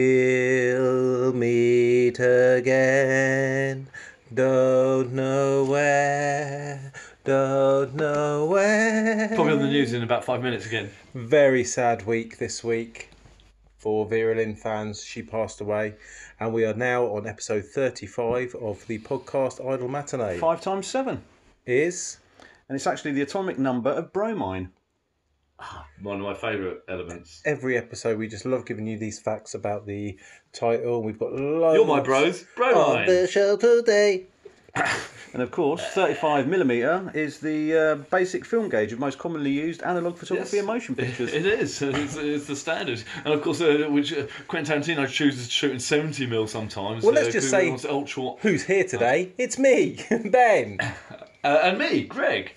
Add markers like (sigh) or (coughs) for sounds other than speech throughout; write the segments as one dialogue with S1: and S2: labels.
S1: We'll meet again. Don't know where. Don't know where.
S2: Probably on the news in about five minutes again.
S1: Very sad week this week for Vera Lynn fans. She passed away, and we are now on episode 35 of the podcast Idle Matinee.
S2: Five times seven.
S1: Is
S3: And it's actually the atomic number of bromine.
S4: One of my favourite elements.
S1: every episode we just love giving you these facts about the title. We've got loads.
S4: You're my bros, bro
S1: on the
S4: mine.
S1: show today.
S3: And of course, 35mm is the uh, basic film gauge of most commonly used analogue photography
S4: (laughs)
S3: and motion pictures.
S4: It is. It's, it's the standard, and of course, uh, which uh, Quentin Tarantino chooses to shoot in seventy mil sometimes.
S1: Well, let's
S4: uh,
S1: just
S4: because he
S1: say-
S4: wants it ultra,
S1: Who's here today? It's me, (laughs) Ben.
S4: uh, and me, Greg.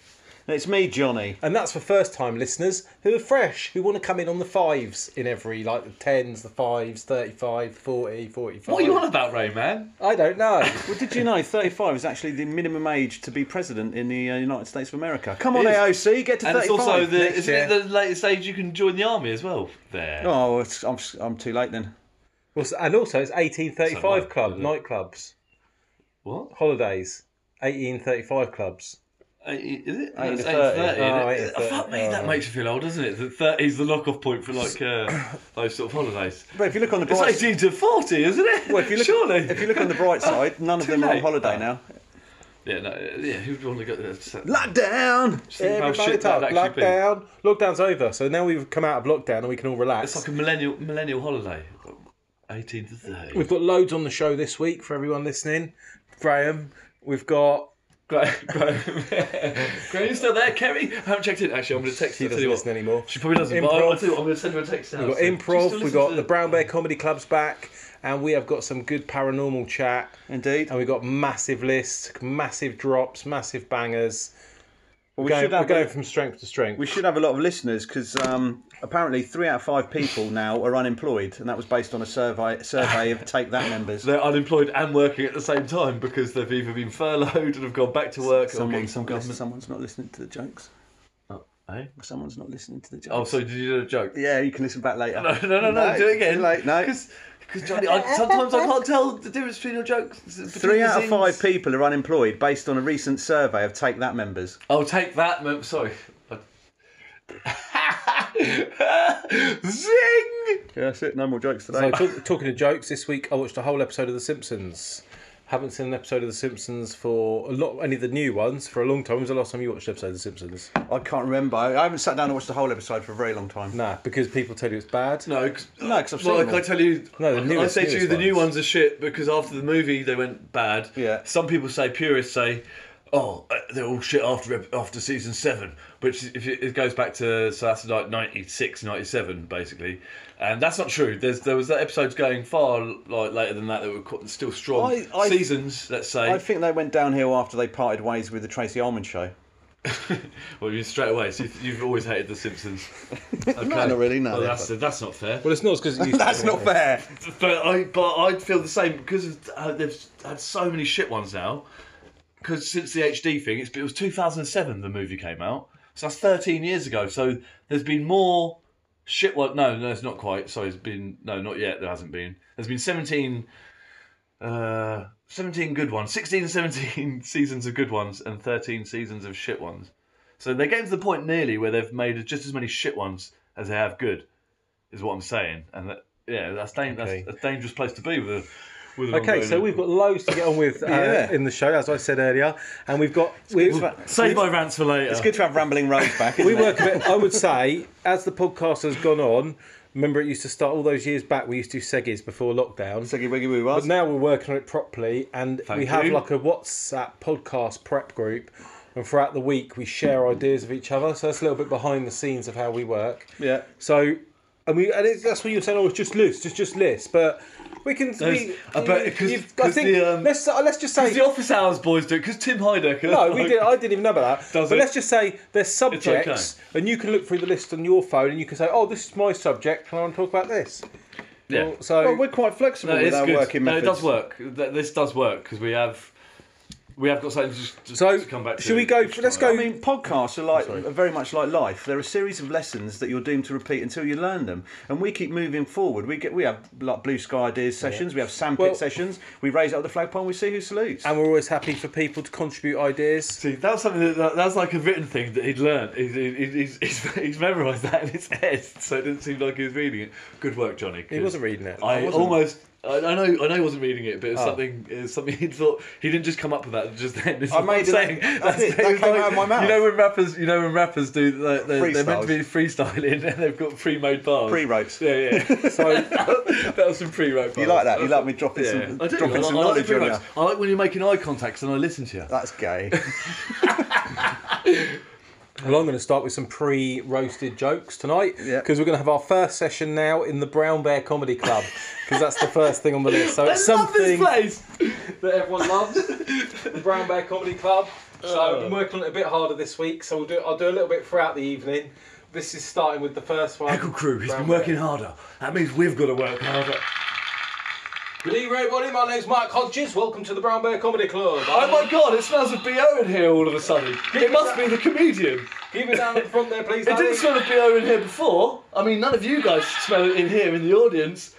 S3: It's me, Johnny.
S1: And that's for first time listeners who are fresh, who want to come in on the fives in every, like the tens, the fives, 35, 40, 45.
S4: What are you on about, Ray Man?
S1: I don't know. (laughs)
S3: Well, did you know 35 is actually the minimum age to be president in the uh, United States of America? Come on,
S4: It is.
S3: AOC, get to
S4: And
S3: 35.
S4: it's also the
S1: next
S4: isn't
S1: year.
S4: it the latest age you can join the army as well? There.
S3: Oh, it's, I'm, I'm too late then.
S1: Well, s- and also, it's 1835
S4: So what?
S1: club,
S4: Is it?
S1: nightclubs,
S4: What
S1: holidays, 1835 clubs.
S4: Uh, is it?
S3: Eight
S4: It's
S3: to
S4: 8
S3: 30.
S4: isn't
S1: Oh,
S4: it?
S1: eight to
S4: Uh,
S1: 30.
S4: Fuck me,
S1: Oh,
S4: that
S1: right.
S4: makes you feel old, doesn't it? That thirty's the lock-off point for
S1: (coughs)
S4: like uh, those sort of holidays.
S3: But if you look on the
S4: It's
S3: bright,
S4: eighteen to forty, isn't it?
S3: well, if you look,
S4: surely.
S3: if you look on the
S4: (laughs)
S3: bright side, none of
S4: too
S3: them are on
S4: late.
S3: holiday
S4: Oh.
S3: now.
S4: Yeah, no, uh, yeah. Who would want to go there? Just think
S3: Lockdown.
S4: how
S1: Everybody
S4: shit
S1: up.
S4: that'd actually be.
S1: Lockdown. Lockdown's over. So now we've come out of lockdown and we can all relax.
S4: It's like a millennial millennial holiday. Eighteen to thirty.
S1: We've got loads on the show this week for everyone listening. Graham, we've got.
S4: Graham, Graham's still there. Kerry, I haven't checked in. Actually, I'm going to text
S1: He
S4: her. tell
S1: doesn't
S4: you what.
S1: listen anymore.
S4: She probably doesn't. But
S1: Improv.
S4: I'll, I'll tell you what, I'm going to send her a text now.
S1: We've got
S4: so- Do you still
S1: improv. We've
S4: listen
S1: got
S4: to-
S1: the Brown Bear Comedy Club's back, and we have got some good paranormal chat.
S3: Indeed.
S4: Oh,
S1: And we've got massive lists, massive drops, massive bangers.
S3: Well,
S1: We're
S3: we
S1: going,
S3: should
S1: we're
S3: have
S1: going
S3: a-
S1: from strength to strength.
S3: We should have a lot of listeners because um, apparently three out of five people now are unemployed, and that was based on a survey survey of Take That members.
S4: They're unemployed and working at the same time because they've either been furloughed and have gone back to work. or
S3: Someone,
S4: getting
S3: some
S4: government.
S3: someone's not listening to the jokes.
S4: Eh?
S3: Someone's not listening to the jokes.
S4: Oh, sorry. Did you do a joke?
S3: Yeah, you can listen back later.
S4: No, (laughs) no, no, no, do it again.
S3: too late, no.
S4: Because Johnny, I, sometimes I can't tell the difference between your jokes. between
S3: Three
S4: the
S3: out of
S4: zings.
S3: five people are unemployed based on a recent survey of Take That members.
S4: I'll take that. Mo- sorry. (laughs) Zing!
S3: Yeah, that's it. No more jokes
S1: So,
S3: today.
S1: talk, talking of jokes, this week I watched a whole episode of The Simpsons. Haven't seen an episode of The Simpsons for a lot, any of the new ones for a long time. When was the last time you watched an episode of The Simpsons?
S3: I can't remember. I haven't sat down and watched the whole episode for a very long time.
S1: Nah, because people tell you it's bad.
S4: No, cause,
S3: No, 'cause I've seen
S4: like
S3: them
S4: I
S3: all.
S4: tell you,
S1: No, the newest-
S4: I say to you,
S1: newest
S4: the new
S1: ones.
S4: ones are shit because after the movie they went bad.
S3: Yeah.
S4: Some people say purists say, oh, uh, they're all shit after ep- after season seven, which is- if it, it goes back to so that's like 96, 97 basically, and that's not true. There's there was that episodes going far like later than that that were qu- still strong
S3: I- I-
S4: seasons. Let's say.
S3: I think they went downhill after they parted ways with the Tracy Ullman show.
S4: Well, you straight away. So you've, you've always hated The Simpsons. Okay.
S3: not really, (laughs) no.
S4: Well, that's that's not fair.
S1: Well, it's not as good as it used to
S3: (laughs) That's
S1: be.
S3: not fair.
S4: But I but I feel the same because of, uh, they've had so many shit ones now. Because since the HD thing, it's, it was 2007 the movie came out, so that's 13 years ago. So there's been more shit. One, no, no, it's not quite. Sorry, it's been no, not yet. There hasn't been. There's been 17, uh, 17 good ones, 16, 17 (laughs) seasons of good ones, and 13 seasons of shit ones. So they're getting to the point nearly where they've made just as many shit ones as they have good, is what I'm saying. And that, yeah, that's, dan-
S1: Okay.
S4: that's a dangerous place to be with a. With an
S1: Okay,
S4: ongoing-
S1: so we've got loads to get on with uh,
S3: (laughs) Yeah.
S1: in the show, as I said earlier, and we've got we,
S4: Save my rants for later.
S3: It's good to have rambling roads back. Isn't
S1: we
S3: it? (laughs)
S1: work a bit. I would say as the podcast has gone on, remember it used to start all those years back. We used to do seggies before lockdown.
S3: Ziggy wiggy woo was.
S1: But now we're working on it properly, and we have
S4: you.
S1: like a WhatsApp podcast prep group, and throughout the week we share ideas of each other. So that's a little bit behind the scenes of how we work.
S3: Yeah.
S1: So, and we and it, that's what you're saying. Oh, it's just lists, just just lists. But we can. We,
S4: I bet-
S1: you-
S4: 'cause-
S1: you've- I
S4: uh, 'cause
S1: think
S4: the, um,
S1: let's uh, let's just say
S4: It's the office hours boys do it because Tim Heidecker.
S1: no, we did. I didn't even know about that.
S4: Does
S1: but
S4: it?
S1: let's just say there's subjects, and you can look through the list on your phone, and you can say, "Oh, this is my subject, and I want to talk about this."
S4: Yeah.
S1: Well, so
S3: Well, we're quite flexible
S4: No,
S3: with
S4: it's
S3: our
S4: good.
S3: working
S4: no,
S3: methods.
S4: it does work. Th- This does work because we have we have got something to, to,
S1: So,
S4: to come back to.
S1: should we go for- let's
S3: I
S1: go-
S3: mean, podcasts are like
S1: Sorry.
S3: are very much like life. They're a series of lessons that you're doomed to repeat until you learn them. And we keep moving forward. We get we have like blue sky ideas sessions. We have sandpit
S1: Well-
S3: sessions. We raise up the flagpole. and We see who salutes.
S1: And we're always happy for people to contribute ideas.
S4: See, that's something that, that that's like a written thing that he'd learned. He's, he's, he's, he's, (laughs) he's memorised that in his head, so it didn't seem like he was reading it. Good work, Johnny.
S1: He wasn't reading it.
S4: I,
S1: wasn't.
S4: almost. I I know, I know, he wasn't reading it,
S3: Oh.
S4: but it's something, it's something he thought he didn't just come up with that just then. is
S3: I
S4: what
S3: made
S4: I'm
S3: it-
S4: saying.
S3: that's it, that
S4: it was
S3: came out of my mouth.
S4: You know when rappers, you know when rappers do, like, they're, they're meant
S3: Freestyles.
S4: to be freestyling (laughs) and they've got pre-made bars.
S3: Pre-wrote.
S4: Yeah,
S3: (laughs)
S4: yeah.
S1: So,
S4: (laughs) that was some pre-wrote. Bars.
S3: You like that? You like me dropping
S4: Yeah,
S3: some
S4: I do.
S3: dropping
S4: I,
S3: some
S4: I like the
S3: knowledge on you?
S4: pre-writes. I like when you're making eye contacts and I listen to you. (laughs)
S3: That's gay.
S1: well, I'm going to start with some pre roasted jokes tonight because
S3: Yeah.
S1: we're going to have our first session now in the Brown Bear Comedy Club because that's the first thing on the
S4: (laughs)
S1: list. So, it's something.
S4: place.
S1: that everyone loves, the Brown Bear Comedy Club. So
S4: Uh.
S1: I've been working on it a bit harder this week, so we'll do, I'll do a little bit throughout the evening. This is starting with the first one.
S4: Heckle crew has
S1: Brown
S4: been working
S1: Bear.
S4: harder. That means we've got to work harder.
S1: Good evening, everybody. My name's Mike Hodges. Welcome to the Brown Bear Comedy Club.
S4: Oh my god, it smells of BO in here all of a sudden. It must be the comedian.
S1: Keep it down at the front there, please.
S4: It didn't
S1: ladies.
S4: smell of BO in here before. I mean, none of you guys smell it in here in the audience.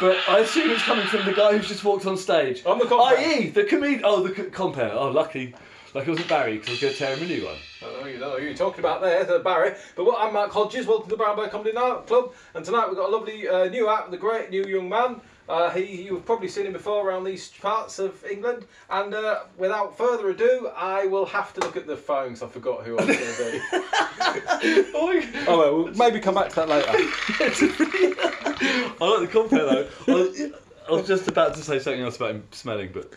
S4: But I assume it's coming from the guy who's just walked on stage.
S1: I'm the compere.
S4: I.e., the comedian. Oh, the co- compere. Oh, lucky. Lucky it wasn't Barry, because I was going to tear him a new one.
S1: I don't know Oh, you know who you're talking about there, the Barry. But what, I'm Mark Hodges. Welcome to the Brown Bear Comedy Now- Club. And tonight we've got a lovely uh, new act with a great new young man. Uh, he, you've probably seen him before around these parts of England. And uh, without further ado, I will have to look at the phone 'cause I forgot who I was going to be.
S4: Oh, my- (laughs)
S1: oh, well, we'll maybe come back to that later.
S4: Oh, I like the compere, though. I was, I was just about to say something else about him smelling, but.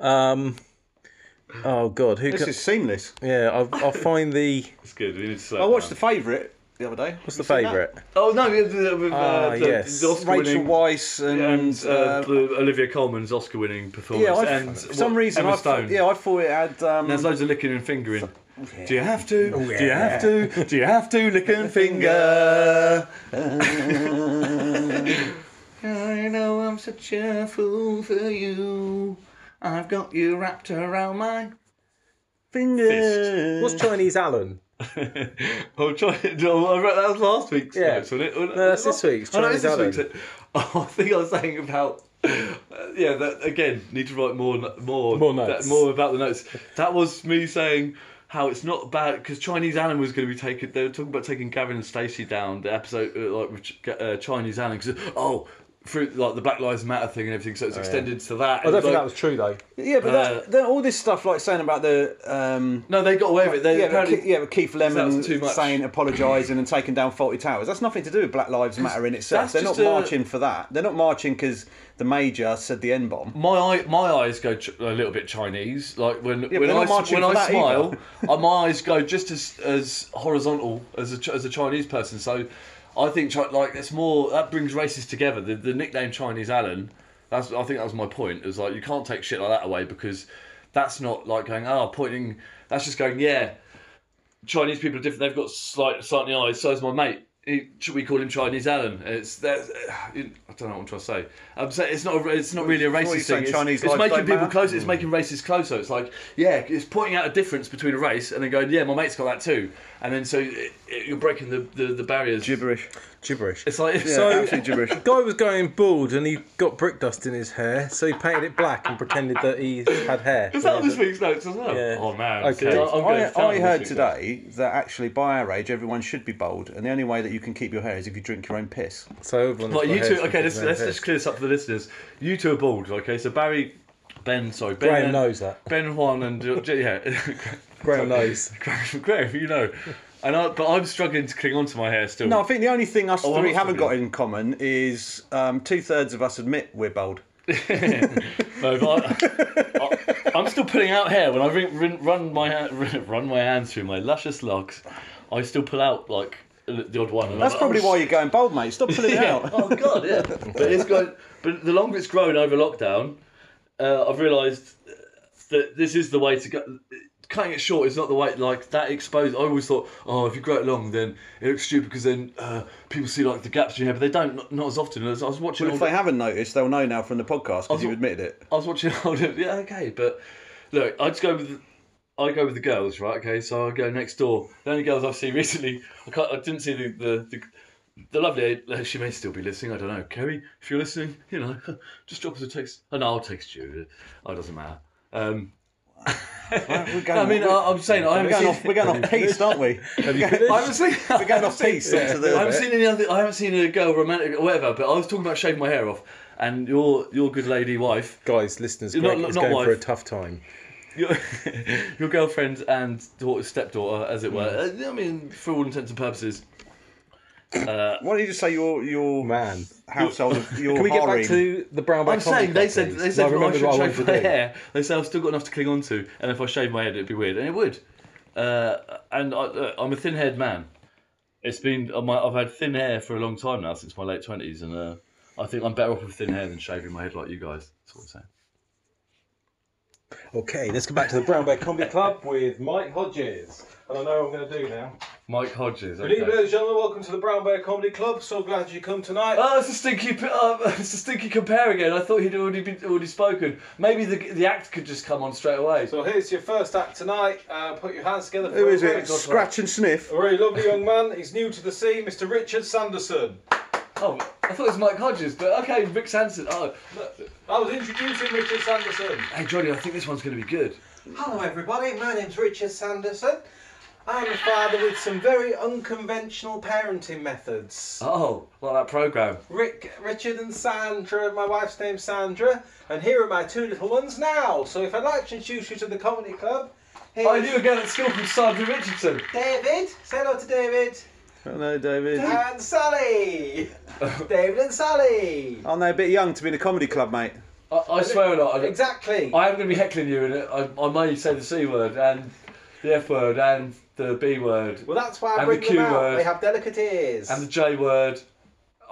S1: Um, oh, God. Who
S3: this is seamless.
S1: Yeah, I'll, I'll find the.
S4: It's good. We need to slow
S3: I
S4: it
S3: watched
S4: down.
S3: the favourite the other day.
S1: What's the favourite?
S4: Oh no! With, with, with, uh,
S1: Ah,
S4: the,
S1: yes.
S4: the Oscar
S3: Rachel
S4: winning
S3: Weisz and,
S4: and uh,
S3: uh,
S4: the Olivia Coleman's Oscar-winning performance.
S3: yeah, I,
S4: and
S3: for some
S4: what,
S3: reason
S4: Emma
S3: I thought-
S4: Stone.
S3: yeah I thought it had um,
S4: There's Oh, loads of licking and fingering. Do you have (laughs) to?
S1: yeah.
S4: Do you have to? Do you have to lick (laughs) and finger?
S3: I know I'm such a fool for you. I've got you wrapped around my finger.
S1: What's Chinese Alan?
S4: I'm trying. No, Oh, (laughs) I wrote- that was last week's
S1: Yeah.
S4: notes, wasn't it? No,
S1: that's this week's,
S4: Oh, no, it's this
S1: Chinese
S4: week's. (laughs) Oh, I think I was saying about. uh, yeah, that again. Need to write more, no- more,
S1: More notes.
S4: that- more about the notes. That was me saying how it's not bad because Chinese Alan was going to be taken. They were talking about taking Gavin and Stacey down the episode, uh, like with Ch- uh, Chinese Alan, because oh, through like the Black Lives Matter thing and everything. So it's extended to that.
S1: Oh, I don't think that was true, though.
S3: Yeah, but
S4: Uh,
S3: that, that, all this stuff, like saying about the um,
S4: No, they got away with it. They
S3: yeah, but
S4: apparently,
S3: Ke- yeah, but Keith
S4: that
S3: Lemon
S4: was too much.
S3: saying apologising and taking down faulty towers. That's nothing to do with Black Lives Matter in
S4: that's
S3: itself. They're not
S4: just a-
S3: marching for that. They're not marching because the major said the n bomb.
S4: My eye, my eyes go ch- a little bit Chinese. Like when
S3: but
S4: when
S3: they're
S4: I,
S3: not marching
S4: when
S3: for
S4: I
S3: that
S4: smile, uh, my eyes go just as as horizontal as a Ch- as a Chinese person. So I think Chi- like it's more that brings races together. The, the nickname Chinese Alan. That's I think that was my point. It was like you can't take shit like that away because that's not like going oh pointing. That's just going yeah. Chinese people are different. They've got slight slightly eyes. So is my mate. He, should we call him Chinese Alan? It's that's, I don't know what I'm trying to say. I'm saying it's not a- it's not really a
S3: what are you
S4: racist
S3: saying,
S4: thing. It's,
S3: Chinese
S4: it's
S3: lives
S4: making
S3: don't
S4: people
S3: matter? Hmm.
S4: closer. It's making races closer. It's like yeah, it's pointing out a difference between a race and then going yeah, my mate's got that too. And then so it, it, you're breaking the, the, the barriers.
S3: Gibberish.
S1: Gibberish.
S4: It's like (laughs)
S1: So-
S3: (laughs) Absolute gibberish.
S1: guy was going bald and he got brick dust in his hair, so he painted it black and pretended that he had hair.
S4: Is that on this week's notes as well?
S1: Yeah.
S4: Oh man.
S1: Okay.
S4: See, (laughs) I'm gonna
S3: I,
S4: fail on
S3: I
S4: this
S3: heard
S4: week's
S3: today that actually by our age everyone should be bold, and the only way that you can keep your hair is if you drink your own piss.
S1: So everyone's
S4: Like
S1: got
S4: you
S1: hair
S4: two,
S1: stuck
S4: okay,
S1: in
S4: let's,
S1: their
S4: let's
S1: hair.
S4: just clear this up for the listeners. You two are bald, okay? So Barry, Ben, sorry, Ben,
S1: Graham
S4: and-
S1: knows that.
S4: Ben Juan and uh, yeah, (laughs)
S1: Graham knows.
S4: Graham, Graham, you know. And I, but I'm struggling to cling on to my hair still.
S3: No, I think the only thing us
S4: I'm
S3: three
S4: not
S3: haven't got
S4: familiar.
S3: in common is um, two thirds of us admit we're bold.
S4: no but I, I, am still pulling out hair when I rin, rin, run my ha- (laughs) run my hands through my luscious locks. I still pull out like the odd one.
S3: That's probably why you're going bold, mate. Stop
S4: (laughs)
S3: pulling it
S4: Yeah.
S3: out.
S4: Oh god, yeah. But it's grown. But the longer it's grown over lockdown, uh, I've realised that this is the way to go. cutting it short is not the way. Like that exposed. I always thought, oh, if you grow it long, then it looks stupid because then uh, people see like the gaps in your hair, but they don't. Not, not as often. As I was watching.
S3: Well, if
S4: all-
S3: they haven't noticed, they'll know now from the podcast because
S4: Also-
S3: you admitted it.
S4: I was watching. (laughs) yeah, okay, but look, I just go with. The, I go with the girls, right? Okay, so I go next door. The only girls I've seen (laughs) recently, I, can't, I didn't see the the, the the lovely. uh, She may still be listening. I don't know, Kerry. If you're listening, you know, (laughs) just drop us a text. Oh, no, I'll text you. Oh, it doesn't matter. Um,
S3: We're
S4: I mean, I, I'm saying I
S3: we're
S4: haven't
S3: going
S4: seen.
S3: off. We're going off piste, aren't we?
S4: (laughs) I haven't seen.
S3: We're going off
S4: (laughs)
S3: piste. into the-
S4: I haven't seen any other. I haven't seen a girl romantic or whatever. But I was talking about shaving my hair off, and your your good lady wife
S5: Guys, listeners,
S4: Not-
S5: Greg
S4: not-
S5: is
S4: not
S5: going for a
S4: wife.
S5: tough time.
S4: your, (laughs) your girlfriend and daughter, stepdaughter, as it were. Uh, I mean, for all intents and purposes. Uh,
S3: Why don't you just say your your
S5: Man.
S3: household? Of, your
S5: Can we get
S3: harem?
S5: back to the brown bag
S4: I'm saying they said they said
S5: I
S4: well, I,
S5: remembered
S4: should
S5: what I
S4: shave
S5: wanted
S4: my
S5: to do.
S4: hair. They said I've still got enough to cling on to, and if I shave my head, it'd be weird, and it would. Uh, and I, uh, I'm a thin-haired man. It's been I'm- I've had thin hair for a long time now, since my late twenties, and uh, I think I'm better off with thin hair than shaving my head like you guys. That's what I'm saying.
S5: Okay, let's go back to the
S1: Brown Bear Comedy Club with Mike Hodges. And I know what I'm going to do now.
S4: Mike Hodges.
S1: Good evening,
S4: Okay.
S1: ladies and gentlemen. Welcome to the Brown Bear Comedy Club. So glad you come tonight.
S4: Oh, it's a stinky, (laughs) p- uh, it's a stinky compare again. I thought he'd already been already spoken. Maybe the the act could just come on straight away.
S1: so here's your first act tonight. Uh, put your hands together. For
S3: Who is
S1: Rick.
S3: it? Scratch and sniff.
S1: A very lovely young man. He's new to the scene, Mr. Richard Sanderson.
S4: Oh, I thought it was Mike Hodges, but okay, Rick Sanson. Oh,
S1: I was introducing Richard Sanderson.
S4: hey Johnny, I think this one's going to be good.
S1: Hello, everybody. My name's Richard Sanderson. I'm a father with some very unconventional parenting methods.
S4: Oh, like that program.
S1: Rick, Richard, and Sandra. My wife's name's Sandra, and here are my two little ones now. So if I'd like to introduce you to the comedy club, here's
S4: I knew a girl at school called Sandra Richardson.
S1: David. Say hello to David
S3: Hello, David.
S1: and Sally. (laughs) David and Sally.
S3: Aren't they a bit young to be in a comedy club, mate?
S4: I, I swear or not, I, don't-
S1: Exactly.
S4: I am going to be heckling you, and I, I may say the c word and the f word and the b word
S1: Well, that's why I
S4: And
S1: bring
S4: the Q
S1: them out.
S4: word.
S1: They have delicate ears.
S4: and the j word.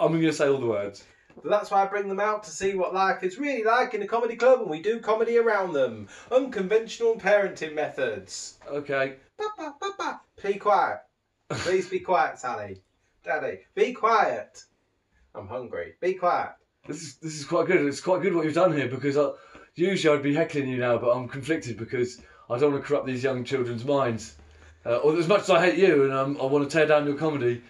S4: I'm going to say all the words.
S1: That's why I bring them out to see what life is really like in a comedy club, and we do comedy around them. Unconventional parenting methods.
S4: Okay.
S1: Papa, Papa, be quiet. Please be quiet, Sally. Daddy, be quiet. I'm hungry. Be quiet.
S4: This is this is quite good. It's quite good what you've done here because I, usually I'd be heckling you now, but I'm conflicted because I don't want to corrupt these young children's minds. Uh, or as much as I hate you and um, I want to tear down your comedy,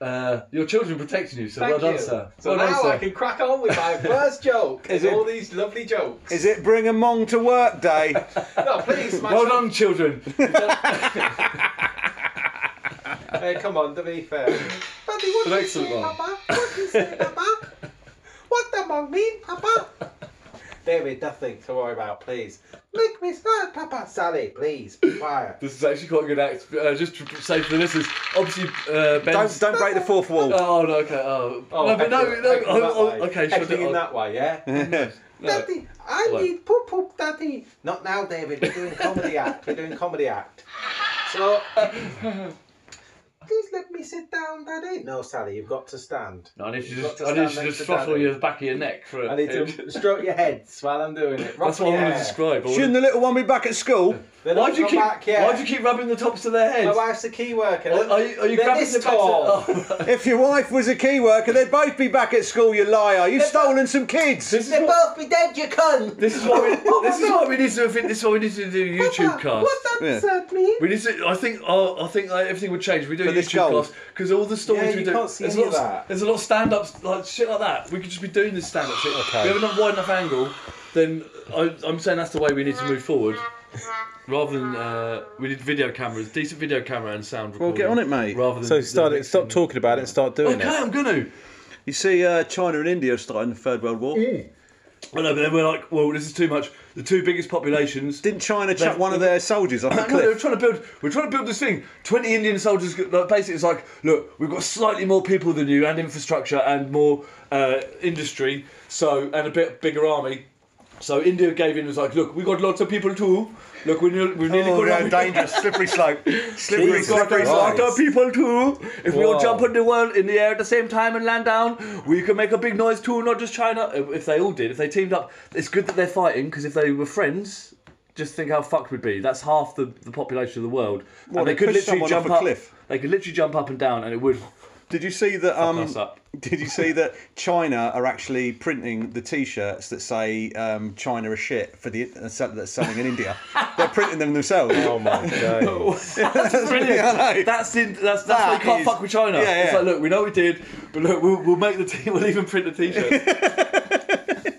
S4: uh, your children are protecting you. So
S1: Thank
S4: well
S1: you.
S4: done, sir.
S1: So
S4: well
S1: now
S4: done, sir.
S1: I can crack on with
S4: (laughs)
S1: my first joke. Is
S3: it-
S1: all these lovely jokes.
S3: Is it bring 'em on to work day?
S1: No, please,
S4: (laughs)
S1: my
S4: Well done, children.
S1: Hey, come on, to be fair. Daddy, what
S4: An excellent one.
S1: Papa? What you say, Papa? What the mong mean, Papa? David, nothing to worry about, please. Make me sad, Papa. Sally, please, be quiet.
S4: this is actually quite a good act. Uh, just to say for the listeners, obviously uh,
S3: don't
S4: Ben's.
S3: don't break the fourth wall. (laughs)
S4: Oh no, okay. Oh, no, but no,
S1: heckling-
S4: no.
S1: heckling
S4: oh,
S1: that
S4: oh,
S1: way.
S4: okay, sure.
S1: Heckling in that way, yeah. Daddy, I
S4: Hello.
S1: need poop poop, Daddy. Not now, David. We're doing comedy act. We're doing comedy act. So, uh, please let me sit down, Daddy. No, Sally, you've got to stand.
S4: I need
S1: You've
S4: you to
S1: got
S4: just,
S1: to
S4: I
S1: stand
S4: need you to
S1: next
S4: just
S1: to
S4: throttle
S1: Daddy.
S4: your back of your neck for.
S1: I need to stroke your heads while I'm doing it. Rock
S4: That's
S1: your
S4: what I want to
S1: hair.
S4: describe. I wanna-
S3: Shouldn't the little one be back at school?
S1: They're
S4: Why
S1: not
S4: do you
S1: come
S4: keep?
S1: back yet.
S4: Why do you keep rubbing the tops of their
S1: My
S4: heads? Are,
S1: wife's a key worker.
S4: are you, are you
S1: They're
S4: grabbing
S1: this
S4: the back?
S1: tall.
S4: (laughs) Oh,
S3: If your wife was a key worker, they'd both be back at school. You liar! You've stolen some kids.
S4: this is
S1: They'll
S4: what.
S1: both be dead, you cunt.
S4: This is what we. This is what we need to. This is what we need to do. YouTube cast.
S1: Oh What that
S3: Yeah.
S1: said mean?
S4: We need to, I think. Oh, I think like, everything would change. We do
S3: For this
S4: YouTube
S3: goal.
S4: class because all the stories
S1: Yeah,
S4: we
S1: you
S4: do.
S1: can't see
S4: there's,
S1: any
S4: a lot
S1: of that.
S4: there's a lot of stand-ups like shit like that. We could just be doing this stand-up
S3: (sighs)
S4: shit. We have enough wide enough angle. Then I, I'm saying that's the way we need to move forward. Rather than uh, we need video cameras, decent video camera and sound recording.
S3: get on it, mate.
S4: Rather than
S5: So start it.
S4: mixing-
S5: Stop talking about it. and Start doing
S4: Okay,
S5: it.
S4: I'm gonna.
S3: You see, uh, China and India are starting the Third World War.
S4: I know, but then we're like, well, this is too much. The two biggest populations.
S3: Didn't China chuck
S4: They've-
S3: one of their soldiers (laughs) off a
S4: No, they were
S3: cliff?
S4: trying to build. We're trying to build this thing. Twenty Indian soldiers. Like, basically, it's like, look, we've got slightly more people than you, and infrastructure, and more uh, industry. So, and a bit bigger army. So India gave in. and was like, look, we got lots of people too. Look, we nearly, we nearly got.
S3: Oh, no, dangerous, slippery (laughs) slope, slippery,
S4: We've got
S3: slippery
S4: a
S3: slope.
S4: lot of people too. If we all
S1: Wow.
S4: jump in the world in the air at the same time and land down, we can make a big noise too. Not just China. If if they all did, if they teamed up, it's good that they're fighting because if they were friends, Just think how fucked we'd be. That's half the, the population of the world.
S3: Well,
S4: and they
S3: they
S4: could
S3: pushed
S4: literally
S3: someone off
S4: jump
S3: a
S4: up.
S3: cliff.
S4: They could literally jump up and down, and it would.
S3: Did you see that? Um,
S4: us up.
S3: (laughs) did you see that China are actually printing the T-shirts that say um, "China is shit" for the uh, that's selling in (laughs) India? They're printing them themselves.
S2: Oh (laughs) my god.
S4: (laughs) That's brilliant.
S3: I know.
S4: That's in. That's that's
S3: That
S4: why you can't
S3: is-
S4: fuck with China.
S3: Yeah,
S4: It's
S3: yeah.
S4: like, look, we know we did, but look, we'll, we'll make the t. (laughs) We'll even print the t-shirt.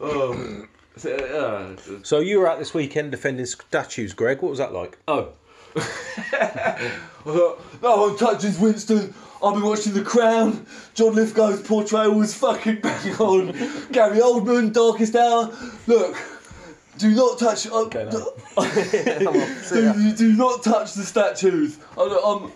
S4: um, so, uh,
S2: so you were out this weekend defending statues, Greg. What was that like?
S4: Oh. (laughs) no one touches Winston. I've been watching The Crown. John Lithgow's portrayal was fucking (laughs) bang on. Gary Oldman, Darkest Hour. Look, do not touch. Uh, (laughs) do, do, do not touch the statues. I'm.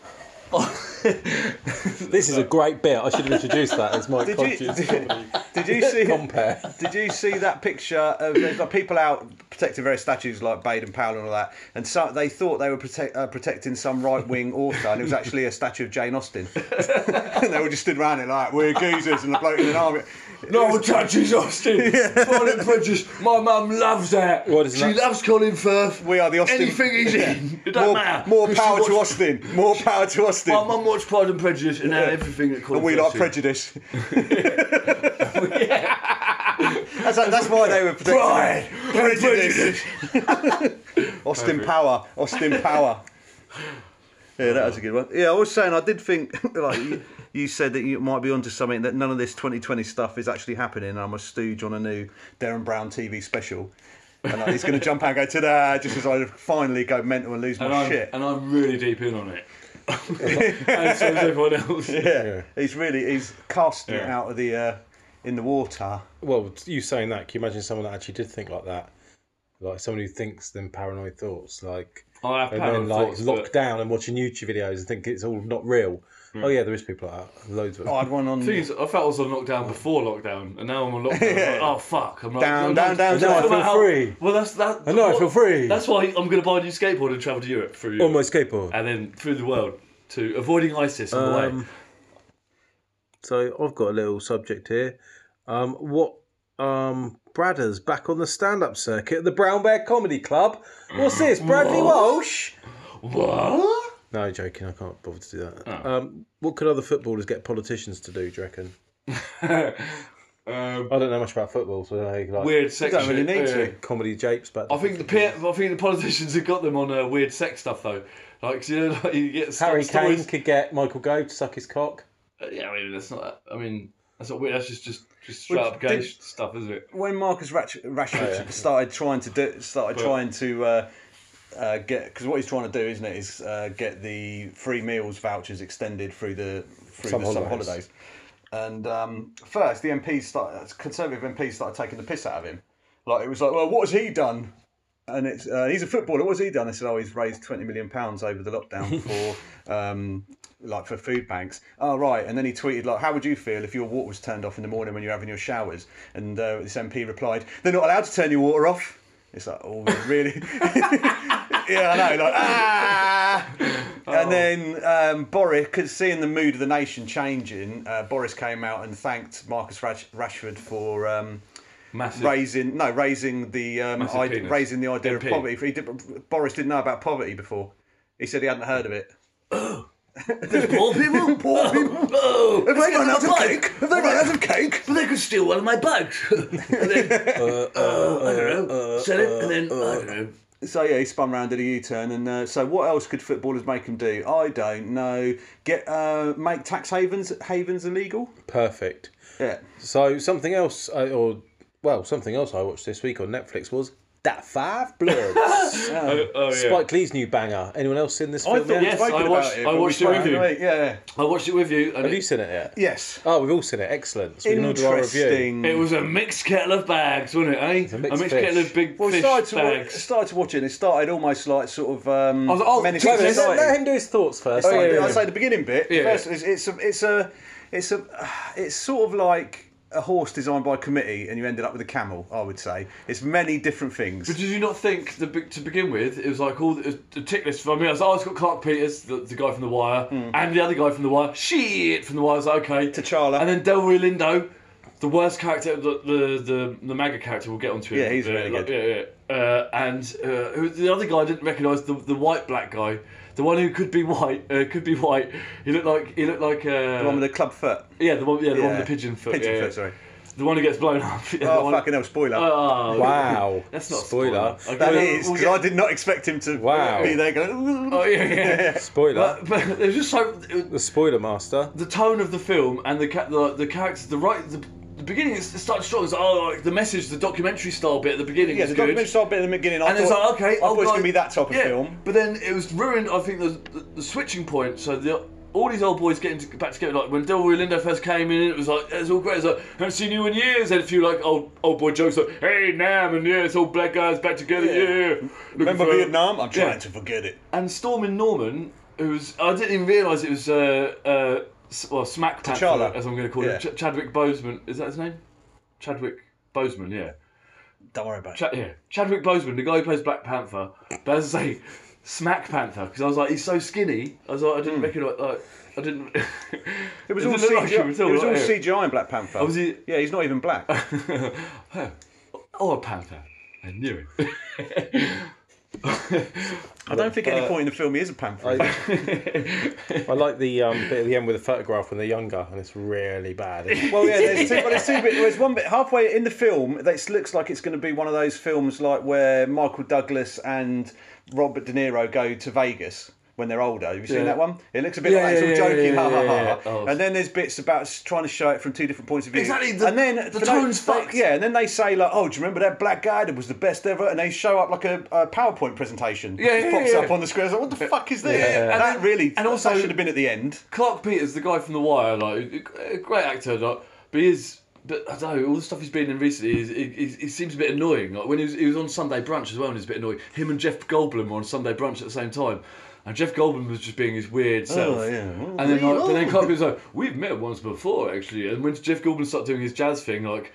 S4: I'm
S2: This is a great bit. I should have introduced that as (laughs) my
S3: (laughs) Did you,
S2: conscious
S3: did, did you see?
S2: compare.
S3: Did you see that picture of there's like people out protecting various statues like Baden Powell and all that? And so they thought they were protect, uh, protecting some right wing author, and it was actually a statue of Jane Austen. (laughs) and they all just stood around it like we're geezers and the bloke in an army.
S4: no one touches (laughs) Austin. Pride and Prejudice. My mum loves that.
S2: What is
S4: she
S2: that?
S4: loves Colin Firth.
S3: We are the Austen.
S4: Anything he's in, it don't
S3: more,
S4: matter.
S3: more
S4: 'Cause she
S3: power to
S4: watched-
S3: Austin. More power to Austin.
S4: My mum watched Pride and Prejudice, and now
S3: Yeah.
S4: everything that Colin
S3: and we
S4: Firth's
S3: like
S4: in. (laughs)
S3: prejudice. that's, that's why they were protecting
S4: Pride
S3: it. prejudice. (laughs) Austin Power. Austin Power. Yeah, that was a good one. Yeah, I was saying I did think (laughs) like you, you said that you might be onto something that none of this 2020 stuff is actually happening. I'm a stooge on a new Darren Brown TV special. And like, he's going to jump out and go to that just as I finally go mental and lose my
S4: and I'm,
S3: shit.
S4: and I'm really deep in on (laughs) it. and so is everyone else.
S3: yeah. he's really he's casting it
S4: Yeah.
S3: out of the uh, in the water.
S2: Well, you saying that, can you imagine someone that actually did think like that? Like someone who thinks them paranoid thoughts, like
S4: I have
S2: and
S4: paranoid
S2: then like
S4: thoughts,
S2: locked
S4: but- Hmm.
S2: down and watching YouTube videos and think it's all not real. Oh yeah, there is people like that. Loads of them.
S3: Oh, I had one on
S4: The thing is, I felt I was on lockdown before lockdown, and now I'm on lockdown. I'm like, oh fuck! I'm like,
S3: Down,
S4: I'm
S3: down,
S4: like-
S3: down,
S4: I'm
S2: down.
S4: like,
S2: I feel
S4: no matter how-
S2: free.
S4: Well, that's that.
S2: I know, I feel free.
S4: That's why I'm going to buy a new skateboard and travel to Europe through Europe,
S2: On my skateboard.
S4: and then through the world to avoiding ISIS on the way.
S2: Um, so I've got a little subject here. Um, what um, Bradders back on the stand-up circuit at the Brown Bear Comedy Club? What's this, Bradley Walsh?
S4: What? (laughs)
S2: No, joking. I can't bother to do that.
S4: Oh.
S2: Um, what could other footballers get politicians to do? Do you reckon?
S4: Um,
S2: I don't know much about football, so I like
S4: weird sex.
S3: don't really
S4: shit.
S3: need to.
S4: Yeah.
S2: comedy japes back.
S4: I think the pe- I think the politicians have got them on uh, weird sex stuff though. Like 'cause you know, (laughs) like, you get
S2: Harry
S4: st- stories-
S2: Kane could get Michael Gove to suck his cock.
S4: Uh, Yeah, I mean that's not. I mean that's not weird. That's just just just straight up gay
S3: did-
S4: sh- stuff, isn't it?
S3: when Marcus Rash- Rashford
S2: Oh,
S3: started trying to do, started trying to uh, uh, get because what he's trying to do, isn't it, is uh, get the free meals vouchers extended through the through
S2: Some
S3: the summer
S2: holidays.
S3: holidays. And um, first, the MPs started, Conservative MPs started taking the piss out of him. Like it was like, well, what has he done? And it's uh, he's a footballer. What has he done? They said, oh, he's raised twenty million pounds over the lockdown for. Um, like for food banks. Oh right, and then he tweeted like, "How would you feel if your water was turned off in the morning when you're having your showers?" And uh, this MP replied, "They're not allowed to turn your water off." It's like, oh really? (laughs) yeah, I know. Like ah. And then um, Boris, because seeing the mood of the nation changing, uh, Boris came out and thanked Marcus Rash- Rashford for. Um,
S4: Massive. (laughs)
S3: Raising no, raising the um,
S4: Massive
S3: ide-
S4: penis.
S3: raising the idea
S4: MP.
S3: of poverty. He did, Boris didn't know about poverty before. He said he hadn't heard of it.
S4: Poor people. (laughs) Poor people. Oh,
S3: Have they run out of cake? Have they run out of cake?
S4: But they could steal one of my bugs. (laughs) and then, uh, I don't know, sell it, and then I don't know.
S3: So yeah, he spun round, did a U-turn, and uh, so what else could footballers make him do? I don't know. Get uh, make tax havens havens illegal.
S2: Perfect.
S3: Yeah.
S2: So something else, uh, or well, something else I watched this week on Netflix was that Five Bloods,
S4: (laughs) Oh yeah.
S2: Spike Lee's new banger. Anyone else seen this film? yet?
S4: yes, I watched- I watched it with you.
S3: Yeah, yeah.
S4: I watched it with you, and
S2: Have you
S4: it,
S2: seen it yet?
S3: Yes.
S2: Oh, we've all seen it. Excellent. So we can all do our review.
S3: Interesting.
S4: it was a mixed kettle of bags, wasn't it? Eh? A
S2: mixed fish.
S4: kettle of big
S3: Well,
S4: fish
S3: started to, wa-
S4: bags.
S3: started to watch it. and It started almost like sort of. Um,
S4: I was like, oh,
S3: Menace
S4: Trevor,
S3: to
S2: Let,
S3: Society.
S2: let him do his thoughts first.
S3: So
S2: Oh, yeah,
S3: I-
S2: yeah,
S3: I say the beginning bit.
S4: Yeah,
S3: First,
S4: yeah.
S3: It's, it's a, it's a, it's a, it's sort of like a horse designed by committee, and you ended up with a camel. I would say it's many different
S4: But
S3: things.
S4: did you not think the big, to begin with it was like all it was a tick list for me? I was like, oh, it's got Clark Peters, the, the guy from The
S3: Hmm.
S4: Wire, and the other guy from The Wire. Shit from The Wire. I was like, okay.
S3: T'Challa.
S4: And then Delroy Lindo. the worst character, the the the, the MAGA character, we'll get onto him.
S3: Yeah, he's
S4: uh,
S3: really
S4: like-
S3: good.
S4: yeah, yeah. Uh, and uh, who, the other guy I didn't recognise the the white black guy, the one who could be white, uh, could be white. He looked like he looked like uh,
S3: The one with the club foot.
S4: yeah, the one yeah, the one
S3: Yeah.
S4: with the pigeon foot.
S3: Pigeon
S4: yeah, yeah.
S3: foot, sorry.
S4: The one who gets blown up. (laughs) yeah, the
S3: Oh,
S4: one-
S3: fucking hell, spoiler.
S4: Oh,
S5: Wow.
S4: That's not a
S5: spoiler.
S4: spoiler.
S3: that
S4: Okay,
S3: is,
S4: we'll
S3: because
S4: get-
S3: I did not expect him to
S5: Wow.
S3: be there going,
S4: Oh yeah,
S3: (laughs)
S4: yeah.
S5: Spoiler.
S4: but, but it was just so
S5: the spoiler master.
S4: the tone of the film and the ca- the, the characters, the right, the, the beginning it started strong. It's, oh, like, the message, the documentary style bit at the beginning
S3: Yeah,
S4: was
S3: the
S4: good.
S3: documentary started bit in the beginning. I
S4: and
S3: thought,
S4: it's like okay,
S3: I
S4: oh,
S3: thought it was
S4: God.
S3: going to be that type of
S4: Yeah,
S3: film.
S4: But then it was ruined. I think the the, the switching point. So the. All these old boys getting to- back together, like when Delroy Lindo first came in, it was like it's all great. It's like haven't seen you in years. And a few like old old boy jokes like, "Hey Nam," and yeah, it's all black guys back together.
S3: Yeah.
S4: Yeah, Looking
S3: Remember
S4: for-
S3: Vietnam? I'm trying
S4: Yeah.
S3: to forget it.
S4: and Stormin Norman, who's I didn't even realise it was uh, uh, s- well Smack Panther,
S3: T'Challa.
S4: as I'm going to call
S3: Yeah.
S4: him, Ch- Chadwick Boseman. Is that his name? Chadwick Boseman, yeah.
S3: Don't worry about it.
S4: Chad, yeah, Chadwick Boseman, the guy who plays Black Panther. But as I say, Smack Panther, because I was like, he's so skinny. I was like, I didn't recognise, like, I didn't.
S3: Hmm.
S4: (laughs)
S3: It was all
S4: didn't look like
S3: CGI.
S4: him at
S3: it was all
S4: like,
S3: CGI in Black Panther.
S4: Oh, was he-
S3: Yeah, he's not
S4: (laughs)
S3: even black.
S4: Oh, Panther. I knew it. (laughs)
S3: I don't think at
S4: Uh,
S3: any point in the film he is a panther.
S5: I like the um, bit at the end with the photograph when they're younger, and it's really bad. isn't it?
S3: Well, yeah, there's two, but there's two bit, there's one bit halfway in the film that looks like it's going to be one of those films like where Michael Douglas and Robert De Niro go to Vegas when they're older. Have you seen
S4: Yeah.
S3: that one? It looks a bit
S4: Yeah,
S3: like it's
S4: yeah,
S3: all
S4: yeah, yeah,
S3: jokey, ha ha ha.
S4: yeah, yeah.
S3: ha.
S4: Oh.
S3: And then there's bits about s- trying to show it from two different points of view.
S4: Exactly, the-
S3: and then
S4: the
S3: for
S4: tone's
S3: they,
S4: fucked.
S3: Yeah, and then they say like, "Oh, do you remember that black guy that was the best ever?" And they show up like a, a PowerPoint presentation.
S4: Yeah,
S3: It
S4: yeah,
S3: pops
S4: yeah,
S3: up
S4: yeah.
S3: on the screen. It's like, what the fuck is this?
S4: Yeah.
S3: That
S4: And-
S3: really,
S4: and also-
S3: that should have been at the end.
S4: Clark Peters, the guy from The Wire, like a great actor, like, but he is. But I don't know, all the stuff he's been in recently, is, he, he, he seems a bit annoying. Like when he was, he was on Sunday Brunch as well, and he's a bit annoying. Him and Jeff Goldblum were on Sunday Brunch at the same time, and Jeff Goldblum was just being his weird
S5: Oh,
S4: self.
S3: yeah.
S4: And then, like, but then Clark Peters was like, we've met once before actually, and when Jeff Goldblum started doing his jazz thing, like.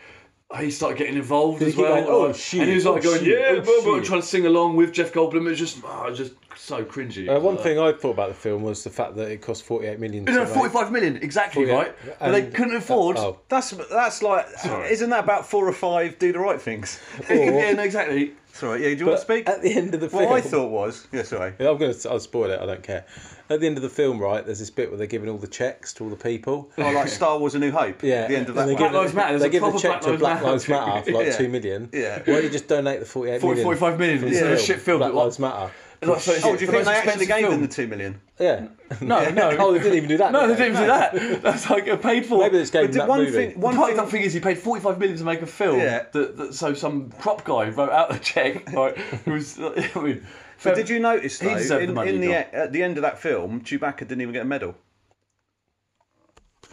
S4: He started getting involved
S5: Did he
S4: as
S5: keep
S4: well.
S5: going, "Oh,
S4: like,
S5: shit,
S4: and he was like
S5: oh,
S4: going,
S5: shit,
S4: yeah,
S5: oh,
S4: blah, blah,"
S5: shit.
S4: trying to sing along with Jeff Goldblum. It was just, oh, just so cringy.
S5: Uh, one
S4: Like,
S5: thing I thought about the film was the fact that it cost 48 million.
S4: no,
S5: to make.
S4: 45 million, exactly,
S5: 48,
S4: right? But they
S5: and-
S4: couldn't afford.
S5: Oh.
S3: That's that's like, isn't that about four or five do the right things?
S4: yeah, no, exactly.
S3: (laughs) Sorry, yeah. Do you want to speak?
S5: At the end of the film,
S3: What I thought was,
S4: (laughs)
S3: yeah, sorry.
S5: Yeah, I'm gonna. I'll spoil it. I don't care. At the end of the film, right? There's this bit where they're giving all the checks to all the people.
S3: Oh, like Star Wars: A New Hope.
S5: Yeah,
S3: the end of
S5: and
S3: that.
S5: they
S3: one.
S5: give
S4: Black Lives
S5: the-
S4: Matter, there's
S5: They
S4: a
S5: give the
S4: proper
S5: check to Black
S4: Black
S5: Lives
S4: Lives
S5: Matter for like
S3: Yeah.
S5: two million.
S3: Yeah.
S5: Why don't you just donate the 48
S4: 40,
S5: million?
S4: 45 million. It's
S5: Film,
S4: a shit film.
S5: Black
S4: that-
S5: Lives Matter.
S4: Like, so it's
S3: Oh, do you
S4: the
S3: think
S4: most
S3: they actually
S4: expensive
S3: gave them
S4: film.
S3: the two million?
S5: Yeah.
S4: No, no.
S5: (laughs) oh, they didn't even do that.
S4: no, they
S5: did
S4: didn't do that. (laughs) That's like it paid for.
S5: Maybe they just gave them
S3: But did
S5: that
S3: one
S5: movie.
S3: thing,
S4: the
S3: one
S4: fucked up
S3: thing,
S4: thing is he paid 45 million to make a film
S3: Yeah.
S4: that, that so some prop guy wrote out a check right, who was (laughs) I mean fair-
S3: did you notice though?
S4: deserved
S3: in,
S4: the money,
S3: in the
S4: he
S3: e- at the end of that film, Chewbacca didn't even get a medal.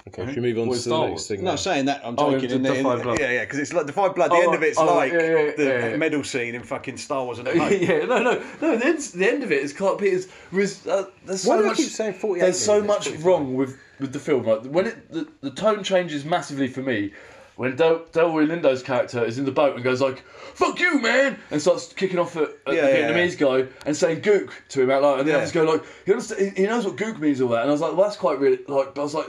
S2: Okay, should we move on
S4: What,
S2: to the
S4: Star
S2: next
S4: Wars?
S2: thing?
S3: No,
S2: then?
S3: saying that, I'm
S4: Oh,
S3: joking.
S4: in the Five Blood.
S3: yeah, yeah, because it's like the five blood. The end of it's
S4: oh,
S3: like
S4: yeah, yeah, yeah,
S3: the
S4: yeah.
S3: medal scene in fucking Star Wars. And
S4: (laughs) yeah, no, no, no. The end, the end of it is Clark Peters. Was, uh, there's so
S5: Why do I
S4: much,
S5: keep saying 48
S4: There's so
S5: minutes?
S4: much wrong with, with the film. Like when it, the, the tone changes massively for me. When Del, Delroy Lindo's character is in the boat and goes like "fuck you, man" and starts kicking off at, at
S3: Yeah,
S4: the
S3: yeah,
S4: Vietnamese guy and saying "gook" to him out loud, and the
S3: Yeah.
S4: others go like, "He, understand, he knows what gook means, all that." And I was like, "Well, that's quite really like." But I was like,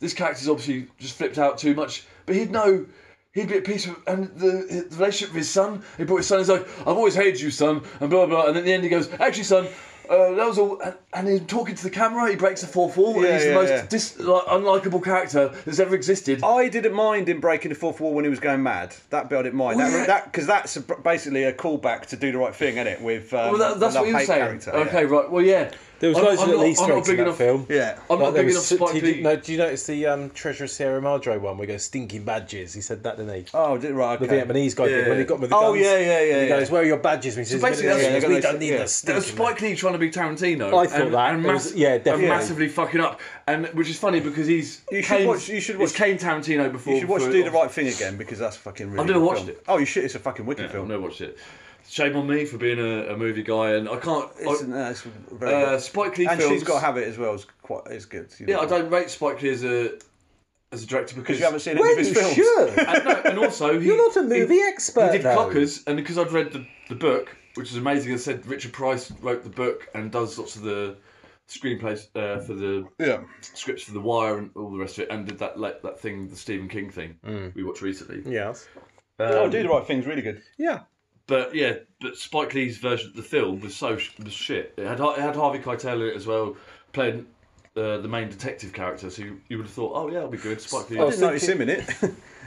S4: "This character's obviously just flipped out too much." But he'd know he'd be at peace with, and the, the relationship with his son. He brought his son. He's like, I've always hated you, son, and blah blah. And then at the end, he goes, actually, son. Uh, that was all, and, and he's talking to the camera. He breaks the fourth wall, and
S3: Yeah,
S4: he's
S3: yeah,
S4: the most
S3: yeah. Oh,
S4: dis- like, unlikable character that's ever existed.
S3: I didn't mind him breaking the fourth wall when he was going mad. That bit I didn't mind.
S4: Well,
S3: that
S4: yeah.
S3: that because that's a, basically a callback to do the right thing, isn't it? With um,
S4: well, that, that's
S3: the
S4: what he was
S3: hate
S4: saying.
S3: character, yeah.
S4: okay, right. Well, yeah.
S5: There was
S4: I'm-
S5: loads of
S4: I'm
S5: little
S4: not- I'm
S5: Easter
S4: not
S5: eggs in
S4: big
S5: that
S4: enough-
S5: film.
S3: Yeah.
S4: I'm
S5: Like
S4: not
S5: there
S4: big enough.
S5: was-
S4: Spike
S5: do, you,
S4: Lee-
S5: no, do you notice the um, Treasure of Sierra Madre one where he goes, stinking badges? He said that, didn't he?
S3: Oh, did, right.
S5: The
S3: Okay.
S5: Vietnamese guy did
S4: Yeah.
S5: when he got him with the guns.
S3: Oh, yeah, yeah, yeah,
S5: And he
S3: yeah.
S5: goes, "Where are your badges?" And he says,
S4: basically,
S5: "We
S4: that's-
S5: don't-
S3: yeah,
S5: "We
S3: that's-
S5: don't need
S3: yeah.
S5: the
S4: That was
S5: stinking
S4: Spike Lee trying to be Tarantino.
S5: I thought
S4: and,
S5: that.
S4: And
S5: It was- yeah, definitely.
S4: And massively fucking up. And which is funny because he's
S3: You should
S4: Kane's-
S3: watch- you should
S4: it's
S3: watch-
S4: Kane Tarantino before.
S3: You should watch
S4: before-
S3: Do the Right Thing again because that's fucking. Really
S4: I've never
S3: good
S4: watched
S3: film.
S4: it.
S3: Oh, you should. It's a fucking wicked
S4: I've
S3: film.
S4: never watched it. Shame on me for being a, a movie guy, and I can't. I-
S3: It's, no, it's very
S4: Oh, uh,
S3: good.
S4: Spike Lee
S3: and
S4: films.
S3: she's got to have it as well. It's quite. It's good. You
S4: yeah,
S3: know.
S4: I don't rate Spike Lee as a as a director because
S3: You haven't seen any
S5: Well,
S3: of his
S5: you
S3: films.
S5: should.
S2: (laughs)
S4: And, no, and
S3: (laughs)
S4: also, he,
S5: You're not a movie
S4: he,
S5: expert.
S4: He did
S5: though.
S4: Clockers, and because I'd read the, the book, which is amazing. It said Richard Price wrote the book and does lots of the screenplays uh, for the
S3: Yeah.
S4: scripts for The Wire and all the rest of it, and did that like, that thing, the Stephen King thing
S2: Mm.
S4: we watched recently.
S2: Yes.
S3: oh, do the right thing's really good.
S2: Yeah.
S4: But yeah, but Spike Lee's version of the film was so sh- was shit. It had it had Harvey Keitel in it as well, playing uh, the main detective character. So you, you would have thought, oh yeah, that'll be good. Spike Lee.
S3: I didn't notice him in it.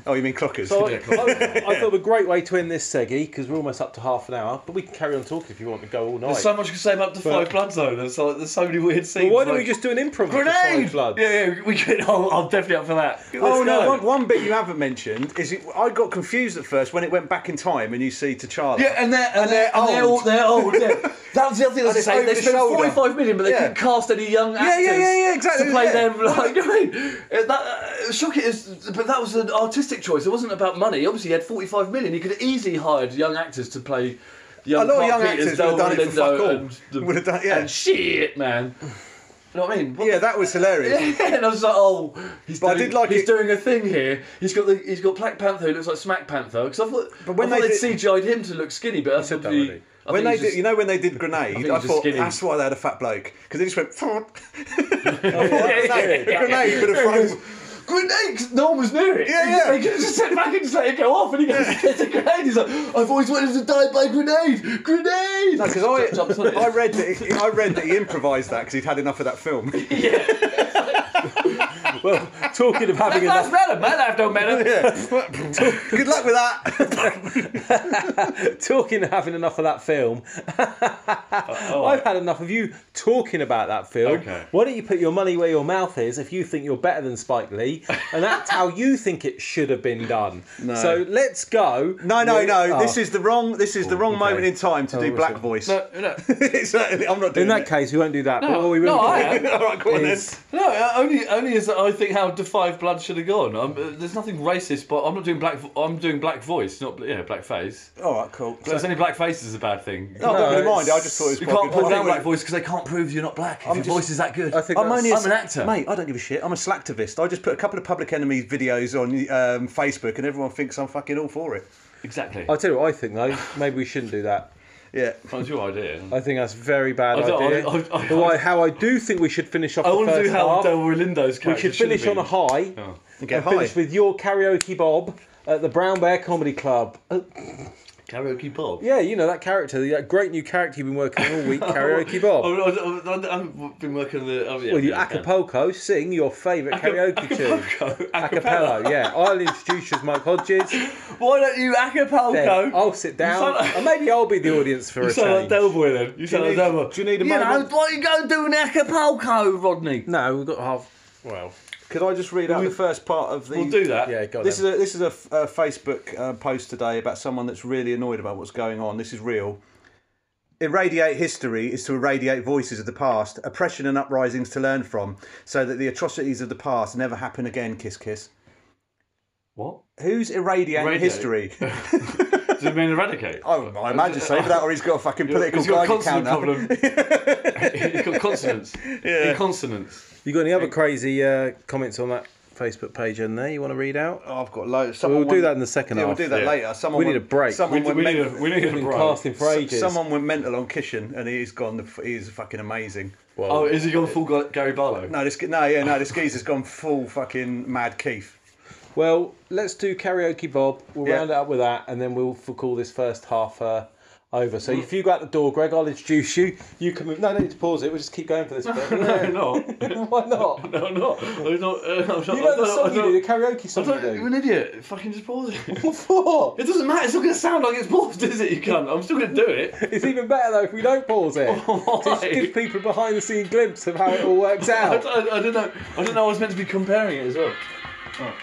S3: (laughs) oh, you mean Clockers?
S2: So I, I, I thought a great way to end this seggy because we're almost up to half an hour, but we can carry on talking if you want to go all night.
S4: There's so much you can say about the Five Bloods though. There's so, there's so many weird scenes.
S2: Why don't we
S4: like-
S2: just do an improv? with the
S4: grenade?
S2: Five Bloods?
S4: Yeah, yeah, we could. I'll, I'll definitely up for that.
S3: Oh
S4: Let's
S3: no!
S4: go.
S3: One, one bit you haven't mentioned is it, I got confused at first when it went back in time and you see T'Challa.
S4: Yeah, and they're and, they're, and they're old.
S3: old.
S4: They're old. Yeah. (laughs) That was the other thing I was
S3: it's
S4: saying. They
S3: over the
S4: spent
S3: shoulder.
S4: forty-five million, but they
S3: Yeah.
S4: couldn't cast any young
S3: yeah,
S4: actors.
S3: yeah, yeah, exactly,
S4: To play
S3: yeah. (laughs)
S4: them, like (laughs) you know what I mean. Uh, That uh, shocking is, but that was an artistic choice. It wasn't about money. Obviously, he had forty-five million. He could have easily hired young actors to play. Young
S3: A lot of
S4: Clark
S3: young
S4: Peters,
S3: actors would
S4: Del
S3: have done it for
S4: Lindo
S3: fuck all.
S4: and the-
S3: Would have done- yeah.
S4: And shit, man. You know what I mean? What
S3: Yeah, that was hilarious.
S4: (laughs) and I was like, oh, he's
S3: But I
S4: doing,
S3: did like
S4: he's
S3: it-
S4: doing a thing here. He's got the he's got Black Panther who looks like Smack Panther because I thought but
S3: But
S4: when
S3: when
S4: I thought
S3: they
S4: they
S3: did-
S4: CGI'd him to look skinny, but that's
S2: said that
S4: probably-
S2: already.
S4: I
S3: When
S4: think
S3: they
S4: he's
S3: did, you know, when they did
S4: think
S3: grenade,
S4: he's
S3: I,
S4: just
S3: thought
S4: skinny.
S3: that's why they had a fat bloke because they just went.
S4: (laughs) yeah,
S3: grenade,
S4: yeah. (laughs)
S3: grenade would have thrown.
S4: just- Grenade! 'cause No one was near it.
S3: Yeah,
S4: They just- (laughs)
S3: yeah.
S4: They could have just sit back and just let it go off, and he goes, "It's a grenade." He's like, "I've always wanted to die by grenade, grenade."
S3: (laughs) No, because
S4: Jumps on
S3: I,
S4: it.
S3: I read that he, I read that he improvised that because he'd had enough of that film. (laughs)
S6: Well, talking of having
S4: Lives
S6: enough,
S4: matter, man. Life don't
S3: (laughs)
S4: matter.
S3: Good luck with that.
S6: (laughs) talking of having enough of that
S4: (laughs)
S6: film, I've had enough of you talking about that film.
S4: Oh. Okay.
S6: Why don't you put your money where your mouth is if you think you're better than Spike Lee, and that's how you think it should have been done. So let's go.
S3: No, no,
S6: with-
S3: no.
S6: oh.
S3: This is the wrong. This
S4: Oh,
S3: is the wrong moment in time to do black voice. (laughs)
S4: No, no,
S3: It's- I'm not doing
S6: In that
S3: it.
S6: case, we won't do that. but what we
S4: no,
S6: will do
S4: I am.
S3: (laughs) All right, go on then.
S6: is-
S4: No, uh, only only is that I think how Defy Blood should have gone. Um, uh, there's nothing racist, but I'm not doing black. vo- I'm doing black voice, not bl- yeah, black face.
S3: All right, cool.
S4: So
S2: Uh,
S4: it's only black face is a bad thing.
S3: No, I don't really
S6: it's-
S3: mind. I just thought it was
S4: you
S3: quite
S4: can't
S3: good.
S4: put
S3: I
S4: down
S3: think
S4: black voice because they can't prove you're not black. If your
S3: just-
S4: voice is that good,
S2: I think
S3: I'm
S2: that's-
S3: only a-
S4: I'm an actor.
S3: mate. I don't give a shit. I'm a slacktivist. I just put a couple of Public Enemy videos on um, Facebook, and everyone thinks I'm fucking all for it.
S4: exactly.
S2: I'll tell you what I think though. Maybe we shouldn't do that.
S3: Yeah.
S4: That's your idea.
S2: I think that's a very bad
S4: I don't- I-
S2: idea.
S4: I- I-
S2: But why- how I do think we should finish off.
S4: I
S2: the
S4: want to do
S2: first
S4: how
S2: half.
S4: Del Lindo's character.
S2: We should finish on a high.
S4: Oh.
S3: Okay,
S2: and
S3: hi.
S2: finish with your karaoke bob at the Brown Bear Comedy Club. Uh,
S4: karaoke Bob.
S2: yeah, you know that character, that great new character you've been working on all
S4: (laughs)
S2: week, karaoke
S4: I,
S2: bob.
S4: I, I, I've been working on the. Oh, yeah,
S2: Well, you
S4: yeah, Oh, okay.
S2: Acapulco sing your favourite karaoke tune.
S4: (laughs) Acapella.
S2: Acapello, yeah. I'll introduce you as Mike Hodges.
S4: Why don't you
S2: Then
S4: Acapulco?
S2: I'll sit down,
S4: sound like-
S2: and maybe I'll be the audience
S4: (laughs)
S2: for
S4: You
S2: a
S4: sound
S2: change.
S4: like Del Boy then. You sound like Del Boy.
S2: do you need a
S4: you
S2: moment?
S4: Know, why you go and do an Acapulco, Rodney?
S2: no, we've got half. Well,
S3: Could I just read out the first part of the?
S4: We'll do that.
S2: yeah, go on.
S3: This is
S2: then.
S3: a this is a, f- a Facebook uh, post today about someone that's really annoyed about what's going on. This is real. Irradiate history is to irradiate voices of the past, oppression and uprisings to learn from, so that the atrocities of the past never happen again. Kiss, kiss.
S4: What?
S3: Who's irradiating
S4: Irradiate? (laughs)
S3: history? (laughs)
S4: Does it mean (laughs) eradicate?
S3: I, I imagine so, but that or he's got a fucking political
S4: He's got a
S3: Geiger
S4: consonant
S3: counter.
S4: problem. (laughs) He's got consonants. Yeah. Inconsonants.
S2: you got any other crazy uh, comments on that Facebook page in there you want to read out?
S3: Oh, I've got loads. Someone
S2: We'll do
S3: went-
S2: that in the second
S3: yeah,
S2: half.
S3: We'll do that
S4: Yeah.
S3: later. Someone
S2: We need
S3: went-
S2: a break.
S4: We,
S3: Someone
S4: we,
S3: went
S4: need
S3: men-
S4: a, we need a
S2: Been
S4: break.
S2: casting for ages.
S3: Someone went mental on Kishan, and he's gone. The, f- he's fucking amazing.
S4: Oh, is he gone full Ga- Gary Barlow?
S3: No, this no, yeah, no, this geezer's gone full fucking mad Keith.
S2: Well, let's do karaoke, Bob. We'll
S3: Yeah.
S2: round it up with that, and then we'll f- call this first half uh, over. So
S4: Mm.
S2: if you go out the door, Greg, I'll introduce you. You can move. No, no need to pause it. We'll just keep going for
S4: (laughs)
S2: this bit.
S4: (laughs) No, no.
S2: (laughs) Why not?
S4: No, I'm not. I'm not. uh, I'm not.
S2: You know the
S4: I
S2: song you
S4: don't-
S2: do, the karaoke
S4: I
S2: song
S4: don't,
S2: you
S4: you're
S2: do.
S4: an idiot. Fucking just pause it. (laughs)
S2: What?
S4: It doesn't matter. It's not going to sound like it's paused, (laughs) is it? You can't. I'm still going to do it.
S2: It's even better though if we don't pause it.
S4: (laughs) Why?
S2: It gives people a behind the scene glimpse of how it all works
S4: (laughs) I,
S2: out.
S4: don't- I don't know. I don't know. I was meant to be comparing it as well.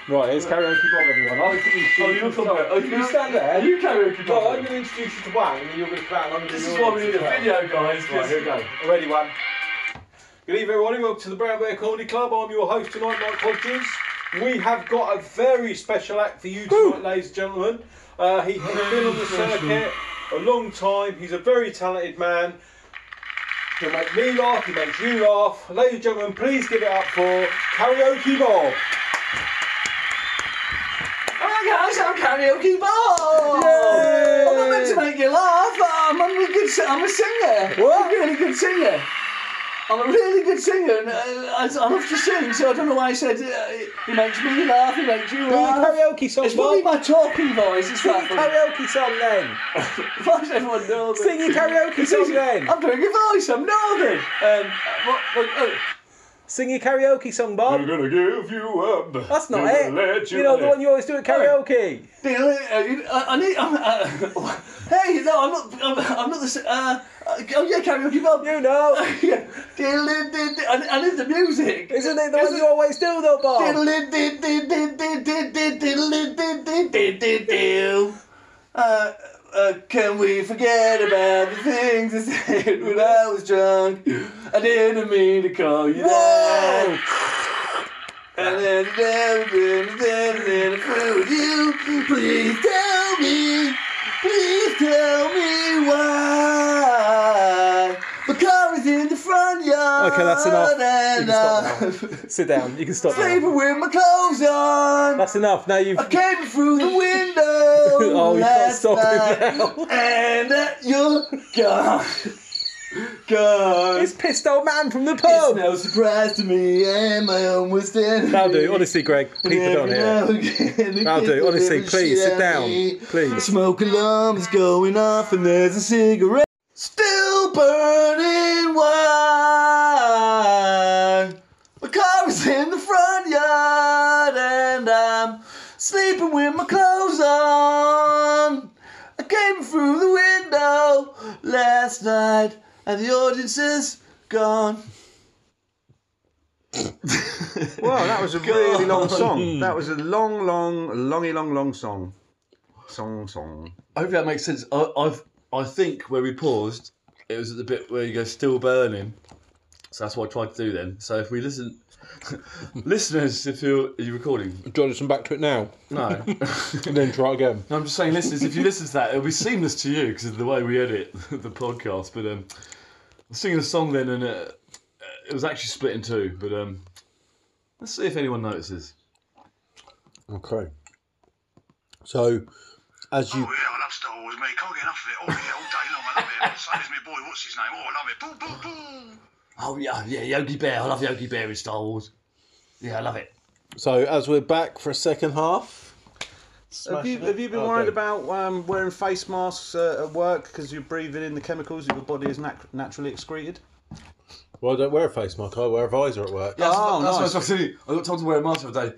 S2: Right, it's karaoke, Bob, everyone. I'll introduce you.
S4: Oh, you're comparing.
S2: Sorry.
S4: Oh, you
S2: You stand there.
S4: You karaoke.
S2: Well,
S4: Barlow.
S2: I'm going to introduce you to Wang, and you're going to crown. I'm gonna
S4: This
S2: do
S4: is
S2: all
S4: why we
S2: this
S4: need a
S2: as well.
S4: video, guys. 'cause-
S2: Right, here we go. Ready, one. Good evening, everyone, and welcome to the Brown Bear Comedy Club. I'm your host tonight, Mike Hodges. We have got a very special act for you tonight, ladies and gentlemen. Uh, he has been on the circuit a long time. He's a very talented man. He'll make me laugh, he makes you laugh. Ladies and gentlemen, please give it up for Karaoke Bob.
S4: Oh my gosh, I'm karaoke Bob! I'm not
S7: Um,
S4: meant to make you laugh. I'm, I'm a good, si- I'm a singer. What? I'm a really good singer.
S7: I'm a really good singer, and uh, I, I love to sing. So I don't know why I said uh, he makes me laugh. He makes you
S2: Do your
S7: laugh.
S2: karaoke song,
S7: It's probably
S2: Bob.
S7: my talking voice. It's
S2: Sing your
S7: that funny.
S2: karaoke song then.
S7: Why does everyone know me?
S2: Sing your karaoke song then.
S7: I'm doing a voice. I'm northern. Um, what, what, oh,
S2: Sing your karaoke song,
S4: I'm
S2: Bob.
S4: gonna give you up.
S2: That's not
S4: I'm gonna
S2: it.
S4: let
S2: You know the
S4: in.
S2: one you always do at karaoke.
S7: Billy, uh, you- I, I need. I'm, uh, (laughs) hey, no, I'm not. I'm, I'm not the. s- Uh, uh, oh yeah, karaoke Bob.
S2: You know.
S7: (laughs) yeah. Diddle did did- I, I need the music.
S2: Isn't it the one you always do though, Bob?
S7: Diddle did did did did did did did diddle did did did did did diddle. Uh, uh, can we forget about the things I said when I was drunk? I didn't mean to call you that.
S2: Whoa!
S7: And then then then then then food you. Please tell me. Please tell me why. The car is in the front yard.
S2: Okay, that's enough. You
S7: And
S2: can stop
S7: I'm
S2: Sit down. You can stop now.
S4: (laughs)
S7: sleeping with my clothes on.
S2: That's enough. Now you've.
S7: I came through the window.
S2: (laughs) Oh, you can't
S7: last
S2: stop
S7: night,
S2: it now.
S7: And uh, you're gone. gone.
S2: It's pissed old man from the
S7: It's
S2: pub.
S7: no surprise to me, and my own was dead.
S2: That'll do. Honestly, Greg, people don't hear. That'll
S7: That'll
S2: do. Honestly, please sit down. Please.
S7: Smoke alarm is going off, and there's a cigarette still burning. Why? My car is in the front yard, and I'm sleeping with my clothes on. I came through the window last night, and the audience is gone.
S3: Well, that (laughs) was a really long
S2: Hmm.
S3: song. That was a long, long, longy, long, long song. Song, song.
S4: Hopefully that makes sense. I, I've, I think where we paused, it was at the bit where you go still burning. So that's what I tried to do then. So if we listen, (laughs) listeners, if you're are you recording,
S2: Do you want to listen back to it now?
S4: (laughs) no,
S2: And then try again.
S4: no, I'm just saying, listeners, if you listen to that, it'll be seamless to you because of the way we edit (laughs) the podcast. But um, I was singing a song then, and uh, it was actually split in two. But um, let's see if anyone notices.
S2: Okay. So, as you.
S8: Oh yeah, I love Star Wars, mate. Can't get enough of it. Oh yeah, all day long, I love it. So is my boy, what's his name? Oh, I love it. Boo, boo, boo.
S4: Oh yeah, yeah, Yogi Bear. I love Yogi Bear in Star Wars. Yeah, I love it.
S2: So, as we're back for a second half.
S3: Have you, have you been worried about um, wearing face masks uh, at work because you're breathing in the chemicals that your body is nac- naturally excreted?
S2: Well, I don't wear a face mask. I wear a visor at work.
S4: That's,
S3: Oh,
S4: that's what
S3: nice.
S4: I was trying to say. I got told to wear a mask the other day.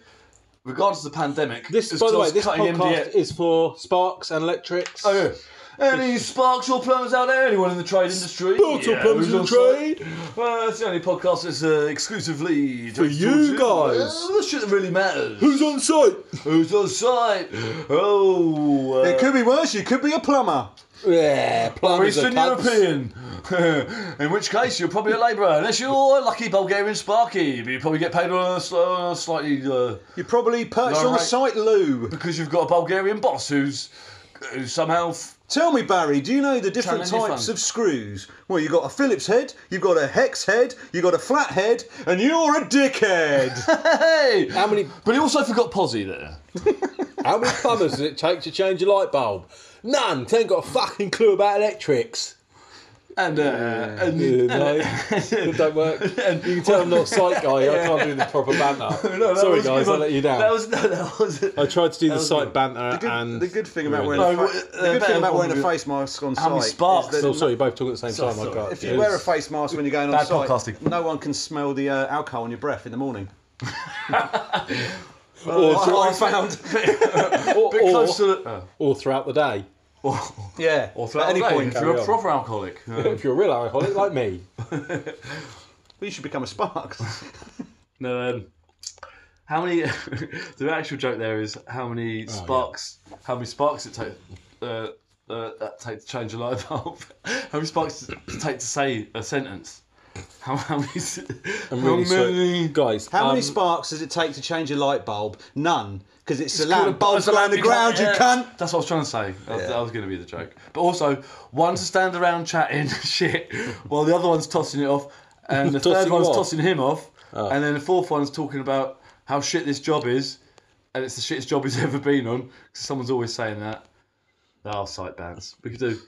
S4: Regardless of the pandemic,
S2: This,
S4: it's
S2: by the
S4: just
S2: way, this
S4: cutting
S2: podcast
S4: MDF.
S2: is for sparks and electrics.
S4: Oh, yeah. Any sparks or plumbers out there? Anyone in the trade industry?
S2: Sparks or plumbers
S4: who's
S2: in
S4: on
S2: the
S4: site? Well, it's the only podcast that's uh, exclusively for
S2: you guys.
S4: Uh, the shit that really matters.
S2: Who's on site?
S4: Who's on site? Oh, uh,
S3: It could be worse. You could be a plumber.
S2: Yeah,
S4: or
S2: plumbers
S4: Eastern
S2: are cunts.
S4: European. (laughs) in which case, you're probably a labourer, unless you're a lucky Bulgarian Sparky. But you probably get paid on a, sl- on a slightly. Uh,
S3: You probably perched
S4: No,
S3: on a
S4: right.
S3: site loo.
S4: because you've got a Bulgarian boss who's who somehow f-
S3: Tell me, Barry, do you know the different
S4: Challenge your
S3: types
S4: fun.
S3: of screws? Well, you got a Phillips head, you've got a hex head, you've got a flat head, and you're a dickhead.
S4: (laughs) hey.
S2: How many
S4: But he also forgot Posy there.
S2: how many plumbers does it take to change a light bulb? None. They ain't got a fucking clue about electrics.
S4: And uh, and,
S2: Yeah, no, it don't work. You can tell I'm not a site guy. I can't do the proper banter.
S4: No, that
S2: Sorry
S4: was a
S2: guys,
S4: good
S2: I
S4: one.
S2: let you down.
S4: That was (laughs) no, that was.
S2: I tried to do the
S4: was
S2: site
S4: good.
S2: banter
S3: good-
S2: and
S3: the good thing about wearing
S4: No,
S3: a fa-
S4: uh,
S3: the good thing
S4: better
S3: about wearing a
S4: than-
S3: face mask on
S4: How many
S3: site is
S4: sparks?
S3: that
S2: Oh, sorry, you both talking at the same time.
S4: sorry.
S2: I can't.
S3: if you wear a face mask when you're going on
S4: Bad
S3: site,
S4: podcasting.
S3: no one can smell the uh, alcohol on your breath in the morning.
S2: or,
S3: (laughs) That's
S2: or,
S3: what I found.
S2: (laughs) or, Oh.
S4: Bit close to the, uh,
S2: or throughout the day,
S3: yeah.
S4: or throughout
S3: At any
S4: the day,
S3: point,
S4: if
S2: carry
S4: you're a
S2: on.
S4: proper
S2: (laughs)
S4: alcoholic. Uh,
S2: if you're a real alcoholic like me.
S3: you should become a (laughs) sparks.
S4: no, um, how many? (laughs) the actual joke there is how
S2: Oh,
S4: many sparks? How many sparks it takes? Uh, uh, that take to change a light bulb. (laughs) How many sparks does it take to say a sentence? How, how many? s-
S2: I'm
S4: how
S2: really sorry. guys.
S3: How many
S2: um,
S3: sparks does it take to change a light bulb? None, because it's, a
S4: called
S3: lamp. Bulbs are on the ground. You can't.
S4: That's what I was trying to say. That, that was going to be the joke. But also, one to stand around chatting (laughs) shit while the other one's tossing it off, and the third
S2: Tossing
S4: one's
S2: what? Ah.
S4: tossing him off, and then the fourth one's talking about how shit this job is, and it's the shittest job (laughs) he's ever been on because someone's always saying that. Oh, sight bands. We could do.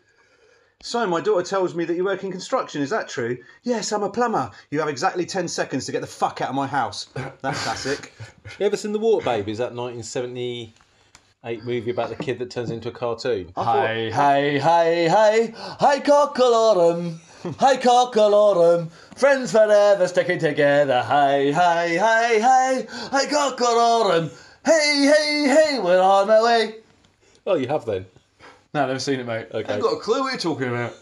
S3: So, my daughter tells me that you work in construction. Is that true? Yes, I'm a plumber. You have exactly 10 seconds to get the fuck out of my house. That's
S7: (laughs)
S3: classic.
S2: You ever seen The Water Babies, that 1978 movie about the kid that turns into a cartoon?
S7: Hey, hey, hey, hey, hey, cockalorum. Hey, cockalorum. Friends forever sticking together. Hey, hey, hey, hey, hey, cockalorum. Hey, hey, hey, we're on our way.
S2: Oh, you have then.
S4: No, never seen it, mate.
S2: Okay.
S4: I've got a clue what you're talking about.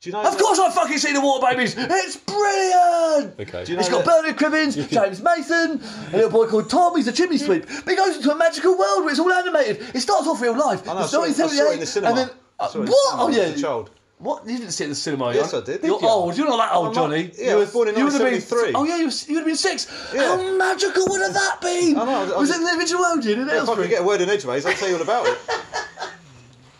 S3: Do you know
S7: Of course, I fucking see the Water Babies. It's brilliant.
S2: Okay.
S7: It's got Bernard Cribbins,
S3: (laughs)
S7: James Mason, a little boy called Tom. He's a chimney sweep. But he goes into a magical world where it's all animated. It starts off real life.
S3: I know, I
S7: It's
S3: saw, it, I saw it in the
S7: 1978,
S3: cinema.
S7: And then,
S3: I saw it in the
S7: what?
S3: cinema
S7: Oh,
S3: when I was
S7: yeah.
S3: a child.
S7: What? You didn't see it in the cinema,
S3: Yes,
S7: Jan?
S3: I did.
S7: You're
S3: Did you?
S7: old. You're not that old,
S3: I'm not-
S7: Johnny.
S3: yeah,
S7: you
S3: I was born in
S7: you would have been
S3: 1973.
S7: Oh yeah, you, was, you would have been six.
S3: Yeah.
S7: How magical would have that been?
S3: I know, I was- I
S7: was
S3: was-
S7: it in the original world, Jim? In
S3: If I could
S7: Aylesbury?
S3: get a word in edgeways, I'll tell you all about it.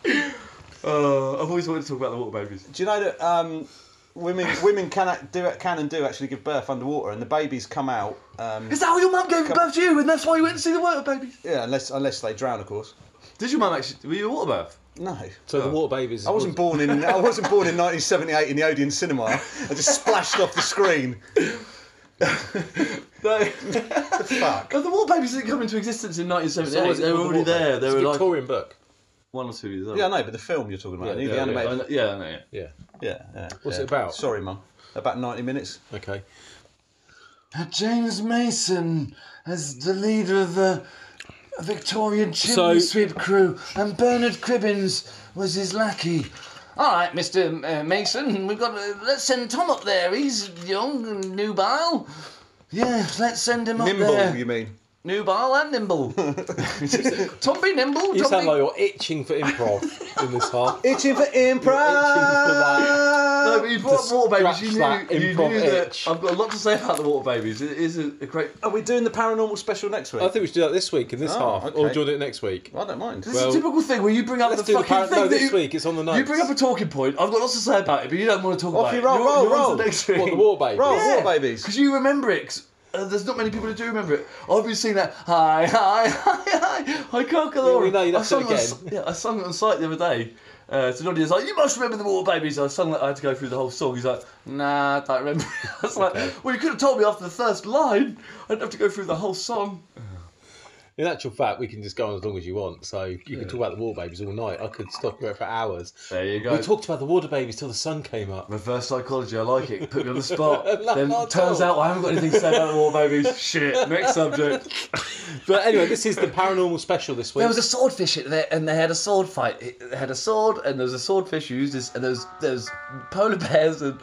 S4: Uh, I've always wanted to talk about the water babies.
S3: Do you know that um, women women can act, do can and do actually give birth underwater, and the babies come out. Um,
S7: Is that how your mum gave
S3: Come-
S7: birth to you, and that's why you went to see the water babies?
S3: yeah, unless unless they drown, of course.
S4: Did your mum actually? Were you a water birth?
S3: No,
S2: So
S4: Oh.
S2: The Water Babies.
S3: I wasn't born in I wasn't born in 1978 in the Odeon cinema. I just splashed off the screen.
S7: (laughs)
S4: No.
S3: Fuck.
S4: No, the water babies didn't come into existence in 1978.
S2: always-
S4: They were already there. They
S2: It's
S4: were
S2: a
S4: like
S2: Victorian book.
S4: one or two years old.
S3: Yeah, I know, but the film you're talking about,
S2: Yeah,
S3: yeah, the
S2: yeah,
S4: yeah, I
S3: animated.
S4: know- yeah, I know, yeah.
S2: Yeah.
S3: Yeah, yeah.
S2: What's
S3: yeah.
S2: it about?
S3: Sorry, mum. About 90 minutes.
S2: Okay.
S7: James Mason as the leader of the Victorian
S2: chimney
S7: chimney
S2: So-
S7: sweep crew, and Bernard Cribbins was his lackey. All right, Mr. uh, Mason, we've got. Uh, let's send Tom up there. He's young and nubile. Yeah, let's send him
S3: Nimble,
S7: up there.
S3: you mean?
S7: Nubile
S2: (laughs)
S7: and nimble. Tom be nimble.
S2: You
S7: Tom
S2: sound
S7: be-
S2: like you're itching for improv in this half.
S3: Itching for improv.
S4: No, but you brought up Uh, water babies. You knew,
S2: scratch that
S4: you
S2: improv
S4: knew that.
S2: itch.
S4: I've got a lot to say about the water babies. It is a, a great.
S3: Are we doing the paranormal special next week?
S2: I think we should do that this week in this
S3: Oh,
S2: half, or
S3: okay.
S2: do you want it next week?
S3: I don't mind.
S4: It's
S2: Well,
S4: a typical thing where you bring up
S2: Let's
S4: the
S2: do the
S4: fucking
S2: par-
S4: thing
S2: no,
S4: that
S2: this
S4: you,
S2: week. It's on the night.
S4: you bring up a talking point. I've got lots to say about it, but you don't want to talk
S3: Off
S4: about
S3: you
S4: it.
S3: roll,
S4: You're-
S3: roll,
S4: you're on to
S3: roll.
S4: the next
S2: What, the
S4: week.
S2: Water Babies?
S3: Roll, Water Babies.
S4: Because you remember it. 'cause, uh, there's not many people who do remember it. I've been seeing that. Hi, hi, (laughs) hi, hi, hi, Coca-Cola.
S2: Yeah, we know you'd
S4: I
S2: have to
S4: sung it on
S2: again.
S4: s- yeah, I sung it on site the other day. Uh, so Noddy was like, "You must remember the Water Babies." I sung that. I had to go through the whole song. He's like, "Nah, I don't remember." (laughs) I was like, "Well, you could have told me after the first line. I'd have to go through the whole song."
S2: In actual fact, we can just go on as long as you want. So you can talk about the Water Babies all night. I could stop you for hours.
S4: There you go.
S2: We talked about the Water Babies till the sun came up.
S4: Reverse psychology, I like it. Put me on the spot. (laughs)
S2: No,
S4: then
S2: not at
S4: turns out
S2: all.
S4: I haven't got anything to say about the war babies. Shit. Next subject.
S2: But anyway, this is the paranormal special this week.
S7: There was a swordfish in there, and they had a sword fight. It- They had a sword, and there was a swordfish used, as, and there was, there was polar bears, and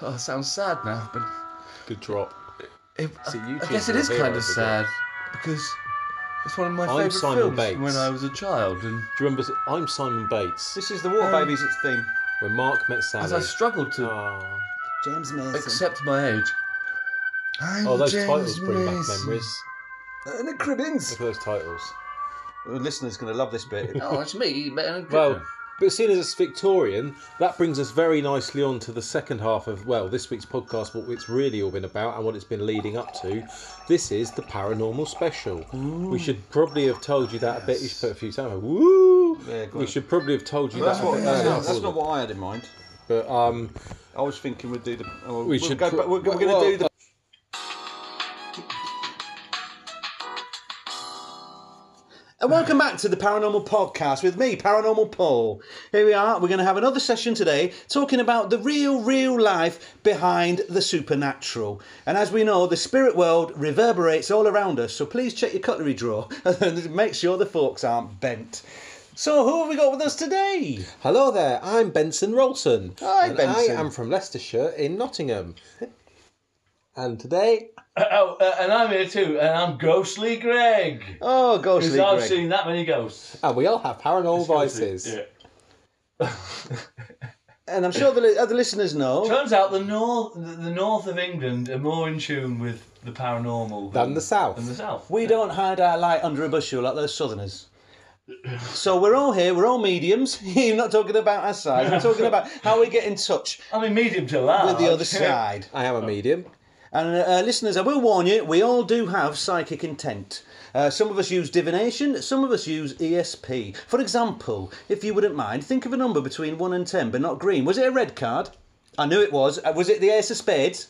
S7: oh, it sounds sad now, but
S2: good drop.
S7: it,
S2: See, you
S7: I guess
S2: two
S7: it
S2: are
S7: is kind of
S2: heroes,
S7: sad because it's one of my
S2: I'm
S7: favourite
S2: Simon
S7: films
S2: Bates.
S7: when I was a child, and
S2: Do you remember? I'm Simon Bates.
S3: This is the Water Babies it's theme.
S2: When Mark met Sally.
S7: as I struggled to
S2: Oh.
S3: James Mason.
S7: accept my age. I'm
S2: Oh, those
S7: James
S2: titles bring back
S7: Mason.
S2: memories.
S3: and Uh, the Cribbins.
S2: Look at those titles.
S3: The listener's going to love this bit.
S7: Oh, it's me, man.
S2: Well, but seeing as it's Victorian, that brings us very nicely on to the second half of, well, this week's podcast, what it's really all been about and what it's been leading up to. This is the paranormal special. We should probably have told you that a bit. You should put a few times. Woo!
S3: Yeah, go
S2: we
S3: on.
S2: should probably have told you
S3: That's,
S2: that.
S3: what,
S2: a bit
S3: that's,
S2: earlier
S3: not, that's
S2: before
S3: not what I had in mind.
S2: the- But, um,
S3: I was thinking we'd do the. oh,
S2: we
S3: we'll
S2: should.
S3: Go,
S2: pro-
S3: back- we're we're going to
S2: well,
S3: do the. And welcome back to the Paranormal Podcast with me, Paranormal Paul. Here we are. We're going to have another session today talking about the real, real life behind the supernatural. And as we know, the spirit world reverberates all around us, so please check your cutlery drawer (laughs) and make sure the forks aren't bent. So, who have we got with us today?
S2: Hello there, I'm Benson Rolson.
S3: Hi,
S2: and
S3: Benson.
S2: I am from Leicestershire in Nottingham. And today,
S4: Oh, uh, and I'm here too, and I'm Ghostly Greg.
S3: Oh, ghostly
S4: Because I've
S3: Greg.
S4: seen that many ghosts.
S2: and ah, we all have paranormal voices.
S4: Yeah.
S3: And I'm sure the li- other listeners know.
S4: Turns out the north, the, the north of England, are more in tune with the paranormal
S2: Than the south.
S4: Than the south.
S3: We don't hide our light under a bushel like those southerners. So we're all here, we're all mediums. (laughs) You're not talking about our side, we're talking about how we get in touch
S4: I mean, medium to large.
S3: with the other side. uh,
S2: I am a medium.
S3: And uh, listeners, I will warn you, we all do have psychic intent. Uh, some of us use divination, some of us use ESP. For example, if you wouldn't mind, think of a number between 1 and 10, but not green. Was it a red card? I knew it was. Uh, was it the ace of spades?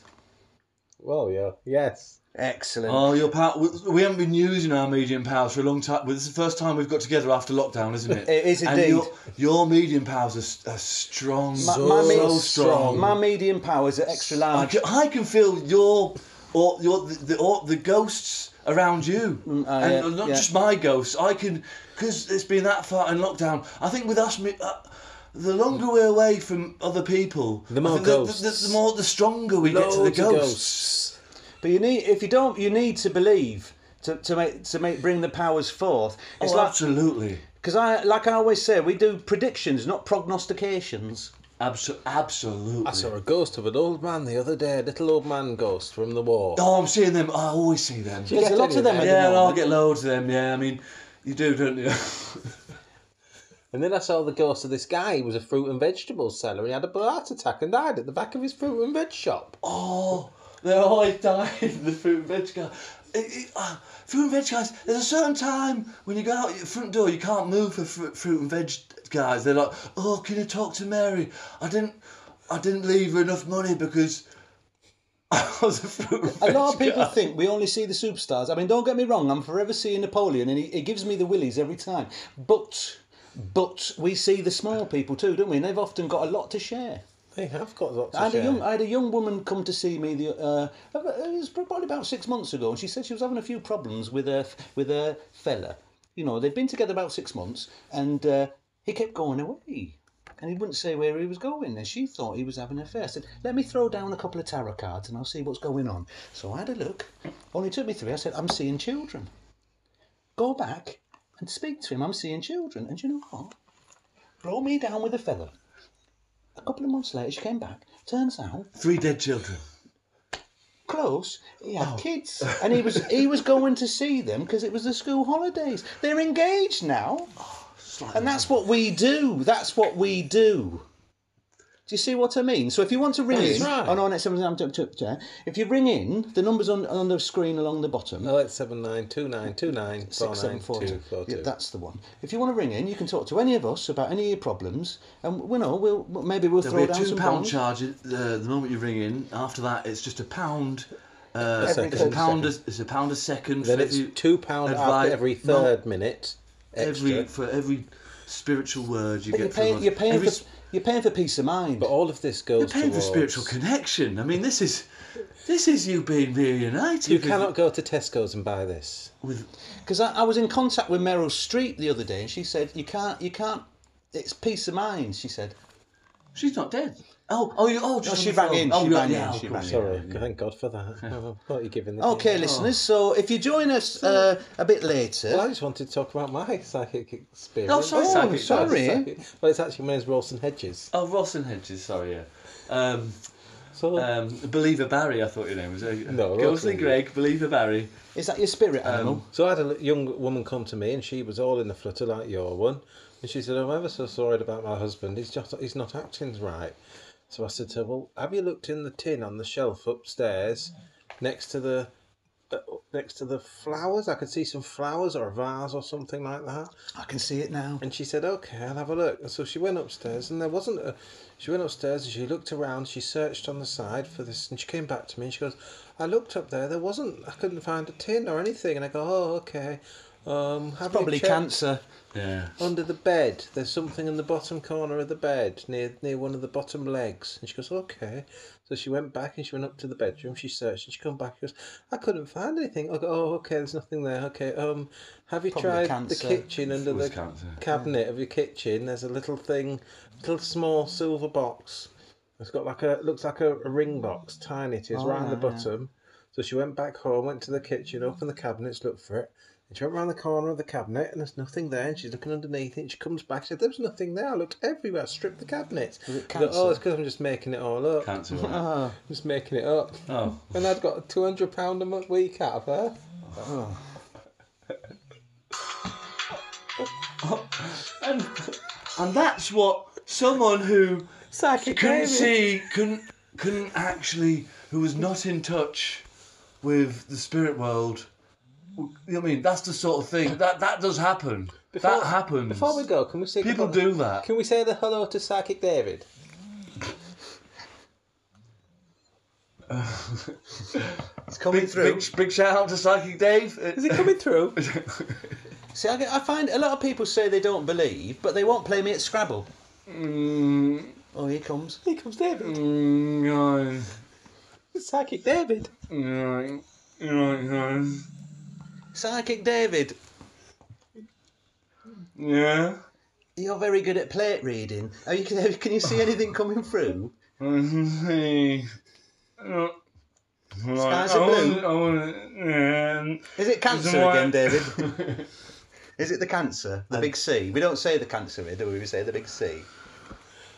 S2: Well, yeah. Yes.
S3: Excellent.
S4: (laughs) Oh, your power. we- We haven't been using our medium powers for a long time. Well, this is the first time we've got together after lockdown, isn't it?
S3: It is
S4: And
S3: indeed.
S4: your, your medium powers are, s- are strong. so,
S3: my, me-
S4: so strong.
S3: my medium powers are extra
S4: I,
S3: large.
S4: can, I can feel your or your the the, or, the ghosts around you,
S3: ah,
S4: and
S3: yeah,
S4: not
S3: yeah.
S4: just my ghosts. I can because it's been that far in lockdown. I think with us. me- Uh, the longer we're away from other people, I
S2: more
S4: think the, the, the,
S2: ghosts.
S4: the more the stronger we get to the
S2: Loads of
S4: ghosts.
S3: But you need, if you don't, you need to believe to, to make to make bring the powers forth. It's
S4: Oh,
S3: like
S4: absolutely.
S3: because I like I always say, we do predictions, not prognostications.
S4: Abso- absolutely.
S2: I saw a ghost of an old man the other day, a little old man ghost from the war.
S4: Oh, I'm seeing them. I always see them.
S3: You
S2: get
S3: get lots
S2: any
S3: of them.
S2: of
S3: at the
S4: Yeah, I'll
S3: moment.
S4: get loads of them. Yeah, I mean, you do, don't you? (laughs)
S2: And then I saw the ghost of this guy. He was a fruit and vegetable seller. He had a heart attack and died at the back of his fruit and veg shop.
S4: oh, they always die. The fruit and veg guy. It- it- ah, Fruit and veg guys. There's a certain time when you go out your front door, you can't move for fru- fruit and veg guys. They're like, "Oh, can you talk to Mary? I didn't, I didn't leave her enough money because (laughs) I was a fruit and
S3: A
S4: veg
S3: (laughs) lot of people
S4: guy."
S3: think we only see the superstars. I mean, don't get me wrong. I'm forever seeing Napoleon, and he, he gives me the willies every time. But but we see the small people too, don't we? And they've often got a lot to share.
S2: They have got lots
S3: I
S2: of
S3: had a
S2: share.
S3: young, I had a young woman come to see me. The uh, it was probably about six months ago, and she said she was having a few problems with a with a fella. You know, they'd been together about six months, and uh, he kept going away, and he wouldn't say where he was going. And she thought he was having an affair. I said, "Let me throw down a couple of tarot cards, and I'll see what's going on." So I had a look. Only took me three. I said, "I'm seeing children." Go back and speak to him. I'm seeing children, and you know what? Blow me down with a fella. A couple of months later, she came back. Turns out
S4: Three dead children. Oh.
S3: close. He
S4: (laughs)
S3: had kids, and he was he was going to see them because it was the school holidays. They're engaged now,
S4: Oh,
S3: and that's what we do. That's what we do. Do you see what I mean? So if you want to ring in,
S2: right.
S3: oh no, it's seven, nine, two, two, two. if you ring in, the numbers on on the screen along the bottom.
S2: Oh, it's seven nine two nine two nine four
S3: Six
S2: nine
S3: seven four
S2: two
S3: two.
S2: four
S3: Yeah,
S2: two.
S3: that's the one. If you want to ring in, you can talk to any of us about any of your problems, and we know we'll maybe we'll
S4: There'll
S3: throw
S4: be a
S3: down
S4: two
S3: some
S4: pound
S3: bones.
S4: charge uh, the moment you ring in. After that, it's just a pound. Uh,
S3: Every
S4: it's a
S3: thirty
S4: pound. A, it's a pound a second.
S2: Then
S4: for
S2: it's
S4: every-
S2: two pound
S4: advi-
S2: after every
S4: no,
S2: third minute. Extra.
S4: every for every spiritual word you
S3: But
S4: get.
S3: you're
S4: from
S3: paying,
S4: us.
S3: you're paying
S4: Every
S3: for you're paying for peace of mind.
S2: But all of this goes
S4: You're paying for
S2: towards-
S4: spiritual connection. I mean, this is this is you being reunited.
S2: You
S4: with-
S2: cannot go to Tesco's and buy this.
S4: with
S3: Because I, I was in contact with Meryl Streep the other day, and she said, "You can't, you can't. It's peace of mind." She said,
S4: she's not dead. Oh, oh, you, oh! Just on
S3: she
S4: the
S3: rang
S4: phone.
S3: in,
S4: Oh,
S3: she
S4: yeah,
S3: rang in,
S4: yeah, of
S3: she
S4: course.
S3: rang in.
S2: Sorry, thank God
S4: (laughs)
S2: for that. Oh, what are you giving? The
S3: "Okay, listeners. So if you join us uh, a bit
S2: Well, I
S3: later,
S2: just wanted to talk about my psychic experience.
S4: Oh, sorry, psychic,
S3: sorry.
S2: Well, it's actually mine's Rawson Hedges.
S4: Oh, Ross and Hedges. Sorry, yeah. Um,
S2: So
S4: um, Believer Barry, I thought your name was. Uh, (laughs)
S2: No, Ross
S4: Ghostly
S2: and-
S4: Greg, Believer Barry.
S3: is that your spirit
S4: Um,
S3: animal?"
S2: So I had a l- young woman come to me, and she was all in a flutter like your one, and she said, "Oh, "I'm ever so sorry about my husband. He's just he's not acting right." So I said to her, "Well, have you looked in the tin on the shelf upstairs, next to the uh, next to the flowers? I could see some flowers or a vase or something like that."
S3: I can see it now.
S2: And she said, "Okay, I'll have a look." And so she went upstairs, and there wasn't a. She went upstairs and she looked around. She searched on the side for this, and she came back to me and she goes, "I looked up there. There wasn't. I couldn't find a tin or anything." And I go, "Oh, okay. Um, have you
S3: Probably
S2: checked
S3: cancer.
S4: Yeah.
S2: under the bed. There's something in the bottom corner of the bed, near near one of the bottom legs." And she goes, "Okay." So she went back and she went up to the bedroom. She searched and she come back. She goes, "I couldn't find anything." I go, "Oh, okay. There's nothing there. Okay. Um, have you
S3: Probably
S2: tried the
S3: cancer.
S2: kitchen under
S4: was
S2: the
S4: cancer.
S2: cabinet of your kitchen, there's a little thing, little small silver box. It's got like a looks like a, a ring box, tiny
S3: Oh,
S2: it is, right on the bottom. So she went back home, went to the kitchen, opened the cabinets, looked for it. And she went round the corner of the cabinet and there's nothing there. And she's looking underneath it. She comes back. She said, "There was nothing there. I looked everywhere. I stripped the cabinets." She goes, oh,
S3: cancer?
S2: it's because I'm just making it all up.
S4: Cancer.
S3: (laughs)
S4: wasn't
S3: Oh.
S4: it?
S2: Just making it up.
S4: Oh.
S2: And I'd got a two hundred pound a month week out of her.
S4: And, and that's what someone who
S2: Psychic
S4: couldn't
S2: baby.
S4: see, couldn't, couldn't actually, who was not in touch with the spirit world, You know what I mean? That's the sort of thing that that does happen.
S2: Before-
S4: that happens.
S2: Before we go, can we say
S4: People do that.
S2: Can we say the hello to Psychic David?
S3: It's coming
S4: big,
S3: through.
S4: big, big shout out to Psychic Dave.
S2: Is he coming through?
S3: See, I, get- I find a lot of people say they don't believe, but they won't play me at Scrabble.
S4: Mm,
S3: Oh, here comes.
S2: Here comes David.
S4: mm, yeah.
S2: Psychic David.
S4: Right, right, guys.
S3: Psychic David,
S4: Yeah.
S3: you're very good at plate reading. Are you, can, can you see anything
S4: (laughs)
S3: coming through?
S4: Hey. Uh,
S3: Skies
S4: I
S3: are
S4: wanna-
S3: blue.
S4: I wanna- yeah.
S3: Is it cancer
S4: why-
S3: again, David? Is it the cancer? The big C? We don't say the cancer here, do we? We say the big C.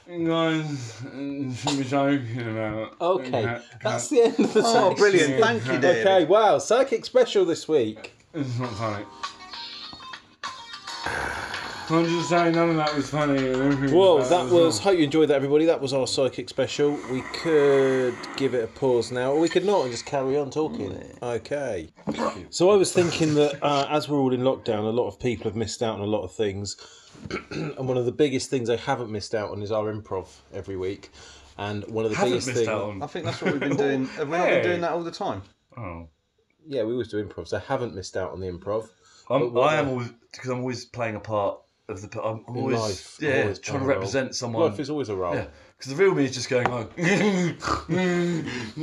S4: Guys, we're joking about.
S2: Okay,
S4: That's
S2: that's the end of the
S3: Oh,
S2: section.
S3: brilliant. Thank you, David.
S2: Okay, wow, psychic special this week.
S4: It's not funny. I'm just saying, none of that was funny. and everything
S2: Whoa,
S4: about it
S2: that was.
S4: not.
S2: Hope you enjoyed that, everybody. That was our psychic special. We could give it a pause now, or we could not and just carry on talking. Okay. So I was thinking that uh, as we're all in lockdown, a lot of people have missed out on a lot of things, (clears throat) and one of the biggest things they haven't missed out on is our improv every week. And one of the
S4: Haven't
S2: biggest
S4: missed
S2: things,
S4: out
S3: I
S4: on.
S3: think that's what we've been doing. Have we not
S4: Hey.
S3: been doing that all the time?
S4: Oh.
S2: yeah, we always do improv, so I haven't missed out on the improv.
S4: I'm,
S2: what
S4: I am
S2: the-
S4: always because I'm always playing a part of the. I'm
S2: In
S4: always
S2: life, I'm
S4: yeah
S2: always
S4: trying
S2: playing
S4: to
S2: a role.
S4: represent someone.
S2: Life is always a role.
S4: Yeah, because the real me is just going like, (laughs)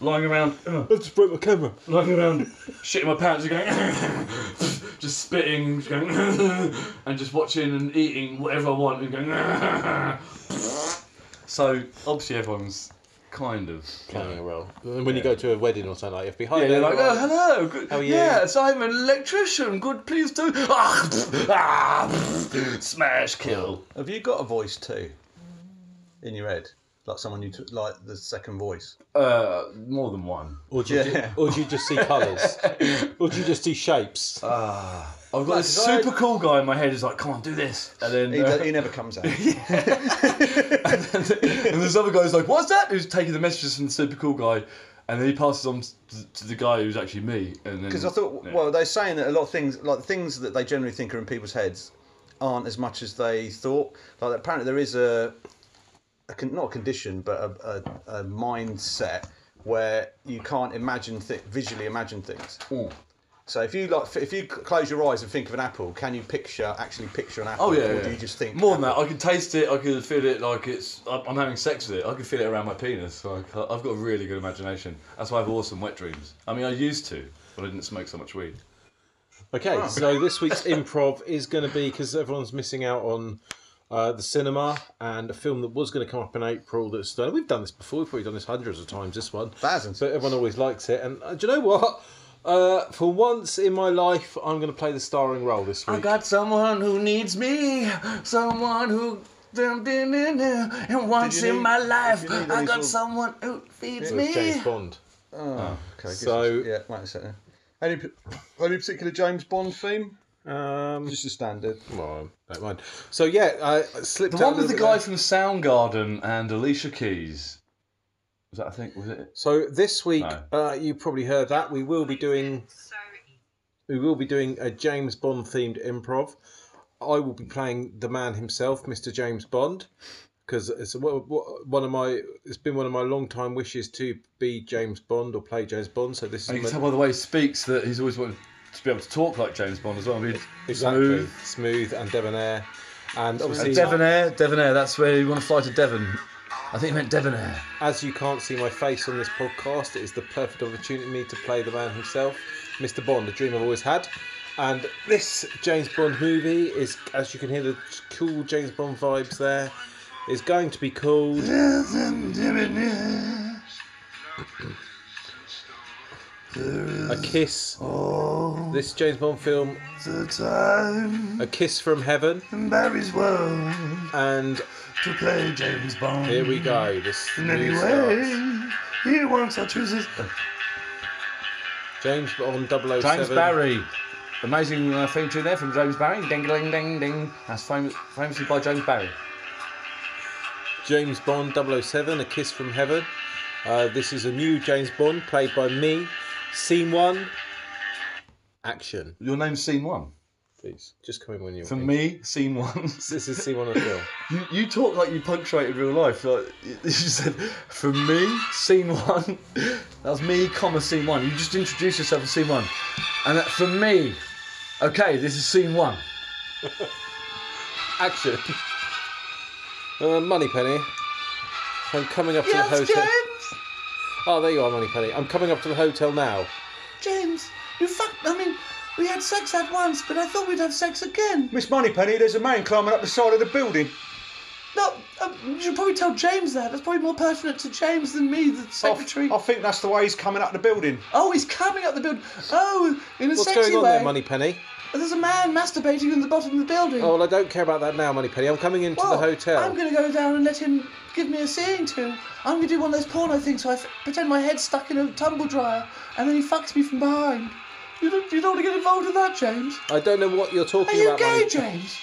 S4: lying around,
S2: I just broke my camera.
S4: lying around, shitting my pants, and going, (laughs) just spitting, just going, (laughs) and just watching and eating whatever I want, and going. (laughs) so obviously everyone's kind of.
S2: Playing a role. And when you go to a wedding or something, like, you have to be hi
S4: Yeah, they're
S2: there,
S4: like,
S2: right.
S4: oh, hello. Good.
S2: are you?"
S4: Yes, I'm an electrician. Good, please do. Ah, ah, (laughs) smash, kill.
S3: Have you got a voice too? In your head? Like someone you took, like the second voice?
S4: Uh, more than one.
S2: Or do, you
S3: Yeah.
S2: ju- or do you just
S3: (laughs)
S2: see colours? or do you just see shapes?
S4: I've got this
S3: Like, 'cause
S4: super cool guy in my head who's like, come on, do this. And then,
S3: He,
S4: uh,
S3: do- he never comes
S4: (laughs)
S3: out.
S4: and this other guy's like, what's that? Who's taking the messages from the super cool guy. And then he passes on to, to the guy who's actually me. And then,
S3: Because I thought,
S4: Mm. yeah.
S3: well, they're saying that a lot of things, like the things that they generally think are in people's heads, aren't as much as they thought. Like apparently there is a, a con, not a condition, but a, a, a mindset where you can't imagine th- visually imagine things.
S4: Mm.
S3: So if you like, f- if you c- close your eyes and think of an apple, can you picture actually picture an apple?
S4: Oh yeah,
S3: or
S4: yeah.
S3: do you just think
S4: more than that? I can taste it. I can feel it like it's. I- I'm having sex with it. I can feel it around my penis. Like I- I've got a really good imagination. That's why I have awesome wet dreams. I mean, I used to, but I didn't smoke so much weed.
S2: Okay,
S3: Oh.
S2: so this week's improv is going to be because everyone's missing out on uh, the cinema and a film that was going to come up in April that's done. We've done this before, we've probably done this hundreds of times, this one.
S3: Thousands.
S2: So everyone always likes it. And uh, do you know what? Uh, for once in my life, I'm going to play the starring role this week.
S4: got someone who needs me, someone who and once
S3: Did you need-
S4: life,
S3: did you need any sort of-
S4: someone who feeds
S2: It was James Bond.
S3: Okay, I guess
S2: So-
S3: it's- yeah, wait a second. Any p- any particular James Bond theme?
S2: Um,
S3: Just the standard.
S2: well, don't mind. So yeah, I slipped
S4: The one
S2: out a
S4: with the
S2: little bit
S4: guy
S2: there.
S4: from Soundgarden and Alicia Keys. Was that I think was it?
S2: So this week,
S4: No.
S2: uh, you probably heard that we will be doing we will be doing a James Bond themed improv. I will be playing the man himself, Mr. James Bond, because it's wha- wha- one of my it's been one of my long time wishes to be James Bond or play James Bond. So this
S4: And you
S2: is
S4: can
S2: my-
S4: tell by the way he speaks that he's always wanted to be able to talk like James Bond as well. I mean,
S2: exactly
S4: smooth.
S2: smooth and debonair, and
S4: uh,
S2: obviously
S4: Devonair, Devonair. That's where you want to fly to Devon. I think he meant Devonair.
S2: As you can't see my face on this podcast, it is the perfect opportunity to play the man himself, Mr. Bond, a dream I've always had. And this James Bond movie is, as you can hear the cool James Bond vibes there, is going to be called. A Kiss. This James Bond film. A Kiss from Heaven. And
S4: to play James Bond.
S2: here we go. This new starts.
S4: Anyway, he wants or chooses.
S2: James Bond 007.
S4: James Barry. Amazing uh, theme tune there from James Barry. Ding, ding, ding, ding. That's famous, famously by James Barry.
S2: James Bond 007, A Kiss from Heaven. Uh, this is a new James Bond played by me. Scene one Action,
S4: Your name's scene one.
S2: please. Just come in when you're
S4: For
S2: ready.
S4: me, scene one. (laughs)
S2: This is C1 on the film.
S4: You, you talk like you punctuated real life. Like (laughs) you you said, for me, scene one. (laughs) That was me, comma scene one. You just introduced yourself as scene one, and that for me. Okay, this is scene one.
S2: Action. Uh, Moneypenny. I'm coming up to the
S7: Yes,
S2: hotel.
S7: James!
S2: Oh, there you are, Moneypenny. I'm coming up to the hotel now.
S7: James, you fucked. I mean, we had sex that once, but I thought we'd have sex again.
S9: Miss Moneypenny, there's a man climbing up the side of the building.
S7: No, um, you should probably tell James that. That's probably more pertinent to James than me, the
S9: I-
S7: secretary.
S9: I think that's the way he's coming up the building.
S7: Oh, he's coming up the building. Oh, in a
S2: What's
S7: sexy
S2: going on
S7: way.
S2: there, Moneypenny?
S7: There's a man masturbating in the bottom of the building.
S2: Oh, well, I don't care about that now, Moneypenny. I'm coming into
S7: Well,
S2: the hotel.
S7: I'm going to go down and let him give me a seeing to. I'm going to do one of those porno things where I f- pretend my head's stuck in a tumble dryer and then he fucks me from behind. You don't, you don't want to get involved in that, James?
S2: I don't know what you're
S7: Are
S2: talking
S7: you
S2: about.
S7: gay,
S2: Money-
S7: James?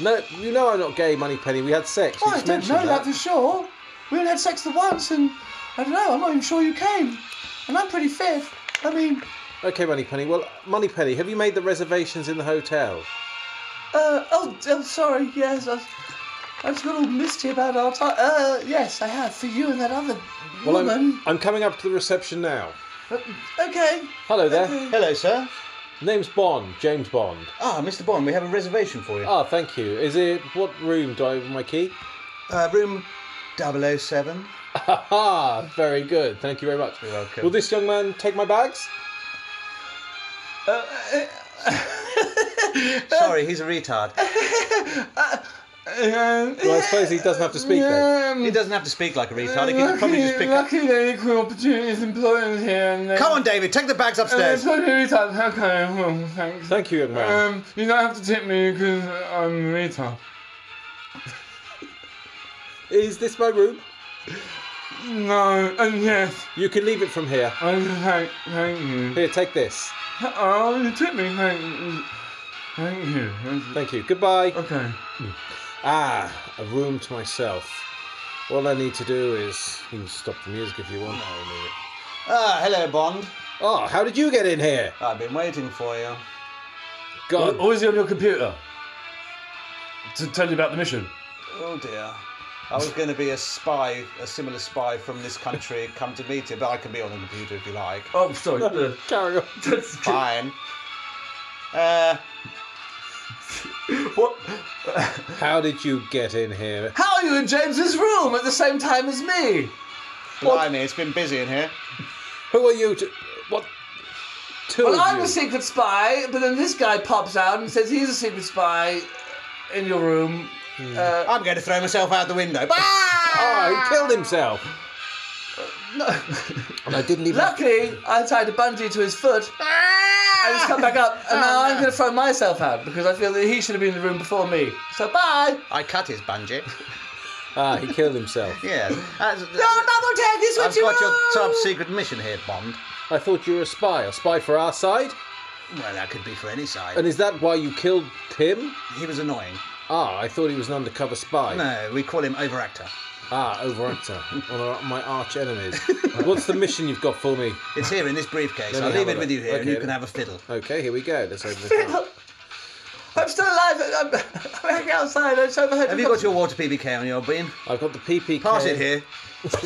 S2: No, you know I'm not gay, Moneypenny. We had sex.
S7: Oh,
S2: you
S7: I
S2: just
S7: don't
S2: mentioned
S7: know that. for sure. We only had sex the once and I don't know, I'm not even sure you came. And I'm pretty fit. I mean,
S2: Okay, Moneypenny. Well, Moneypenny, have you made the reservations in the hotel?
S7: uh, oh, oh sorry, yes, I, I just got all misty about our time. Uh, yes, I have, for you and that other
S2: Well,
S7: woman.
S2: I'm, I'm coming up to the reception now.
S7: Okay.
S2: Hello there.
S7: Okay.
S3: Hello, sir.
S2: Name's Bond, James Bond.
S3: Ah, Mr. Bond, we have a reservation for you.
S2: Ah, thank you. Is it what room do I have my key?
S3: Uh, room 007.
S2: Ah, very good. Thank you very much. You're
S3: welcome.
S2: Will this young man take my bags?
S3: (laughs) Sorry, he's a retard.
S2: Well, I suppose he doesn't have to speak then.
S3: He doesn't have to speak like a retard. He can probably just pick
S7: (laughs)
S3: up.
S7: lucky there are equal opportunities employers here. And they,
S3: Come on, David, take the bags upstairs.
S7: Sorry, retard. Okay, well, thanks.
S2: Thank you, young man.
S7: Um, you don't have to tip me because I'm a retard.
S2: Is this my room?
S7: No, and yes,
S2: You can leave it from here.
S7: I thank, thank you.
S2: Here, take this.
S7: Oh, you tip me, thank you. Thank you.
S2: Thank you. Goodbye.
S7: Okay.
S2: Ah, a room to myself. All I need to do is. You can stop the music if you want.
S3: Ah, hello, Bond.
S2: Oh, how did you get in here?
S3: I've been waiting for you.
S2: God,
S4: Or is he on your computer? To tell you about the mission.
S3: Oh dear. I was going to be a spy, a similar spy from this
S4: (laughs)
S3: country, come to meet you, but I can be on the computer if you like.
S4: Oh, sorry. uh,
S2: (laughs) carry on.
S3: (laughs) Fine. Uh,
S4: what?
S3: oh.
S2: How did you get in here?
S7: How are you in James's room at the same time as me?
S3: blimey, it's been busy in here.
S2: Who are you? To, what? Two
S7: Well,
S2: of
S7: I'm
S2: you.
S7: a secret spy, but then this guy pops out and says he's a secret spy in your room.
S3: I'm going to throw myself out the window.
S2: Ah, he killed himself.
S7: No.
S2: And I didn't even.
S7: Luckily, I tied a bungee to his foot and he's come back up, and now I'm going to throw myself out because I feel that he should have been in the room before me. So bye.
S3: I cut his bungee.
S2: Ah, he killed himself. (laughs)
S3: Yeah. That's-
S7: No double take this
S3: I've
S7: with you.
S3: got your
S7: own.
S3: top secret mission here, Bond.
S2: I thought you were a spy. A spy for our side?
S3: Well, that could be for any side.
S2: And is that why you killed him?
S3: He was annoying.
S2: Ah, I thought he was an undercover spy.
S3: No, we call him overactor.
S2: Ah, overactor. One of my arch enemies. (laughs) What's the mission you've got for me?
S3: It's here in this briefcase.
S2: Let me
S3: I'll leave
S2: have
S3: it
S2: a
S3: with
S2: look.
S3: you here, and
S2: Okay,
S3: you
S2: then.
S3: can have a fiddle.
S2: Okay, here we go. Let's open this up.
S7: I'm still alive. I'm, I'm hanging outside. I just overheard.
S3: Have you got your water PBK on your beam?
S2: I've got the PPK.
S3: Pass it here.
S7: (laughs)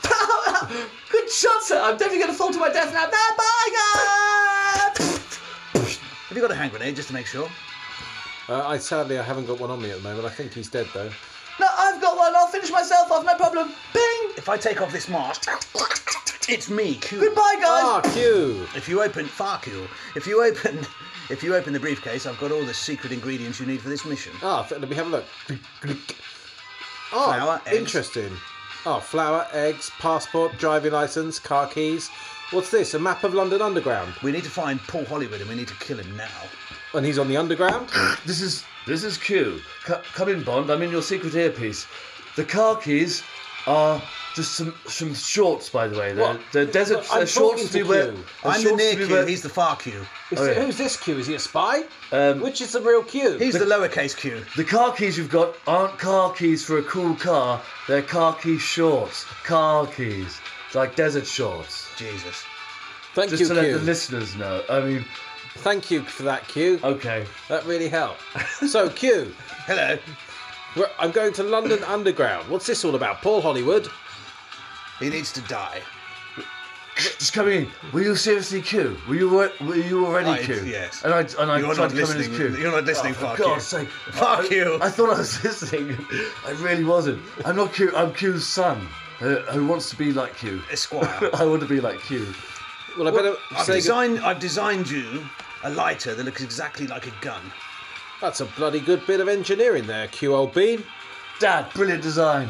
S7: Good shot, sir. I'm definitely going to fall to my death now. Bye, bye, guys.
S3: Have you got a hand grenade just to make sure?
S2: Uh, I sadly I haven't got one on me at the moment. I think he's dead though.
S7: No, I've got one. I'll finish myself off. No problem. Bing.
S3: If I take off this mask, it's me, Q.
S7: Goodbye, guys.
S2: Ah, Q.
S3: If you open, fuck you. If you open, if you open the briefcase, I've got all the secret ingredients you need for this mission.
S2: Ah, f- let me have a look. Oh,
S3: Flour, eggs.
S2: interesting. Oh, flour, eggs, passport, driving license, car keys. What's this? A map of London Underground.
S3: We need to find Paul Hollywood, and we need to kill him now.
S2: And he's on the Underground.
S4: This is this is Q. C- come in, Bond. I'm in your secret earpiece. The car keys are just some some shorts, by the way. They're,
S2: What?
S4: they're desert
S2: Look, I'm
S4: they're shorts
S2: talking
S4: to be
S2: to
S4: wear.
S2: Q.
S4: they're
S3: I'm the
S4: shorts
S3: near
S4: to be
S3: Q.
S4: wear-
S3: He's the far Q.
S2: Is-
S4: Oh, yeah.
S2: Who's this Q? Is he a spy?
S4: Um,
S2: Which is the real Q?
S3: He's the lowercase Q.
S4: The car keys you've got aren't car keys for a cool car. They're car key shorts. Car keys, like desert shorts.
S3: Jesus.
S2: Thank
S4: Just
S2: you,
S4: to
S2: Q.
S4: let the listeners know. I mean,
S2: Thank you for that, Q.
S7: Okay.
S2: That really helped.
S10: (laughs)
S2: So, Q,
S7: Hello.
S2: we're- I'm going to London Underground. What's this all about? Paul Hollywood?
S10: He needs to die.
S7: It's coming in. Were you seriously Q? Were you were you already
S3: I-
S7: Q?
S3: yes.
S7: And I and I
S3: You're
S7: tried
S3: not
S7: to come in as
S3: listening.
S7: Q.
S3: You're not listening,
S7: Oh,
S3: fuck
S7: for
S3: you.
S7: God's sake.
S3: Fuck
S7: I-
S3: you.
S7: I thought I was (laughs) listening. I really wasn't. I'm not Q. I'm Q's son, uh, who wants to be like Q.
S10: (laughs)
S3: Esquire.
S7: (laughs) I want to be like Q.
S2: Well, I better
S3: I've
S2: say good-
S3: designed, I've designed you a lighter that looks exactly like a gun.
S2: that's a bloody good bit of engineering there, Q old bean.
S7: Dad, brilliant design.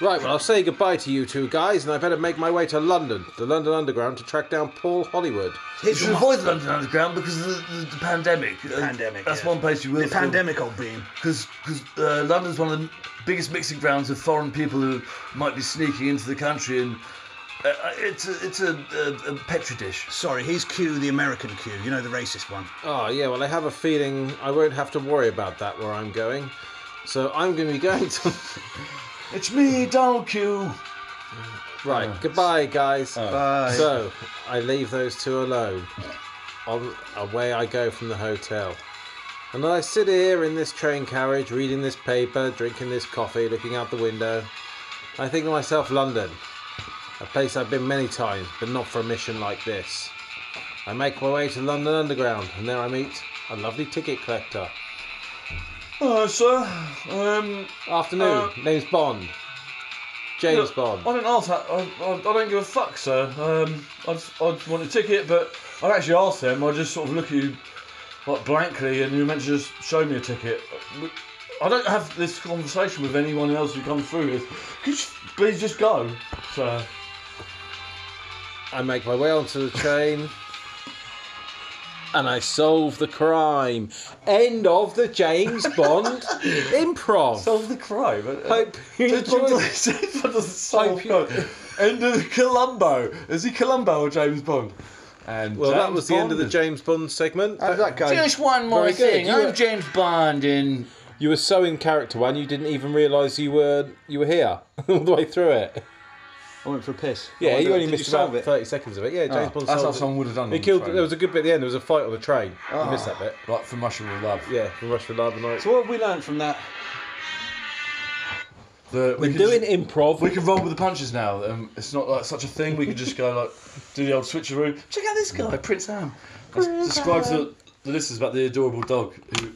S2: Right, well, I'll say goodbye to you two guys, and I better make my way to London, the London Underground, to track down Paul Hollywood.
S7: You should avoid the London Underground because of the, the, the pandemic. The
S3: pandemic,
S7: That's
S3: yeah.
S7: one place you will.
S3: The pandemic, old bean.
S7: Because uh, London's one of the biggest mixing grounds of foreign people who might be sneaking into the country, and uh, uh, it's a, it's a, a, a petri dish.
S3: Sorry, he's Q, the American Q. You know the racist one.
S2: Oh, yeah, well, I have a feeling I won't have to worry about that where I'm going. So I'm going to be going to.
S7: It's me, Donald Q.
S2: Right, goodbye, guys. Bye. So I leave those two alone. On away I go from the hotel, and I sit here in this train carriage, reading this paper, drinking this coffee, looking out the window. I think to myself, London, a place I've been many times, but not for a mission like this. I make my way to London Underground, and there I meet a lovely ticket collector.
S7: Hello, sir. Um,
S2: Afternoon, name's Bond. James
S7: look,
S2: Bond.
S7: I don't ask that. I, I, I don't give a fuck, sir. Um, I just, I just want a ticket, but I don't actually ask them. I just sort of look at you like blankly, and you're meant to just show me a ticket. I don't have this conversation with anyone else who comes through. It's, Could you please just go, sir?
S2: I make my way onto the train. And I solve the crime. End of the James Bond improv.
S7: Solve the crime.
S2: Hope you enjoyed it.
S7: doesn't solve
S2: (laughs) Hope you-
S7: crime. End of the Columbo. Is he Columbo or James Bond? And
S2: Well, that
S7: James
S2: was the end of the
S7: Bond is-
S2: James Bond segment.
S3: that guy.
S4: Just one more
S2: Very good.
S4: thing.
S2: You
S4: I'm
S2: were-
S4: James Bond in
S2: You were so in character one, you didn't even realise you were you were here (laughs) all the way through it.
S10: I went for a piss.
S2: Yeah, you only
S10: did
S2: missed
S10: you solve
S2: about
S10: it?
S2: thirty seconds of it. Yeah, James Bond.
S7: That's how
S2: solved it.
S7: someone would have done.
S2: He
S7: on
S2: killed.
S7: the train.
S2: There was a good bit at the end. There was a fight on the train. You missed that bit.
S7: Right from Russia with love.
S2: Yeah, from Rush for Love and all.
S10: So what have we learned from that?
S7: The, we
S2: We're
S7: can
S2: doing
S7: just-
S2: improv.
S7: we can roll with the punches now. Um, it's not like such a thing. We can just go like do the old switcheroo. Check out this guy, Prince Am. Let's describe to the listeners about the adorable dog who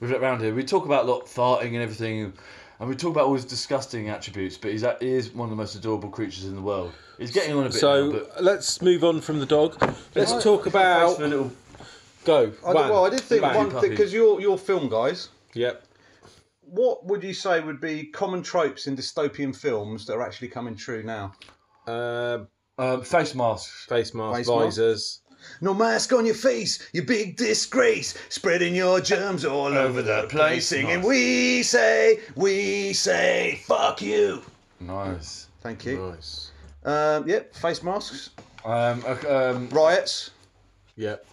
S7: we've let round here. We talk about a lot farting and everything, and we talk about all his disgusting attributes. But he's a- he is one of the most adorable creatures in the world. He's getting on a bit. now,
S2: so
S7: but
S2: let's move on from the dog. Let's talk
S7: Thanks
S2: about
S7: for a little-
S2: go.
S3: I did, well, I did think
S2: Bang.
S3: one thing
S7: Puppy.
S3: because you're you're film guys.
S2: Yep.
S3: What would you say would be common tropes in dystopian films that are actually coming true now?
S2: Uh,
S7: um, face masks.
S2: face mask,
S3: Face mask?
S2: visors.
S3: No mask on your face, you big disgrace, spreading your germs all over the place, singing "We say, we say, fuck you."
S7: Nice.
S3: Thank you.
S2: Nice.
S3: Um, yep, face masks,
S7: Um, ok- um,
S3: riots.
S2: Yep.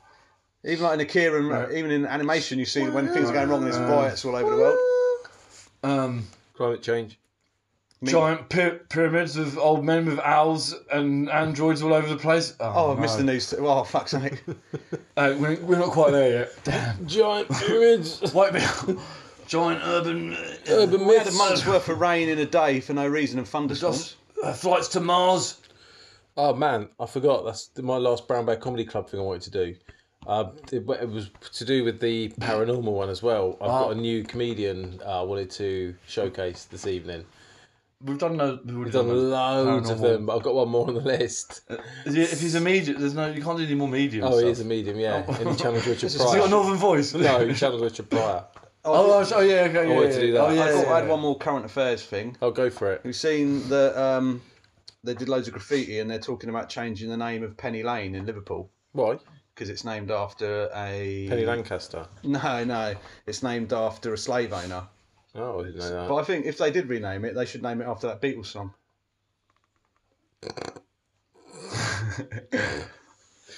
S3: Even like in Akira, and, even in animation, you see that when things are going wrong, there's riots all over the world.
S7: um,
S2: Climate change.
S7: giant py- pyramids of old men with owls and androids all over the place.
S3: Oh, I've
S7: no.
S3: missed the news. T- oh, fuck's sake.
S7: Uh, we're, we're not quite there yet. Damn.
S2: Giant pyramids.
S7: White people. (laughs) Giant urban uh,
S2: (laughs) urban
S3: we had a
S2: myths.
S3: month's worth of rain in a day for no reason and thunderstorms.
S7: uh, flights to Mars.
S2: Oh man, I forgot. That's the- my last Brown Bear Comedy Club thing I wanted to do. Uh, it, but it was to do with the paranormal one as well. I've
S3: Ah.
S2: got a new comedian uh, I wanted to showcase this evening.
S7: We've done no. We've already
S2: Done
S7: done those.
S2: loads of
S7: Paranormal.
S2: them, but I've got one more on
S3: (laughs)
S2: the list.
S7: Is he- if he's a medium, there's no. You can't do any more medium.
S2: Oh, he
S7: stuff.
S2: is a medium, yeah. And he
S3: (laughs)
S2: channels Richard
S7: Has he got a
S2: Pryor.
S7: northern voice?
S2: No, he channels Richard Pryor.
S7: (laughs) Oh, I was- oh, yeah, okay, yeah,
S2: wanted
S7: yeah.
S2: to do that.
S7: Oh, yeah,
S3: I
S7: yeah,
S3: thought I had
S7: yeah.
S3: one more current affairs thing.
S2: I'll Oh, go for it.
S3: We've seen that um, they did loads of graffiti and they're talking about changing the name of Penny Lane in Liverpool
S2: Why?
S3: because it's named after a.
S2: Penny Lancaster.
S3: (laughs) No, no. It's named after a slave owner.
S2: Oh, I didn't know that.
S3: But I think if they did rename it, they should name it after that Beatles song. Uh,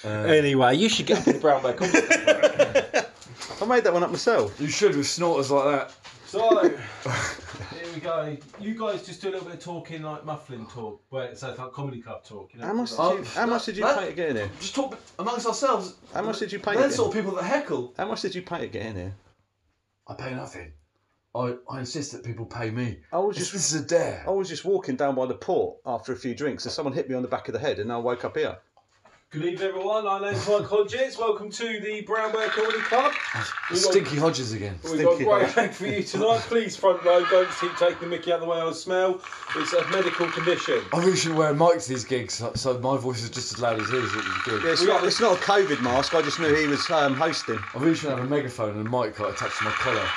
S2: Anyway, you should get the brown back on.
S3: (laughs) I made that one up myself.
S7: You should with snorters like that.
S11: So, here we
S1: to go. You guys just do a little bit of talking, like muffling talk, where it's like, like comedy club talk. You know?
S3: How much did
S1: Oh,
S3: you, how much did you
S7: that-
S3: pay to get in here?
S7: Just talk amongst ourselves.
S3: How much did you pay to
S7: They're
S3: get in?
S7: the sort of people that heckle.
S3: How much did you pay to get in here?
S7: I pay nothing. I, I insist that people pay me.
S3: I was
S7: This,
S3: just
S7: this is a dare.
S3: I was just walking down by the port after a few drinks, and someone hit me on the back of the head, and I woke up here.
S1: Good evening, everyone. My name's Mike Hodges. Welcome to the Brownware Comedy Club. We've got-
S7: Ah, Stinky Hodges again.
S1: We've got a great act for you tonight. Please, front row, don't keep taking the mickey out of the way I smell. It's a medical condition.
S7: I really shouldn't wear mics these gigs, so- so my voice is just as loud as his. It was good.
S3: Yeah, it's, not, it's not a COVID mask. I just knew he was um, hosting.
S7: I really should have a megaphone and a mic like, attached to my collar.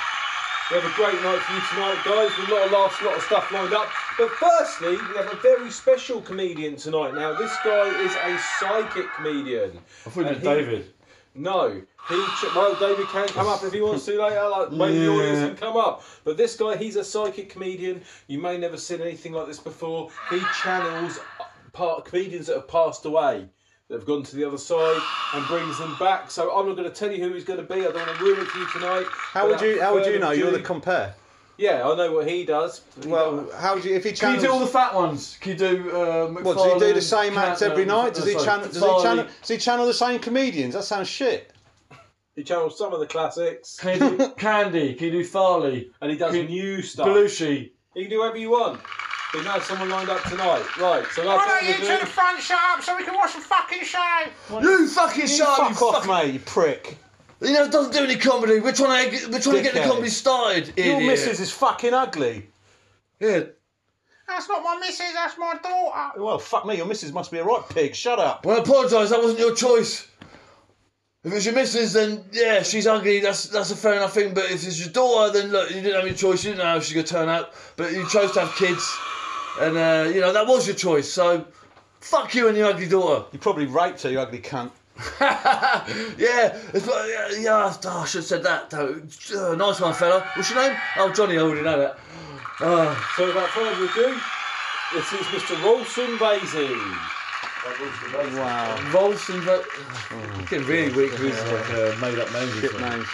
S1: We have a great night for you tonight, guys. We've got a lot of laughs, a lot of stuff lined up. But firstly, we have a very special comedian tonight. Now, this guy is a psychic comedian.
S4: I thought you meant
S1: he-
S4: David.
S1: No, he ch- well, David can come up if he wants to later. Like maybe the audience can come up. But this guy, he's a psychic comedian. You may never seen anything like this before. He channels part comedians that have passed away. that Have gone to the other side and brings them back. So I'm not going to tell you who he's going to be. I don't want to ruin it for you tonight. uh,
S3: How would you? How would you know? You're the compare.
S1: yeah. I know what he does. He
S3: Well, how would you? If he
S4: Can you
S3: channels,
S4: do all the fat ones? Can you do uh,
S3: what, does he do
S4: McFarlane,
S3: the same act
S4: Cat-
S3: every
S4: no,
S3: night?
S7: Oh,
S3: Does
S4: no,
S3: he
S4: sorry,
S3: channel? Does he channel?
S4: Farley.
S3: Does he channel the same comedians? That sounds shit.
S1: he channels some of the classics
S4: Can you
S3: (laughs)
S4: do Candy? Can you do Farley?
S1: and he does
S4: Can-
S1: new stuff.
S4: Belushi?
S1: He can do whatever you want. We now have someone lined up tonight. Right. So that's what we're doing.
S12: front shop so we can watch the fucking show.
S7: You fucking shut up, you
S3: Fuck off,
S7: fucking-
S3: mate, you prick.
S7: You know, it doesn't do any comedy. We're trying to we're trying to get the
S3: Dickhead.
S7: comedy started.
S3: Your
S7: idiot.
S3: missus is fucking ugly.
S7: Yeah.
S12: That's not my missus, that's my daughter.
S3: Well, fuck me. Your missus must be a right pig. Shut up.
S7: Well, I apologise. That wasn't your choice. If it's your missus, then yeah, she's ugly. That's that's a fair enough thing. But if it's your daughter, then look, you didn't have your choice. You didn't know how she could turn out, but you chose to have kids, and uh, you know that was your choice. So, fuck you and your ugly daughter.
S3: You probably raped her, you ugly cunt.
S7: yeah, it's, like- yeah, yeah, oh, I should have said that. though. Uh, nice one, fella. What's your name? Oh, Johnny. I already know that. Uh,
S1: So without further ado, this is Mr. Rolson Vasey.
S3: Wow.
S7: Rolson. But (sighs) getting really weak recently.
S4: made up names.
S3: Shit names.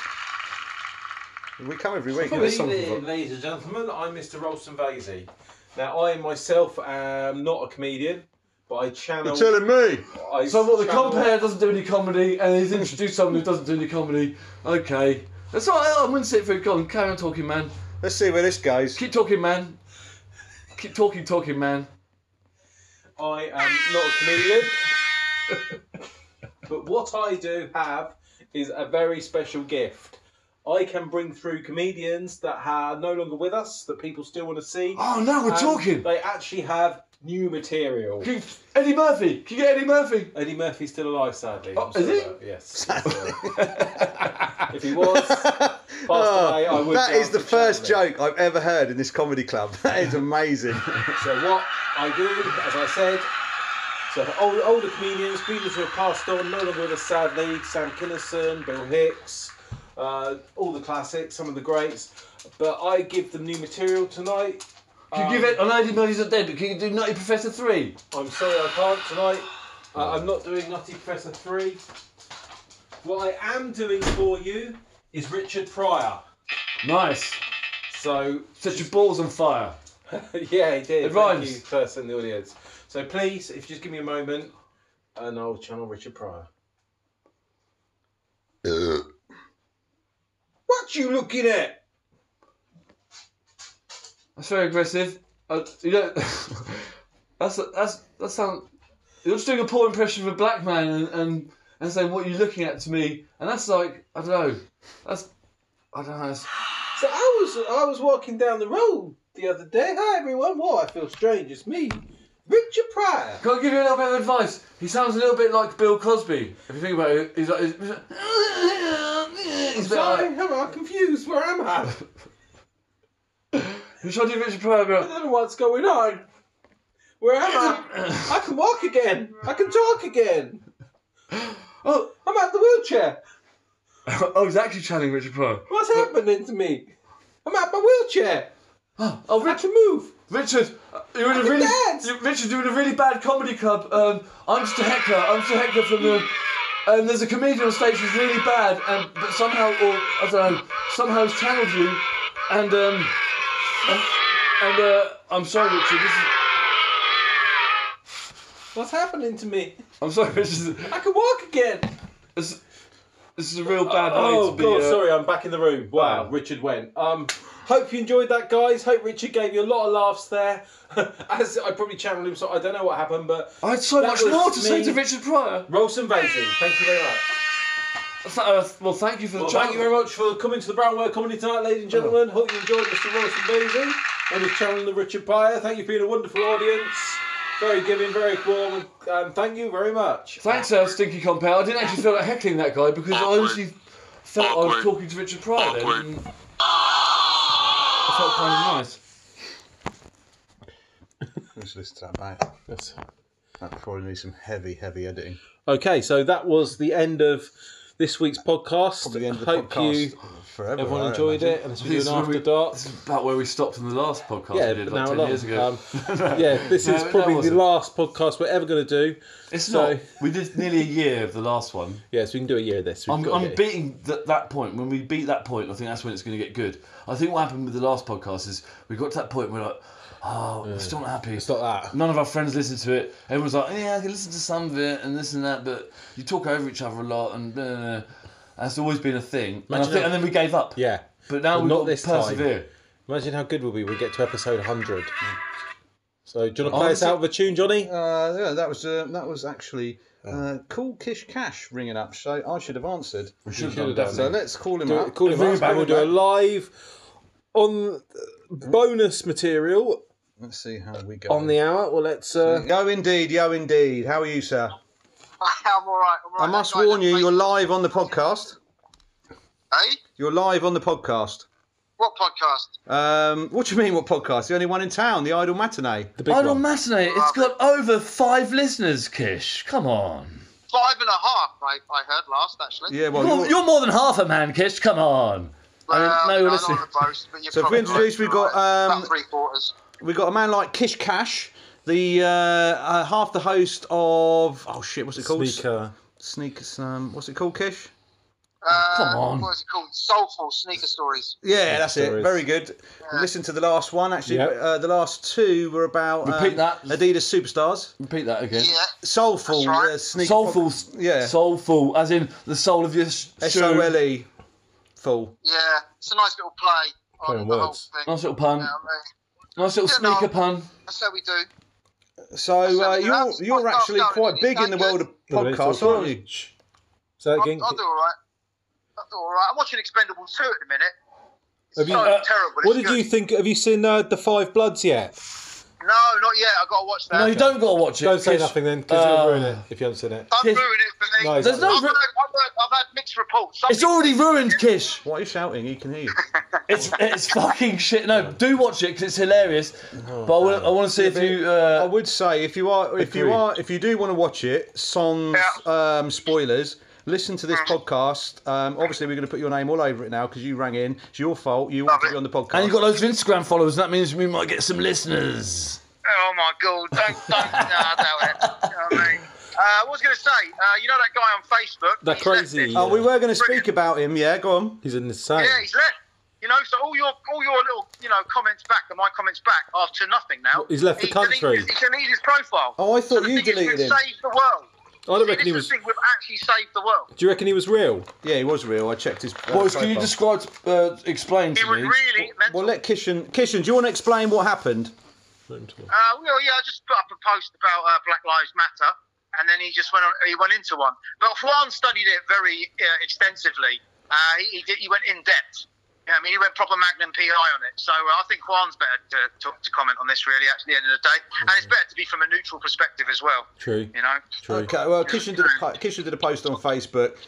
S3: We come every week.
S1: Good evening, ladies and gentlemen. I'm Mr. Rolson Vasey. Now, I myself am not a comedian, but I channel.
S3: telling me.
S1: I
S7: So what? The
S1: channel-
S7: compare doesn't do any comedy, and he's introduced someone who doesn't do any comedy. Okay, that's all. right, I'm gonna sit through. Go on, carry on talking, man.
S3: Let's see where this goes.
S7: Keep talking, man. Keep talking, talking, man.
S1: I am not a comedian. but what I do have is a very special gift. I can bring through comedians that are no longer with us, that people still want to see.
S7: Oh, now we're
S1: and
S7: talking.
S1: They actually have new material.
S7: Can- Eddie Murphy. Can you get Eddie Murphy?
S1: Eddie Murphy's still alive, sadly.
S7: Oh,
S1: I'm sorry
S7: is he?
S1: about- Yes. if he
S2: (laughs)
S1: was, passed
S2: Oh.
S1: away, I would.
S3: That
S1: be
S3: is the
S1: able to
S3: first
S1: channel
S3: joke I've ever heard in this comedy club. (laughs) That is amazing.
S1: it. So what I do, as I said, so for old, older comedians, comedians who have passed on, no longer with us, sadly, Sam Kinison, Bill Hicks, uh, all the classics, some of the greats. But I give them new material tonight.
S7: Can you give it? I know Eddie Murphy's not dead, but can you do Nutty Professor Three?
S1: I'm sorry I can't tonight. Uh, I'm not doing Nutty Professor 3. What I am doing for you is Richard Pryor.
S7: Nice.
S1: So
S7: Set your balls on fire.
S1: (laughs) yeah, he did.
S7: It
S1: Thank
S7: rhymes.
S1: you, person in the audience. So please, if you just give me a moment, and I'll channel Richard Pryor. what you looking at?
S7: That's very aggressive. Uh, you know, (laughs) that's that's that sound. You're just doing a poor impression of a black man and, and and saying what you're looking at to me, and that's like I don't know. That's I don't know. That's,
S1: So I was I was walking down the road the other day. Hi everyone. Whoa, I feel strange. It's me, Richard Pryor.
S7: Can I give you a little bit of advice? He sounds a little bit like Bill Cosby. If you think about it, he's like. He's, he's a bit
S1: Sorry,
S7: like
S1: am I confused? Where am I?
S7: who should I do Richard Pryor?
S1: I
S7: Bro?
S1: don't know what's going on. Where am I? I can walk again. I can talk again. Oh, I'm out the wheelchair.
S7: (laughs) Oh, he's actually channeling Richard Pryor.
S1: What's happening to me? I'm out my wheelchair.
S7: Oh,
S1: I
S7: Richard.
S1: can move.
S7: Richard, uh, you're in a
S1: can
S7: really
S1: dance.
S7: you- Richard, you're in a really bad comedy club. Um, I'm just a heckler. I'm just a heckler from the. And there's a comedian on stage who's really bad, and but somehow, or I don't know, somehow has channeled you, and um, and,
S4: And uh, I'm sorry, Richard. This is,
S1: What's happening to me?
S4: I'm sorry, this is,
S1: I can walk again.
S4: this, this is a real bad way
S1: Oh
S4: to be.
S1: god,
S4: uh,
S1: sorry, I'm back in the room. Wow, Richard went. Um, hope you enjoyed that, guys. Hope Richard gave you a lot of laughs there. (laughs) As I probably channeled him, so I don't know what happened, but
S4: I had so
S1: That
S4: much
S1: was
S4: more to say
S1: me.
S4: to Richard Pryor.
S1: roll some Vasey. Thank you very much.
S4: Th- uh, well, thank you for the
S1: Well,
S4: chat.
S1: thank you very much for coming to the Brownware Comedy tonight, ladies and gentlemen.
S2: Oh.
S1: Hope you enjoyed Mr. Wilson Beasley and his channel, The Richard Pryor. Thank you for being a wonderful audience. Very giving, very warm, and um, thank you very much.
S4: Thanks, uh, Stinky Compound. I didn't actually feel like heckling that guy because I
S8: Awkward.
S4: honestly felt I was
S8: Awkward.
S4: talking to Richard Pryor then.
S8: Awkward.
S4: and I felt kind of nice.
S3: Let's listen to that back.
S2: That's-
S3: That probably needs some heavy, heavy editing.
S2: Okay, so that was the end of this week's podcast.
S3: Probably the end of the
S2: Hope
S3: podcast
S2: you
S3: forever.
S2: everyone
S3: I
S2: enjoyed
S3: imagine.
S2: it, and this was an
S4: is where
S2: after
S4: we-
S2: dark.
S4: This is about where we stopped in the last podcast
S2: Yeah,
S4: we did
S2: but
S4: like
S2: now
S4: 10
S2: long.
S4: years ago.
S2: Um,
S3: (laughs)
S2: yeah, this
S4: No,
S2: is
S4: that
S2: probably the
S4: wasn't.
S2: last podcast we're ever going to do.
S4: it's
S2: so-
S4: not. We did nearly a year of the last one.
S2: Yeah, so we can do a year of this. We've
S4: I'm,
S2: got to
S4: I'm
S2: get-
S4: beating th- that point. When we beat that point, I think that's when it's going to get good. I think what happened with the last podcast is we got to that point where we're like, oh, we're still not happy.
S2: it's not that.
S4: None of our friends listen to it. Everyone's like, yeah, I can listen to some of it and this and that, but you talk over each other a lot and blah, blah, blah." that's always been a thing. And, I
S2: Imagine
S4: think,
S2: how-
S4: and then we gave up.
S2: Yeah.
S4: But now
S2: But
S4: we've
S2: not
S4: got
S2: this
S4: to
S2: time.
S4: persevere.
S2: Imagine how good we'll be. when We get to episode 100. So, do you want to play
S4: Oh,
S2: us
S4: is it-
S2: out with a tune, Johnny?
S3: Uh, yeah, that was uh, that was actually uh, Cool Kish Cash ringing up. So I should have answered.
S4: We should
S2: should've
S4: have
S2: done
S4: done
S3: So
S4: that.
S3: let's call him
S2: Do
S3: up.
S2: it, call him
S3: Ring
S2: up,
S3: him back,
S2: and we'll
S3: ring
S2: do a
S3: him back.
S2: live on bonus material
S3: Let's see how we go.
S2: on the hour. Well, let's. Uh,
S3: Yo, indeed, yo, indeed. How are you, sir?
S11: I'm all right. I'm all right.
S3: I must
S11: That guy
S3: warn
S11: that
S3: you,
S11: plays-
S3: you're live on the podcast.
S11: Hey,
S3: You're live on the podcast.
S11: what podcast?
S3: Um, what do you mean, what podcast? The only one in town, the Idle Matinee.
S2: the big one.
S4: Matinee, it's got over five listeners, Kish. Come on.
S11: Five and a half. I, I heard last actually.
S3: Yeah, well, you're-
S4: more than half a man, Kish. Come on.
S11: Well,
S4: no,
S11: I don't
S4: listen.
S11: wanna boast, but you're
S3: So if we
S11: probably
S3: introduce,
S11: right,
S3: we've
S11: you're
S3: got,
S11: right.
S3: um,
S11: About three quarters.
S3: we've got a man like Kish Cash, the uh, uh, half the host of oh shit, what's it called?
S2: Sneaker.
S3: Sneak. Um, what's it callall Kish?
S11: Uh,
S4: come on.
S11: What is it called? Soulful sneaker stories.
S3: Yeah, that's
S2: Stories.
S3: it. Very good. Listen to the last one. Actually,
S2: Yep.
S3: uh, the last two were about um,
S4: Repeat that.
S3: Adidas superstars,
S4: Repeat that again.
S11: Yeah.
S3: soulful,
S11: That's right.
S3: uh, sneaker
S4: Soulful. s-
S3: yeah.
S4: Soulful, as in the soul of your sh-
S3: S O
S4: shoe.
S3: L E, full.
S11: Yeah. It's a nice little play on
S2: Playing
S11: the whole
S2: words.
S11: thing.
S4: Nice little
S11: You
S4: pun.
S11: know what I mean?
S4: Nice little
S11: Yeah, no.
S4: sneaker pun.
S11: That's how we do.
S3: So uh,
S11: That's-
S3: you're
S11: that's
S3: you're
S11: quite tough,
S3: actually
S11: though,
S3: quite
S11: isn't it?
S3: big in the
S11: Thank
S3: world of
S2: No, it's
S3: podcasts,
S2: all
S3: aren't you?
S2: Say that
S11: I'll,
S2: again.
S11: I'll do all right. I'll do all right. I'm watching Expendable 2 at the minute.
S2: Have you-
S11: It's
S2: uh,
S11: terrible.
S2: What
S11: it's
S2: did you
S11: good.
S2: think? Have you seen uh, the Five Bloods yet?
S11: No, not yet. I've got to watch that.
S4: No, you don't got to watch it.
S2: Don't say
S4: Kish.
S2: nothing then, because
S4: Uh,
S2: you'll ruin it if you haven't seen it.
S11: Don't
S4: Yes.
S11: ruin it for me.
S2: No,
S4: There's no
S11: I've,
S4: ru-
S11: heard, I've, heard, I've had mixed reports. Some
S4: It's already ruined, (laughs) Kish.
S3: What are you shouting? He can hear you.
S4: It's it's fucking shit. No, do watch it because it's hilarious. but I want, I want to see if you.
S3: I
S4: Uh,
S3: would say if you are if you
S2: Agreed.
S3: are if you do want to watch it, sans um, spoilers, listen to this podcast. Um, obviously, we're going to put your name all over it now because you rang in. It's your fault. You want to be on the podcast.
S4: and you've got loads of Instagram followers. That means we might get some listeners.
S11: Oh my god! Don't,
S2: (laughs)
S11: don't, no, I doubt it. You know what I mean? Uh, what was going to say? Uh, you know that guy on Facebook?
S2: That
S11: He's left
S2: crazy-
S11: it.
S3: Oh, we were going to speak about him. Yeah, go on.
S2: He's insane.
S11: Yeah, he's left. You know, so all your all your little you know comments back and my comments back are to nothing now.
S2: He's left the
S11: He deleted-
S2: country.
S11: He deleted his profile.
S3: Oh, I thought
S11: So the
S3: you
S11: thing is, we've
S3: deleted him.
S11: Saved the world.
S2: Oh, I don't reckon
S11: This
S2: he
S11: is
S2: was.
S11: the thing. We've actually saved the world.
S2: Do you reckon he was real?
S3: Yeah, he was real. I checked his. Uh,
S4: Boys, can you
S3: profile.
S4: describe, uh, explain
S11: It
S4: to
S11: was
S4: me?
S11: really mental.
S3: Well, let Kishan. Kishan, do you want to explain what happened?
S11: Uh, well, yeah, I just put up a post about uh, Black Lives Matter, and then he just went on, he went into one. But Juan studied it very uh, extensively. Uh, he he, did, he went in depth. Yeah, I mean, he went proper Magnum PI on it. So uh, I think Juan's better to, to, to comment on this, really, at the end of the day. And it's better to be from a neutral perspective as well.
S2: True.
S11: You know?
S2: True.
S3: Okay, well, Kishan did a po- Kishan did a post on Facebook.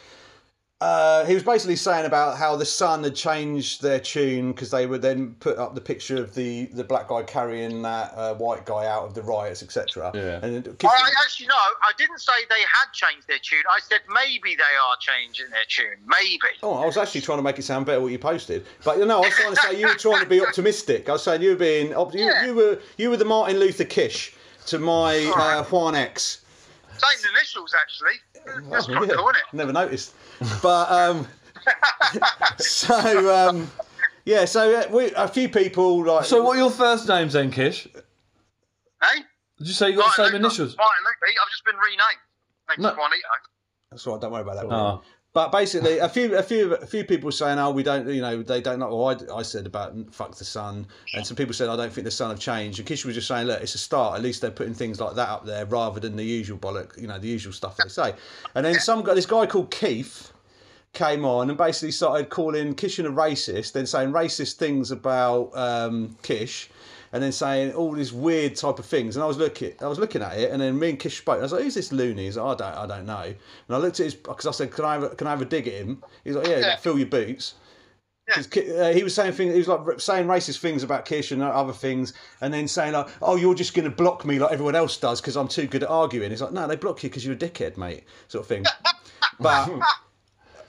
S3: Uh, he was basically saying about how the Sun had changed their tune because they would then put up the picture of the, the black guy carrying that uh, white guy out of the riots, etc.
S4: Yeah.
S3: And then
S11: I,
S3: Kishan,
S11: I actually no, I didn't say they had changed their tune. I said maybe they are changing their tune. Maybe.
S3: oh, I was actually trying to make it sound better what you posted, but you know, I was trying to say you were trying to be optimistic. I was saying you were being op- you, you were you were the Martin Luther Kish to my uh, Juan X.
S11: Same initials, actually. That's
S3: Oh,
S11: quite
S3: yeah.
S11: cool, isn't it?
S3: Never noticed. But um, so um, Yeah, so uh, we, a few people like.
S4: So, what are your first names then, Kish? Did
S11: Hey?
S4: you say you got the same
S11: Lupo.
S4: initials?
S11: Martin Lupo. I've just been renamed. Thanks,
S4: No.
S11: Juanito.
S3: That's all right. Don't worry about that.
S4: Oh.
S3: But basically, a few, a few, a few people saying, "Oh, we don't," you know, they don't know. Well, I, I said about "fuck the sun," and some people said, "I don't think the sun have changed." And Kish was just saying, "Look, it's a start. At least they're putting things like that up there rather than the usual bollock, you know, the usual stuff they say." And then some guy, this guy called Keith, came on and basically started calling Kishin a racist, then saying racist things about um, Kish, and then saying all these weird type of things. And I was looking, I was looking at it, and then me and Kish spoke. I was like, "Who's this loony?" He's like, "I don't, I don't know." And I looked at his because I said, "Can I have, a, can I have a dig at him?" He's like, "Yeah, like, fill your boots." 'Cause Ki- uh, he was saying things, he was like r- saying racist things about Kish and other things, and then saying like, "Oh, you're just going to block me like everyone else does because I'm too good at arguing." It's like, "No, they block you because you're a dickhead, mate," sort of thing.
S4: (laughs)
S3: but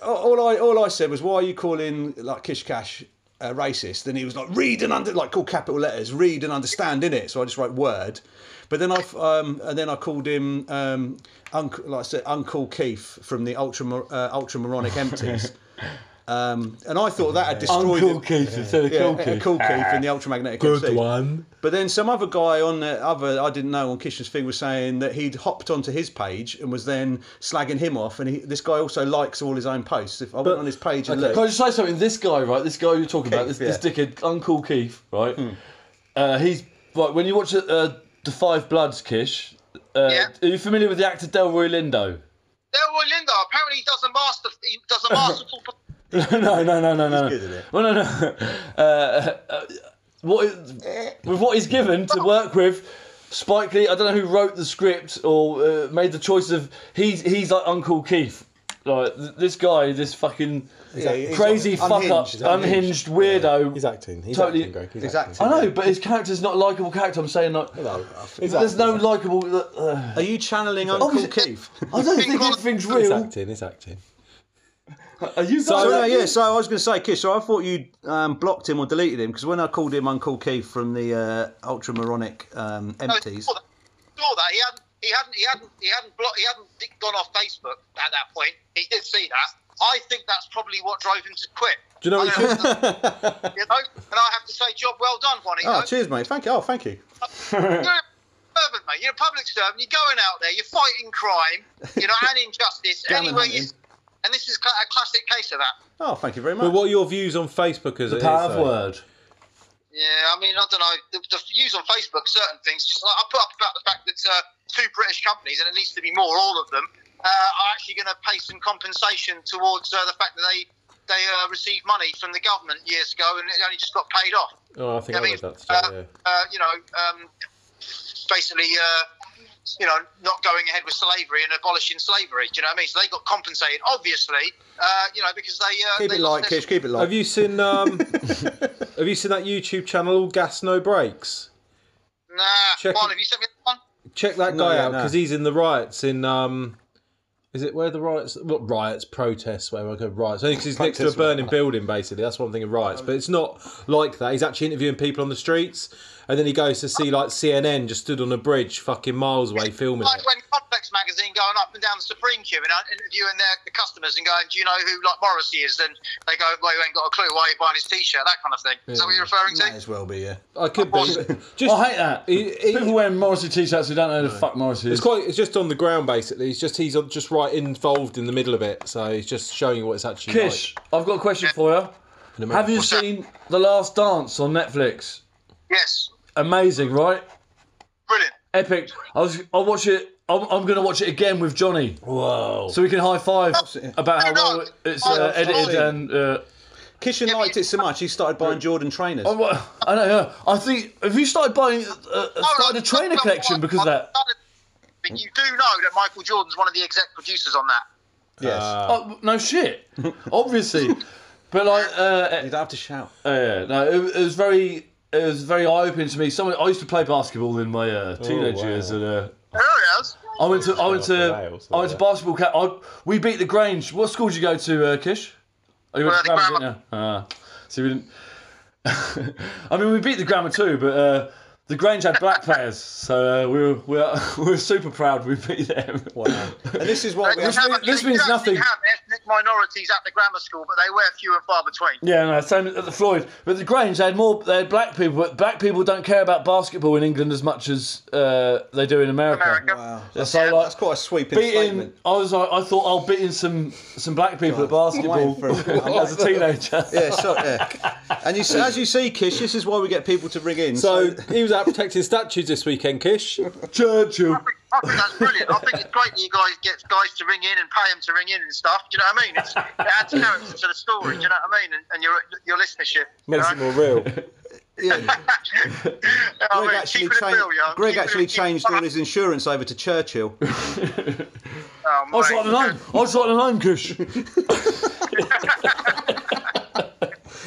S3: all all I all I said was, "Why are you calling like Kish Cash a racist?" And he was like, "Read and under like call capital letters, read and understand in it." So I just wrote word, but then I f- um and then I called him um uncle like I said Uncle Keith from the ultra uh,
S4: (laughs)
S3: ultramoronic empties. Um, and I thought that had destroyed
S4: Uncle
S3: him.
S4: Keith instead of
S3: Yeah,
S4: Cool
S3: uh,
S4: Keith.
S3: cool Keith in the ultramagnetic MC.
S4: one.
S3: But then some other guy on the other I didn't know on Kitchen's thing was saying that he'd hopped onto his page and was then slagging him off. And he, this guy also likes all his own posts. If I went on his page and
S4: Can I
S3: looked,
S4: just say something? This guy, right? This guy you're talking about, this,
S3: Keith,
S4: this dickhead, Uncle Keith, right? Uh, he's right. When you watch uh, the Five Bloods, Kish, uh,
S11: Yeah.
S4: are you familiar with the actor Delroy Lindo?
S11: Delroy Lindo apparently he does a master. He does
S3: (laughs)
S11: a masterful.
S4: no, no, no, no, no.
S3: good at it.
S4: Well, no, no. Uh, uh, uh, what is, with what he's given to work with, Spike Lee. I don't know who wrote the script or uh, made the choice of. He's he's like Uncle Keith. Like th- this guy, this fucking
S3: he's
S4: crazy
S3: like
S4: fuck up,
S3: unhinged, he's
S4: unhinged, weirdo.
S2: He's acting. He's
S4: Totally-
S2: acting, Greg. He's
S3: he's
S2: acting.
S3: acting.
S4: I know, but his character's not a likable character. I'm saying like,
S2: He's
S4: there's no
S2: acting.
S4: likable. Uh,
S3: Are you channeling Uncle Keith?
S4: I don't think anything's
S2: He's
S4: real.
S2: acting. He's acting.
S4: Are you guys?
S3: (laughs) So, no, yeah, so I was going to say, Kish, so I thought you um, blocked him or deleted him because when I called him Uncle Keith from the uh, ultramoronic um,
S11: No,
S3: empties.
S11: saw that. Saw that. He hadn't. He hadn't. He hadn't. He hadn't. Blo- he hadn't di- gone off Facebook at that point. He did see that. I think that's probably what drove him to quit.
S2: Do you know
S11: I
S2: what
S11: don't you know, and I have to say, job well done, Bonnie.
S3: Oh, cheers, mate. Thank you. Oh, thank you.
S11: You're a servant, mate. You're a public servant. You're going out there. You're fighting crime. You know, and injustice
S3: Gammon
S11: anywhere you.
S3: hunting.
S11: And this is cla- a classic case of that.
S3: Oh, thank you very much.
S2: But what are your views on Facebook as
S4: the
S2: it
S4: power
S2: is,
S4: of
S2: though?
S4: word.
S11: Yeah, I mean, I don't know. The, the views on Facebook, certain things. Just like I put up about the fact that uh, two British companies, and it needs to be more, all of them, uh, are actually going to pay some compensation towards uh, the fact that they they uh, received money from the government years ago, and it only just got paid off.
S2: Oh, I think I,
S11: mean,
S2: read that today,
S11: uh,
S2: yeah.
S11: uh, you know, um, basically, uh, you know, not going ahead with slavery and abolishing slavery. Do you know what I mean? So they got compensated, obviously. Uh, you know, because they uh,
S3: Keep
S11: they
S3: it
S11: lost
S3: light,
S11: their-
S3: Kish. Keep it
S2: Have
S3: light.
S2: you seen um (laughs) Have you seen that YouTube channel All Gas No Breaks?
S11: Nah,
S2: Check
S11: Juan,
S2: it.
S11: have you sent me that one?
S2: Check that guy
S3: No, yeah,
S2: out
S3: no.
S2: because he's in the riots in um is it where the riots? What riots? Protests? Where I go riots? I think 'cause he's next to a
S3: Protests,
S2: burning building. Basically, that's one thing of riots. But it's not like that. He's actually interviewing people on the streets, and then he goes to see like CNN just stood on a bridge, fucking miles away, filming
S11: like
S2: it.
S11: when Complex magazine going up and down the Supreme queue and uh, interviewing their the customers and going, "Do you know who like Morrissey is?" And they go, "Well, you ain't got a clue. Why are you buying his T-shirt?" That kind of thing. Is that what you're referring to?
S3: Might as well be, yeah.
S2: I could be but (laughs) just.
S4: I hate that.
S2: He- he-
S4: People wearing Morrissey t-shirts who don't know who the fuck Morrissey is.
S2: It's quite. It's just on the ground basically. It's just he's just right involved in the middle of it, so he's just showing you what it's actually
S4: Kish, I've got a question for you. Have you seen The Last Dance on Netflix?
S11: Yes,
S4: Amazing, right?
S11: brilliant.
S4: Epic. I was. I'll watch it. I'm, I'm going to watch it again with Johnny. Whoa! Oh, So we can high five about how
S11: No, no.
S4: well it's uh, edited and. Uh,
S3: Kishan liked it so much he started buying Jordan trainers.
S4: I wa- I don't know. I think have you started buying uh,
S11: Oh,
S4: started a trainer collection because of that?
S11: But you do know that Michael Jordan's one of the exec producers on that.
S3: yes.
S4: Oh, no shit. (laughs) Obviously, but like uh,
S3: you don't have to shout.
S4: Yeah, no, it, it was very, it was very eye opening to me. Someone I used to play basketball in my uh, teenage years, and uh,
S11: There he is.
S4: I went to, I went to,
S2: Wales,
S4: I went
S9: uh,
S4: to Oh, basketball. Ca- I, we beat the Grange. What school did you go to, uh, Kish? Oh, you went to
S11: Uh,
S4: (laughs) Grammar,
S11: the
S4: didn't you? Ah, see, we didn't. I mean, we beat the Grammar too, but uh, The Grange had black players, so uh, we, were, we, were, (laughs) we were super proud we beat them.
S9: (laughs) Wow. (laughs) and Oh, this is what
S11: They
S9: we
S11: did
S9: have.
S11: have
S4: mean-
S11: a-
S4: this
S11: they
S4: means
S11: did actually
S4: nothing.
S11: have ethnic minorities at the grammar school, but they were few and far between.
S4: Yeah, no, same at the Floyd. But the Grange, they had more. They had black people, but black people don't care about basketball in England as much as uh, they do in America.
S11: America.
S9: Wow.
S4: Yeah, So like,
S9: That's quite a sweeping
S4: beating,
S9: statement.
S4: I was like, I thought I'll beat in some some black people
S9: God,
S4: at
S9: I'm
S4: basketball
S9: waiting for- I'm
S4: as a teenager.
S9: Oh (laughs) Yeah, so, yeah. And you, see- as you see, Kish, this is why we get people to ring in.
S2: So he was out protecting statues this weekend, (laughs) Kish.
S4: Churchill.
S11: I think, I think that's brilliant. I think it's great that you guys get guys to ring in and pay them to ring in and stuff. Do you know what I mean? It's, it adds character to the story. Do you know what I mean? And, and your your
S9: (laughs)
S11: listenership. you
S2: Makes
S11: know?
S2: it more real.
S9: yeah,
S11: (laughs) You know what I
S9: Greg
S11: mean?
S9: actually,
S11: Keep it
S9: changed,
S11: real, yo.
S9: Greg
S11: Keep it-
S9: actually
S11: keep it-
S9: changed all his insurance over to Churchill.
S11: Oh,
S4: I was
S11: mate.
S4: like the name. I was like the name, Kish.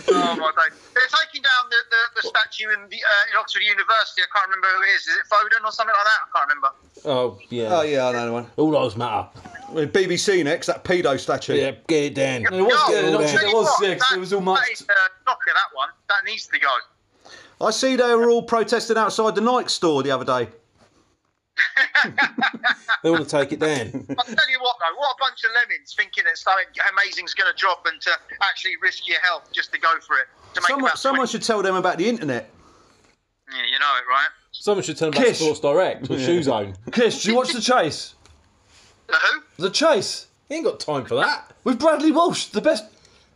S11: Oh my God. They're taking down the, the, the statue in the uh, in Oxford University. I can't remember who it is. Is it Foden or something like that? I can't remember.
S2: Oh yeah.
S9: Oh yeah, I know the one.
S2: All lives matter.
S9: With BBC next, that pedo statue.
S2: Yeah, get it down.
S4: It was,
S11: No,
S4: yeah, it was,
S11: I'll tell
S4: it
S11: you
S4: was,
S11: what,
S4: yeah, 'cause
S11: that-
S4: it was all
S11: That
S4: marked.
S11: is, uh, knocker, that one. That needs to go.
S9: I see they were all protesting outside the Nike store the other day.
S2: They want to take it down.
S11: I'll tell you what, though, what a bunch of lemmings thinking that something amazing's going to drop and to actually risk your health just to go for it. To make
S9: Someone,
S11: about
S9: someone
S11: 20
S9: should tell them about the internet.
S11: Yeah, you know it, right?
S2: Someone should tell them about
S4: Kish.
S2: Sports Direct or Shoe Zone.
S4: Kish, do you watch the chase?
S11: The who?
S4: The chase
S2: He ain't got time for that.
S4: with Bradley Walsh, the best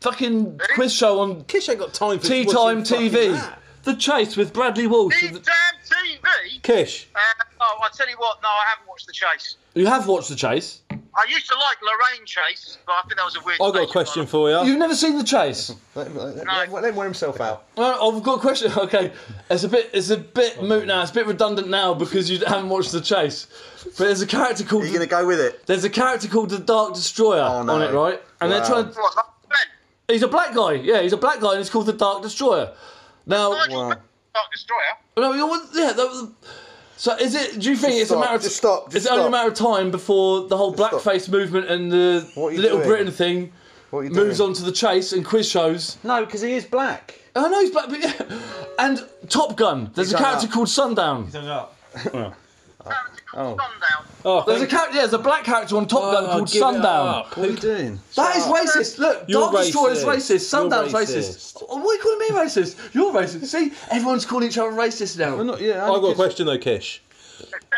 S4: fucking quiz show on
S2: Kish ain't got time for
S4: Tea
S2: watching
S4: Time
S2: fucking
S4: TV.
S2: that.
S4: The chase with Bradley Walsh.
S11: Deep Damn TV?
S2: Kish,
S11: Uh, oh, I'll tell you what, no, I haven't watched The Chase.
S4: You have watched the chase.
S11: I used to like Lorraine Chase, but I think that was a weird
S2: I've got a
S11: station
S2: question
S11: lineup.
S2: for you.
S4: You've never seen the
S2: (laughs)
S4: chase.
S9: Let, let- let- let him wear himself out.
S4: Oh, I've got a question. (laughs) Okay, it's a bit, it's a bit moot now. It's a bit redundant now because you haven't watched the chase. But there's a character called
S9: Are you going to go with it? Oh,
S4: there's a character called the Dark Destroyer
S9: no.
S4: on it, right? And they're
S9: Wow.
S4: trying. To,
S11: What, Dr. Ben?
S4: he's a black guy. Yeah, he's a black guy, and he's called the Dark Destroyer. Now,
S11: Nigel Ben, Dark Destroyer.
S4: no, you want- yeah. That was, so is it? Do you think it's
S9: stop,
S4: a matter of
S9: just stop, just
S4: it's only a
S9: stop.
S4: matter of time before the whole
S9: Just stop.
S4: blackface movement and the, the
S9: What are you
S4: Little
S9: doing?
S4: Britain thing
S9: What are you
S4: moves on to the chase and quiz shows?
S9: No, because he is black.
S4: I know he's black, but yeah. And Top Gun. There's
S9: He's
S4: a
S9: hung
S4: character
S9: up.
S4: called Sundown.
S11: Oh. Sundown.
S4: There's a character. Yeah, there's a black character on Top Gun
S2: Oh,
S4: called
S2: give it
S4: Sundown.
S2: up.
S9: What are you doing?
S4: That is racist. Look,
S2: You're
S4: Dark Destroyer is
S2: racist. You're
S4: racist. Sundown's racist.
S2: racist.
S4: Oh, What are you calling me racist? You're racist. See, everyone's calling each other racist now.
S9: not, yeah,
S2: I've got a question though, Kish.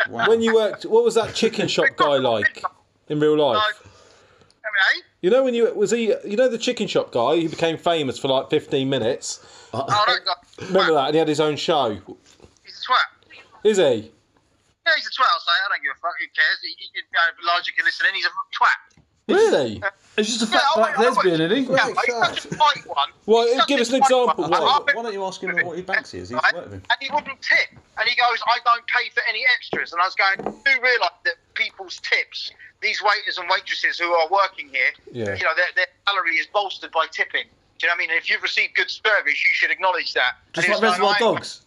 S2: When you worked, what was that chicken shop guy like in real life?
S11: No. I mean, eh?
S2: You know when you was he? You know the chicken shop guy who became famous for like 15 minutes.
S11: Oh, that
S2: (laughs)
S11: guy.
S2: Remember that? And he had his own show.
S11: He's a twat.
S2: Is he?
S11: Yeah, he's a twat. I'll say. I don't give a fuck. Who cares? He, he, he, Elijah can listen in. He's a twat.
S2: Really?
S4: It's just a fat
S11: I-
S4: black
S11: I- I-
S4: lesbian, isn't he?
S11: Yeah, but he's such a white one.
S2: Well,
S11: He's such
S2: give
S11: a
S2: us an
S11: white
S2: example,
S11: one.
S2: why?
S11: I've been-
S9: Why don't you ask him what he banks is? He's
S11: right?
S9: worked with him.
S11: And he wouldn't tip. And he goes, I don't pay for any extras. And I was going, do realise that people's tips, these waiters and waitresses who are working here,
S2: Yeah.
S11: you know, their, their salary is bolstered by tipping. Do you know what I mean? And if you've received good service, you should acknowledge that.
S4: Just
S11: And he
S4: like
S11: was
S4: Reservoir
S11: going, "I-
S4: Dogs.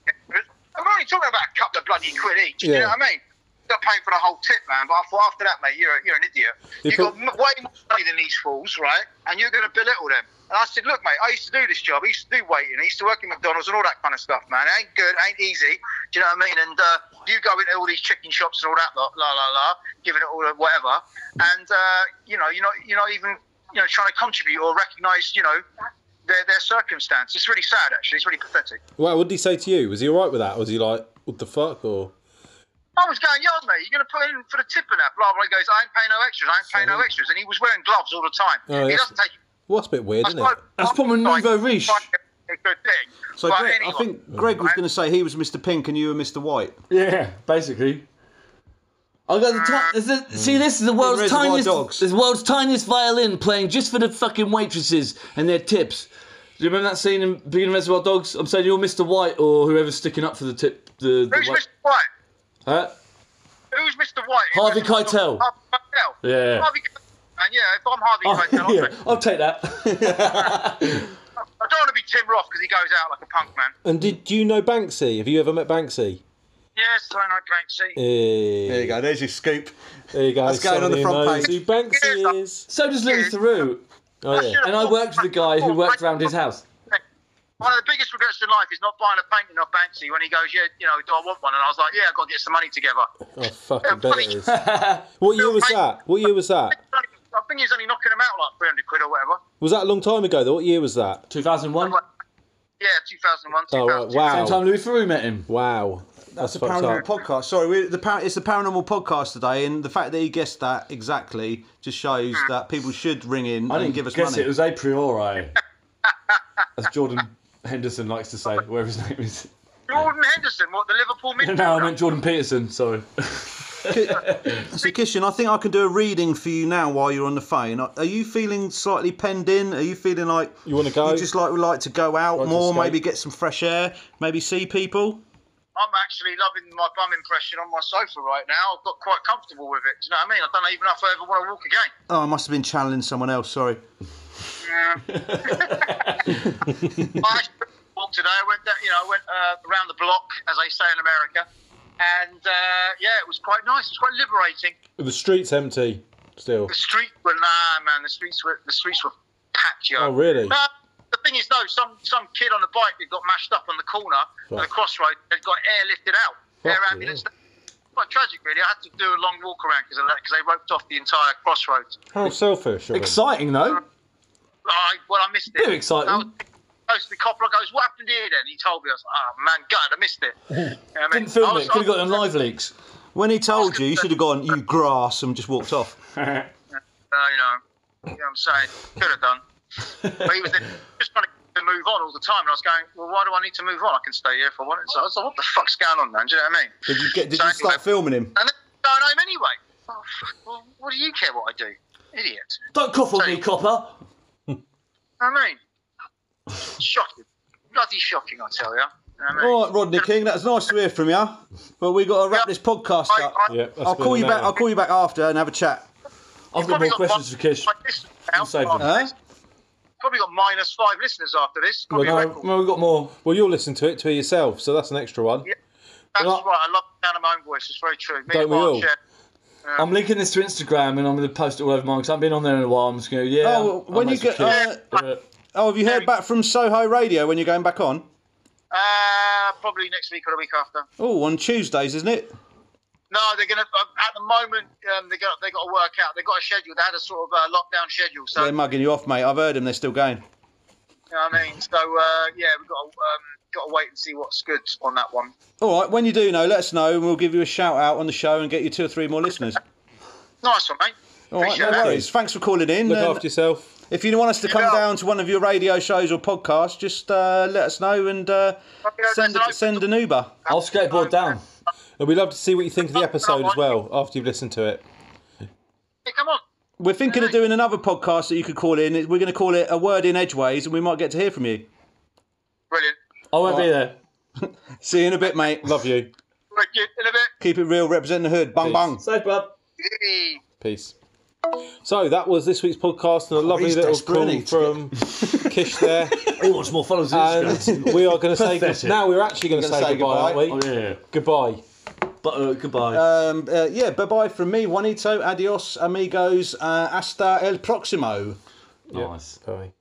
S11: I'm only talking about a couple of bloody quid each. You
S2: Yeah.
S11: know what I mean? Not paying for the whole tip, man. But I thought after that, mate, you're, you're an idiot.
S2: You
S11: You've got m- way more money than these fools, right? And you're going to belittle them. And I said, look, mate, I used to do this job. I used to do waiting. I used to work in McDonald's and all that kind of stuff, man. It ain't good. It ain't easy. Do you know what I mean? And uh, you go into all these chicken shops and all that, lot, la la la, giving it all a whatever. And uh, you know, you're not, you're not even, you know, trying to contribute or recognise, you know, their their circumstance. It's really sad, actually. It's really pathetic.
S2: Well, what did he say to you? Was he alright with that? Or was he like, what the fuck? Or
S11: I was going, yo, mate, you're going to put in for the tip and that. Blah, blah. He goes, I ain't paying no extras. I ain't paying no extras. And he was wearing gloves all the time.
S2: Oh,
S11: he
S2: yes.
S11: doesn't take.
S2: well, that's a bit weird, isn't it?
S4: That's probably Nouveau Riche.
S11: It's a thing.
S9: So,
S11: but
S9: Greg,
S11: anyway,
S9: I think Greg was going to say he was Mr. Pink and you were Mr. White.
S4: Yeah, basically. I got the ti- is it- See, this is the world's
S9: Reservoir
S4: tiniest.
S9: Dogs.
S4: This world's tiniest violin playing just for the fucking waitresses and their tips. Do you remember that scene in Beginning of Reservoir Dogs? I'm saying you're Mr. White or whoever's sticking up for the tip. The, the
S11: Who's
S4: white-
S11: Mr. White?
S4: Huh?
S11: Who's Mr. White?
S4: Harvey
S11: Who's Mr.
S4: Keitel.
S11: Harvey Keitel.
S4: Yeah.
S11: Harvey Keitel. And yeah, if I'm Harvey
S2: Oh,
S11: Keitel,
S7: (laughs)
S11: I'll
S4: yeah,
S11: take-
S4: I'll take that.
S11: I don't want to be Tim Roth because he goes out like a punk man.
S2: And did do you know Banksy? Have you ever met Banksy?
S11: Yes, I know Banksy.
S2: Eh,
S9: There you go. There's your scoop.
S2: There you go.
S9: That's going on the front
S2: Somebody knows who Banksy is.
S4: so does Louis Theroux.
S2: Oh yeah.
S11: should've
S4: And I
S11: bought-
S4: worked for the guy who worked around his house.
S11: one of the biggest regrets in life is not buying a painting of Banksy when he goes, yeah, you know, do I want one? And I was like, yeah, I've got to get some money together.
S2: Oh, fucking bet it is. What year was that? What year was that?
S11: I think he's only knocking them out like 300 quid or whatever.
S2: Was that a long time ago? Though? What year was that?
S7: 2001.
S11: Yeah, 2001,
S2: Oh, right.
S11: 2002.
S7: Same time
S2: wow,
S7: Louis Theroux met him.
S2: wow.
S3: It's
S2: That's,
S3: a
S2: fucked
S3: paranormal
S2: up.
S3: podcast. Sorry, we the par- it's the paranormal podcast today, and the fact that he guessed that exactly just shows that people should ring in
S7: I
S3: and
S7: didn't
S3: give us
S7: guess
S3: money.
S7: it was a priori. As Jordan Henderson likes to say, whatever his name is. (laughs)
S11: Jordan Henderson, what, the Liverpool midfielder?
S7: No, I meant Jordan Peterson, sorry.
S3: So, Kishan, I think I can do a reading for you now while you're on the phone. Are are you feeling slightly penned in? Are you feeling like
S2: You want to go?
S3: you just like would like to go out
S2: Want to
S3: more,
S2: escape?
S3: maybe get some fresh air, maybe see people?
S11: I'm actually loving my bum impression on my sofa right now. I've got quite comfortable with it. Do you know what I mean? I don't even know if I ever want to walk again.
S3: Oh, I must have been channeling someone else. Sorry.
S11: I actually walked today. I went, down, you know, I went uh, around the block, as they say in America, and uh, yeah, it was quite nice. It was quite liberating.
S2: The street's empty still.
S11: The streets were nah, man. The streets were the streets were packed, yo.
S2: Oh, really?
S11: No, the thing is, though, some some kid on a bike that got mashed up on the corner at the
S2: Fuck.
S11: crossroad. They got airlifted out. Air
S2: Fucking
S11: ambulance. Quite tragic, really. I had to do a long walk around because they roped off the entire crossroads.
S2: How selfish. of him.
S7: Exciting, though.
S11: I, well, I missed it.
S7: Bit exciting.
S11: I was close to the copper. I goes, "What happened here?" Then he told me. I was like, "Oh man, God, I missed it." You know what I mean?
S7: (laughs) Didn't
S11: I
S7: film it.
S11: was-
S7: Could have got it on live leaks.
S3: When he told you, you should have gone, you grass, and just walked off.
S11: Uh, you, know, you know what I'm saying? Could have done. But he was
S7: (laughs)
S11: there, just trying to move on all the time, and I was going, "Well, why do I need to move on? I can stay here for one." So I was like, "What the fuck's going on, man?" Do you know what I mean?
S3: Did you, get, did you
S11: Sorry.
S3: start filming him?
S11: And then going home anyway. Oh, fuck, well, what do you care what I do, idiot?
S7: Don't cough on me, copper.
S11: You know what I
S7: (laughs)
S11: mean, shocking, bloody shocking, I tell you. you know what I mean?
S3: All right, Rodney King, that's nice to hear from you. But we got to wrap
S11: Yeah.
S3: this podcast
S11: I-
S3: up.
S11: I-
S2: Yeah, that's
S3: I'll
S2: been
S3: call you
S2: an
S3: back.
S2: hour.
S3: I'll call you back after and have a chat.
S7: I've got more questions for Kish.
S11: I'm
S7: saving them.
S3: Huh?
S11: Probably got minus five listeners after this. Probably
S2: Well,
S11: a
S2: no,
S11: record.
S7: Well, we've got more.
S2: Well, you'll listen to it to yourself, so that's an extra one.
S11: That's
S2: well,
S11: right. I love the sound of my own voice. It's very true. Me
S2: Don't
S11: and
S2: we
S11: Mark
S2: all?
S11: share-
S7: I'm linking this to Instagram and I'm going to post it all over mine because I haven't been on there in a while. I'm just going to go, yeah.
S3: Oh, well,
S7: I'm-
S3: when
S7: I'm
S3: you
S7: next to
S3: get-
S7: Kish. Yeah.
S3: Oh, have you heard back from Soho Radio when you're going back on?
S11: Uh, probably next week or the week after.
S3: Oh, on Tuesdays, isn't it?
S11: No, they're gonna. Uh, at the moment, um, they got they got to work out. They got a schedule. They had a sort of uh, lockdown schedule. So
S3: They're mugging you off, mate. I've heard them. They're still going.
S11: you know what I mean. So uh, yeah, we have got to, um, got to wait and see what's good on that one.
S3: All right, when you do know, let us know, and we'll give you a shout out on the show and get you two or three more listeners.
S11: Nice one, mate.
S3: All right, no
S11: Appreciate that.
S3: worries. Thanks for calling in.
S2: Look
S3: and
S2: after yourself.
S3: if you want us to come
S11: Yeah.
S3: down to one of your radio shows or podcasts, just uh, let us know and uh,
S11: Okay,
S3: send
S11: listen, I-
S3: send an Uber.
S11: Um, Oh,
S7: I'll skateboard down.
S2: And we'd love to see what you think of the episode as well after you've listened to it.
S11: Hey, come on.
S3: We're thinking of doing another podcast that you could call in. We're going to call it A Word in Edgeways, and we might get to hear from you.
S11: Brilliant.
S7: I won't be there.
S3: See you in a bit, mate.
S2: Love you.
S11: Thank you. In a bit.
S3: Keep it real, represent the hood. Bang, bang.
S7: Safe, bub.
S11: Hey.
S2: Peace. So that was this week's podcast and a lovely
S3: he's
S2: little
S3: desperate, isn't
S2: call from
S7: (laughs)
S2: Kish there.
S7: He wants more followers on Instagram.
S2: And (laughs) we are going to
S7: (laughs)
S2: say
S7: Pathetic.
S2: now we're actually going to say,
S3: Gonna say
S2: goodbye,
S3: goodbye.
S2: aren't we?
S7: Oh, yeah.
S2: Goodbye.
S7: But uh, goodbye.
S3: Um, uh, yeah, bye bye from me, Juanito. Adios, amigos. Uh, hasta el próximo.
S7: nice.
S2: Bye.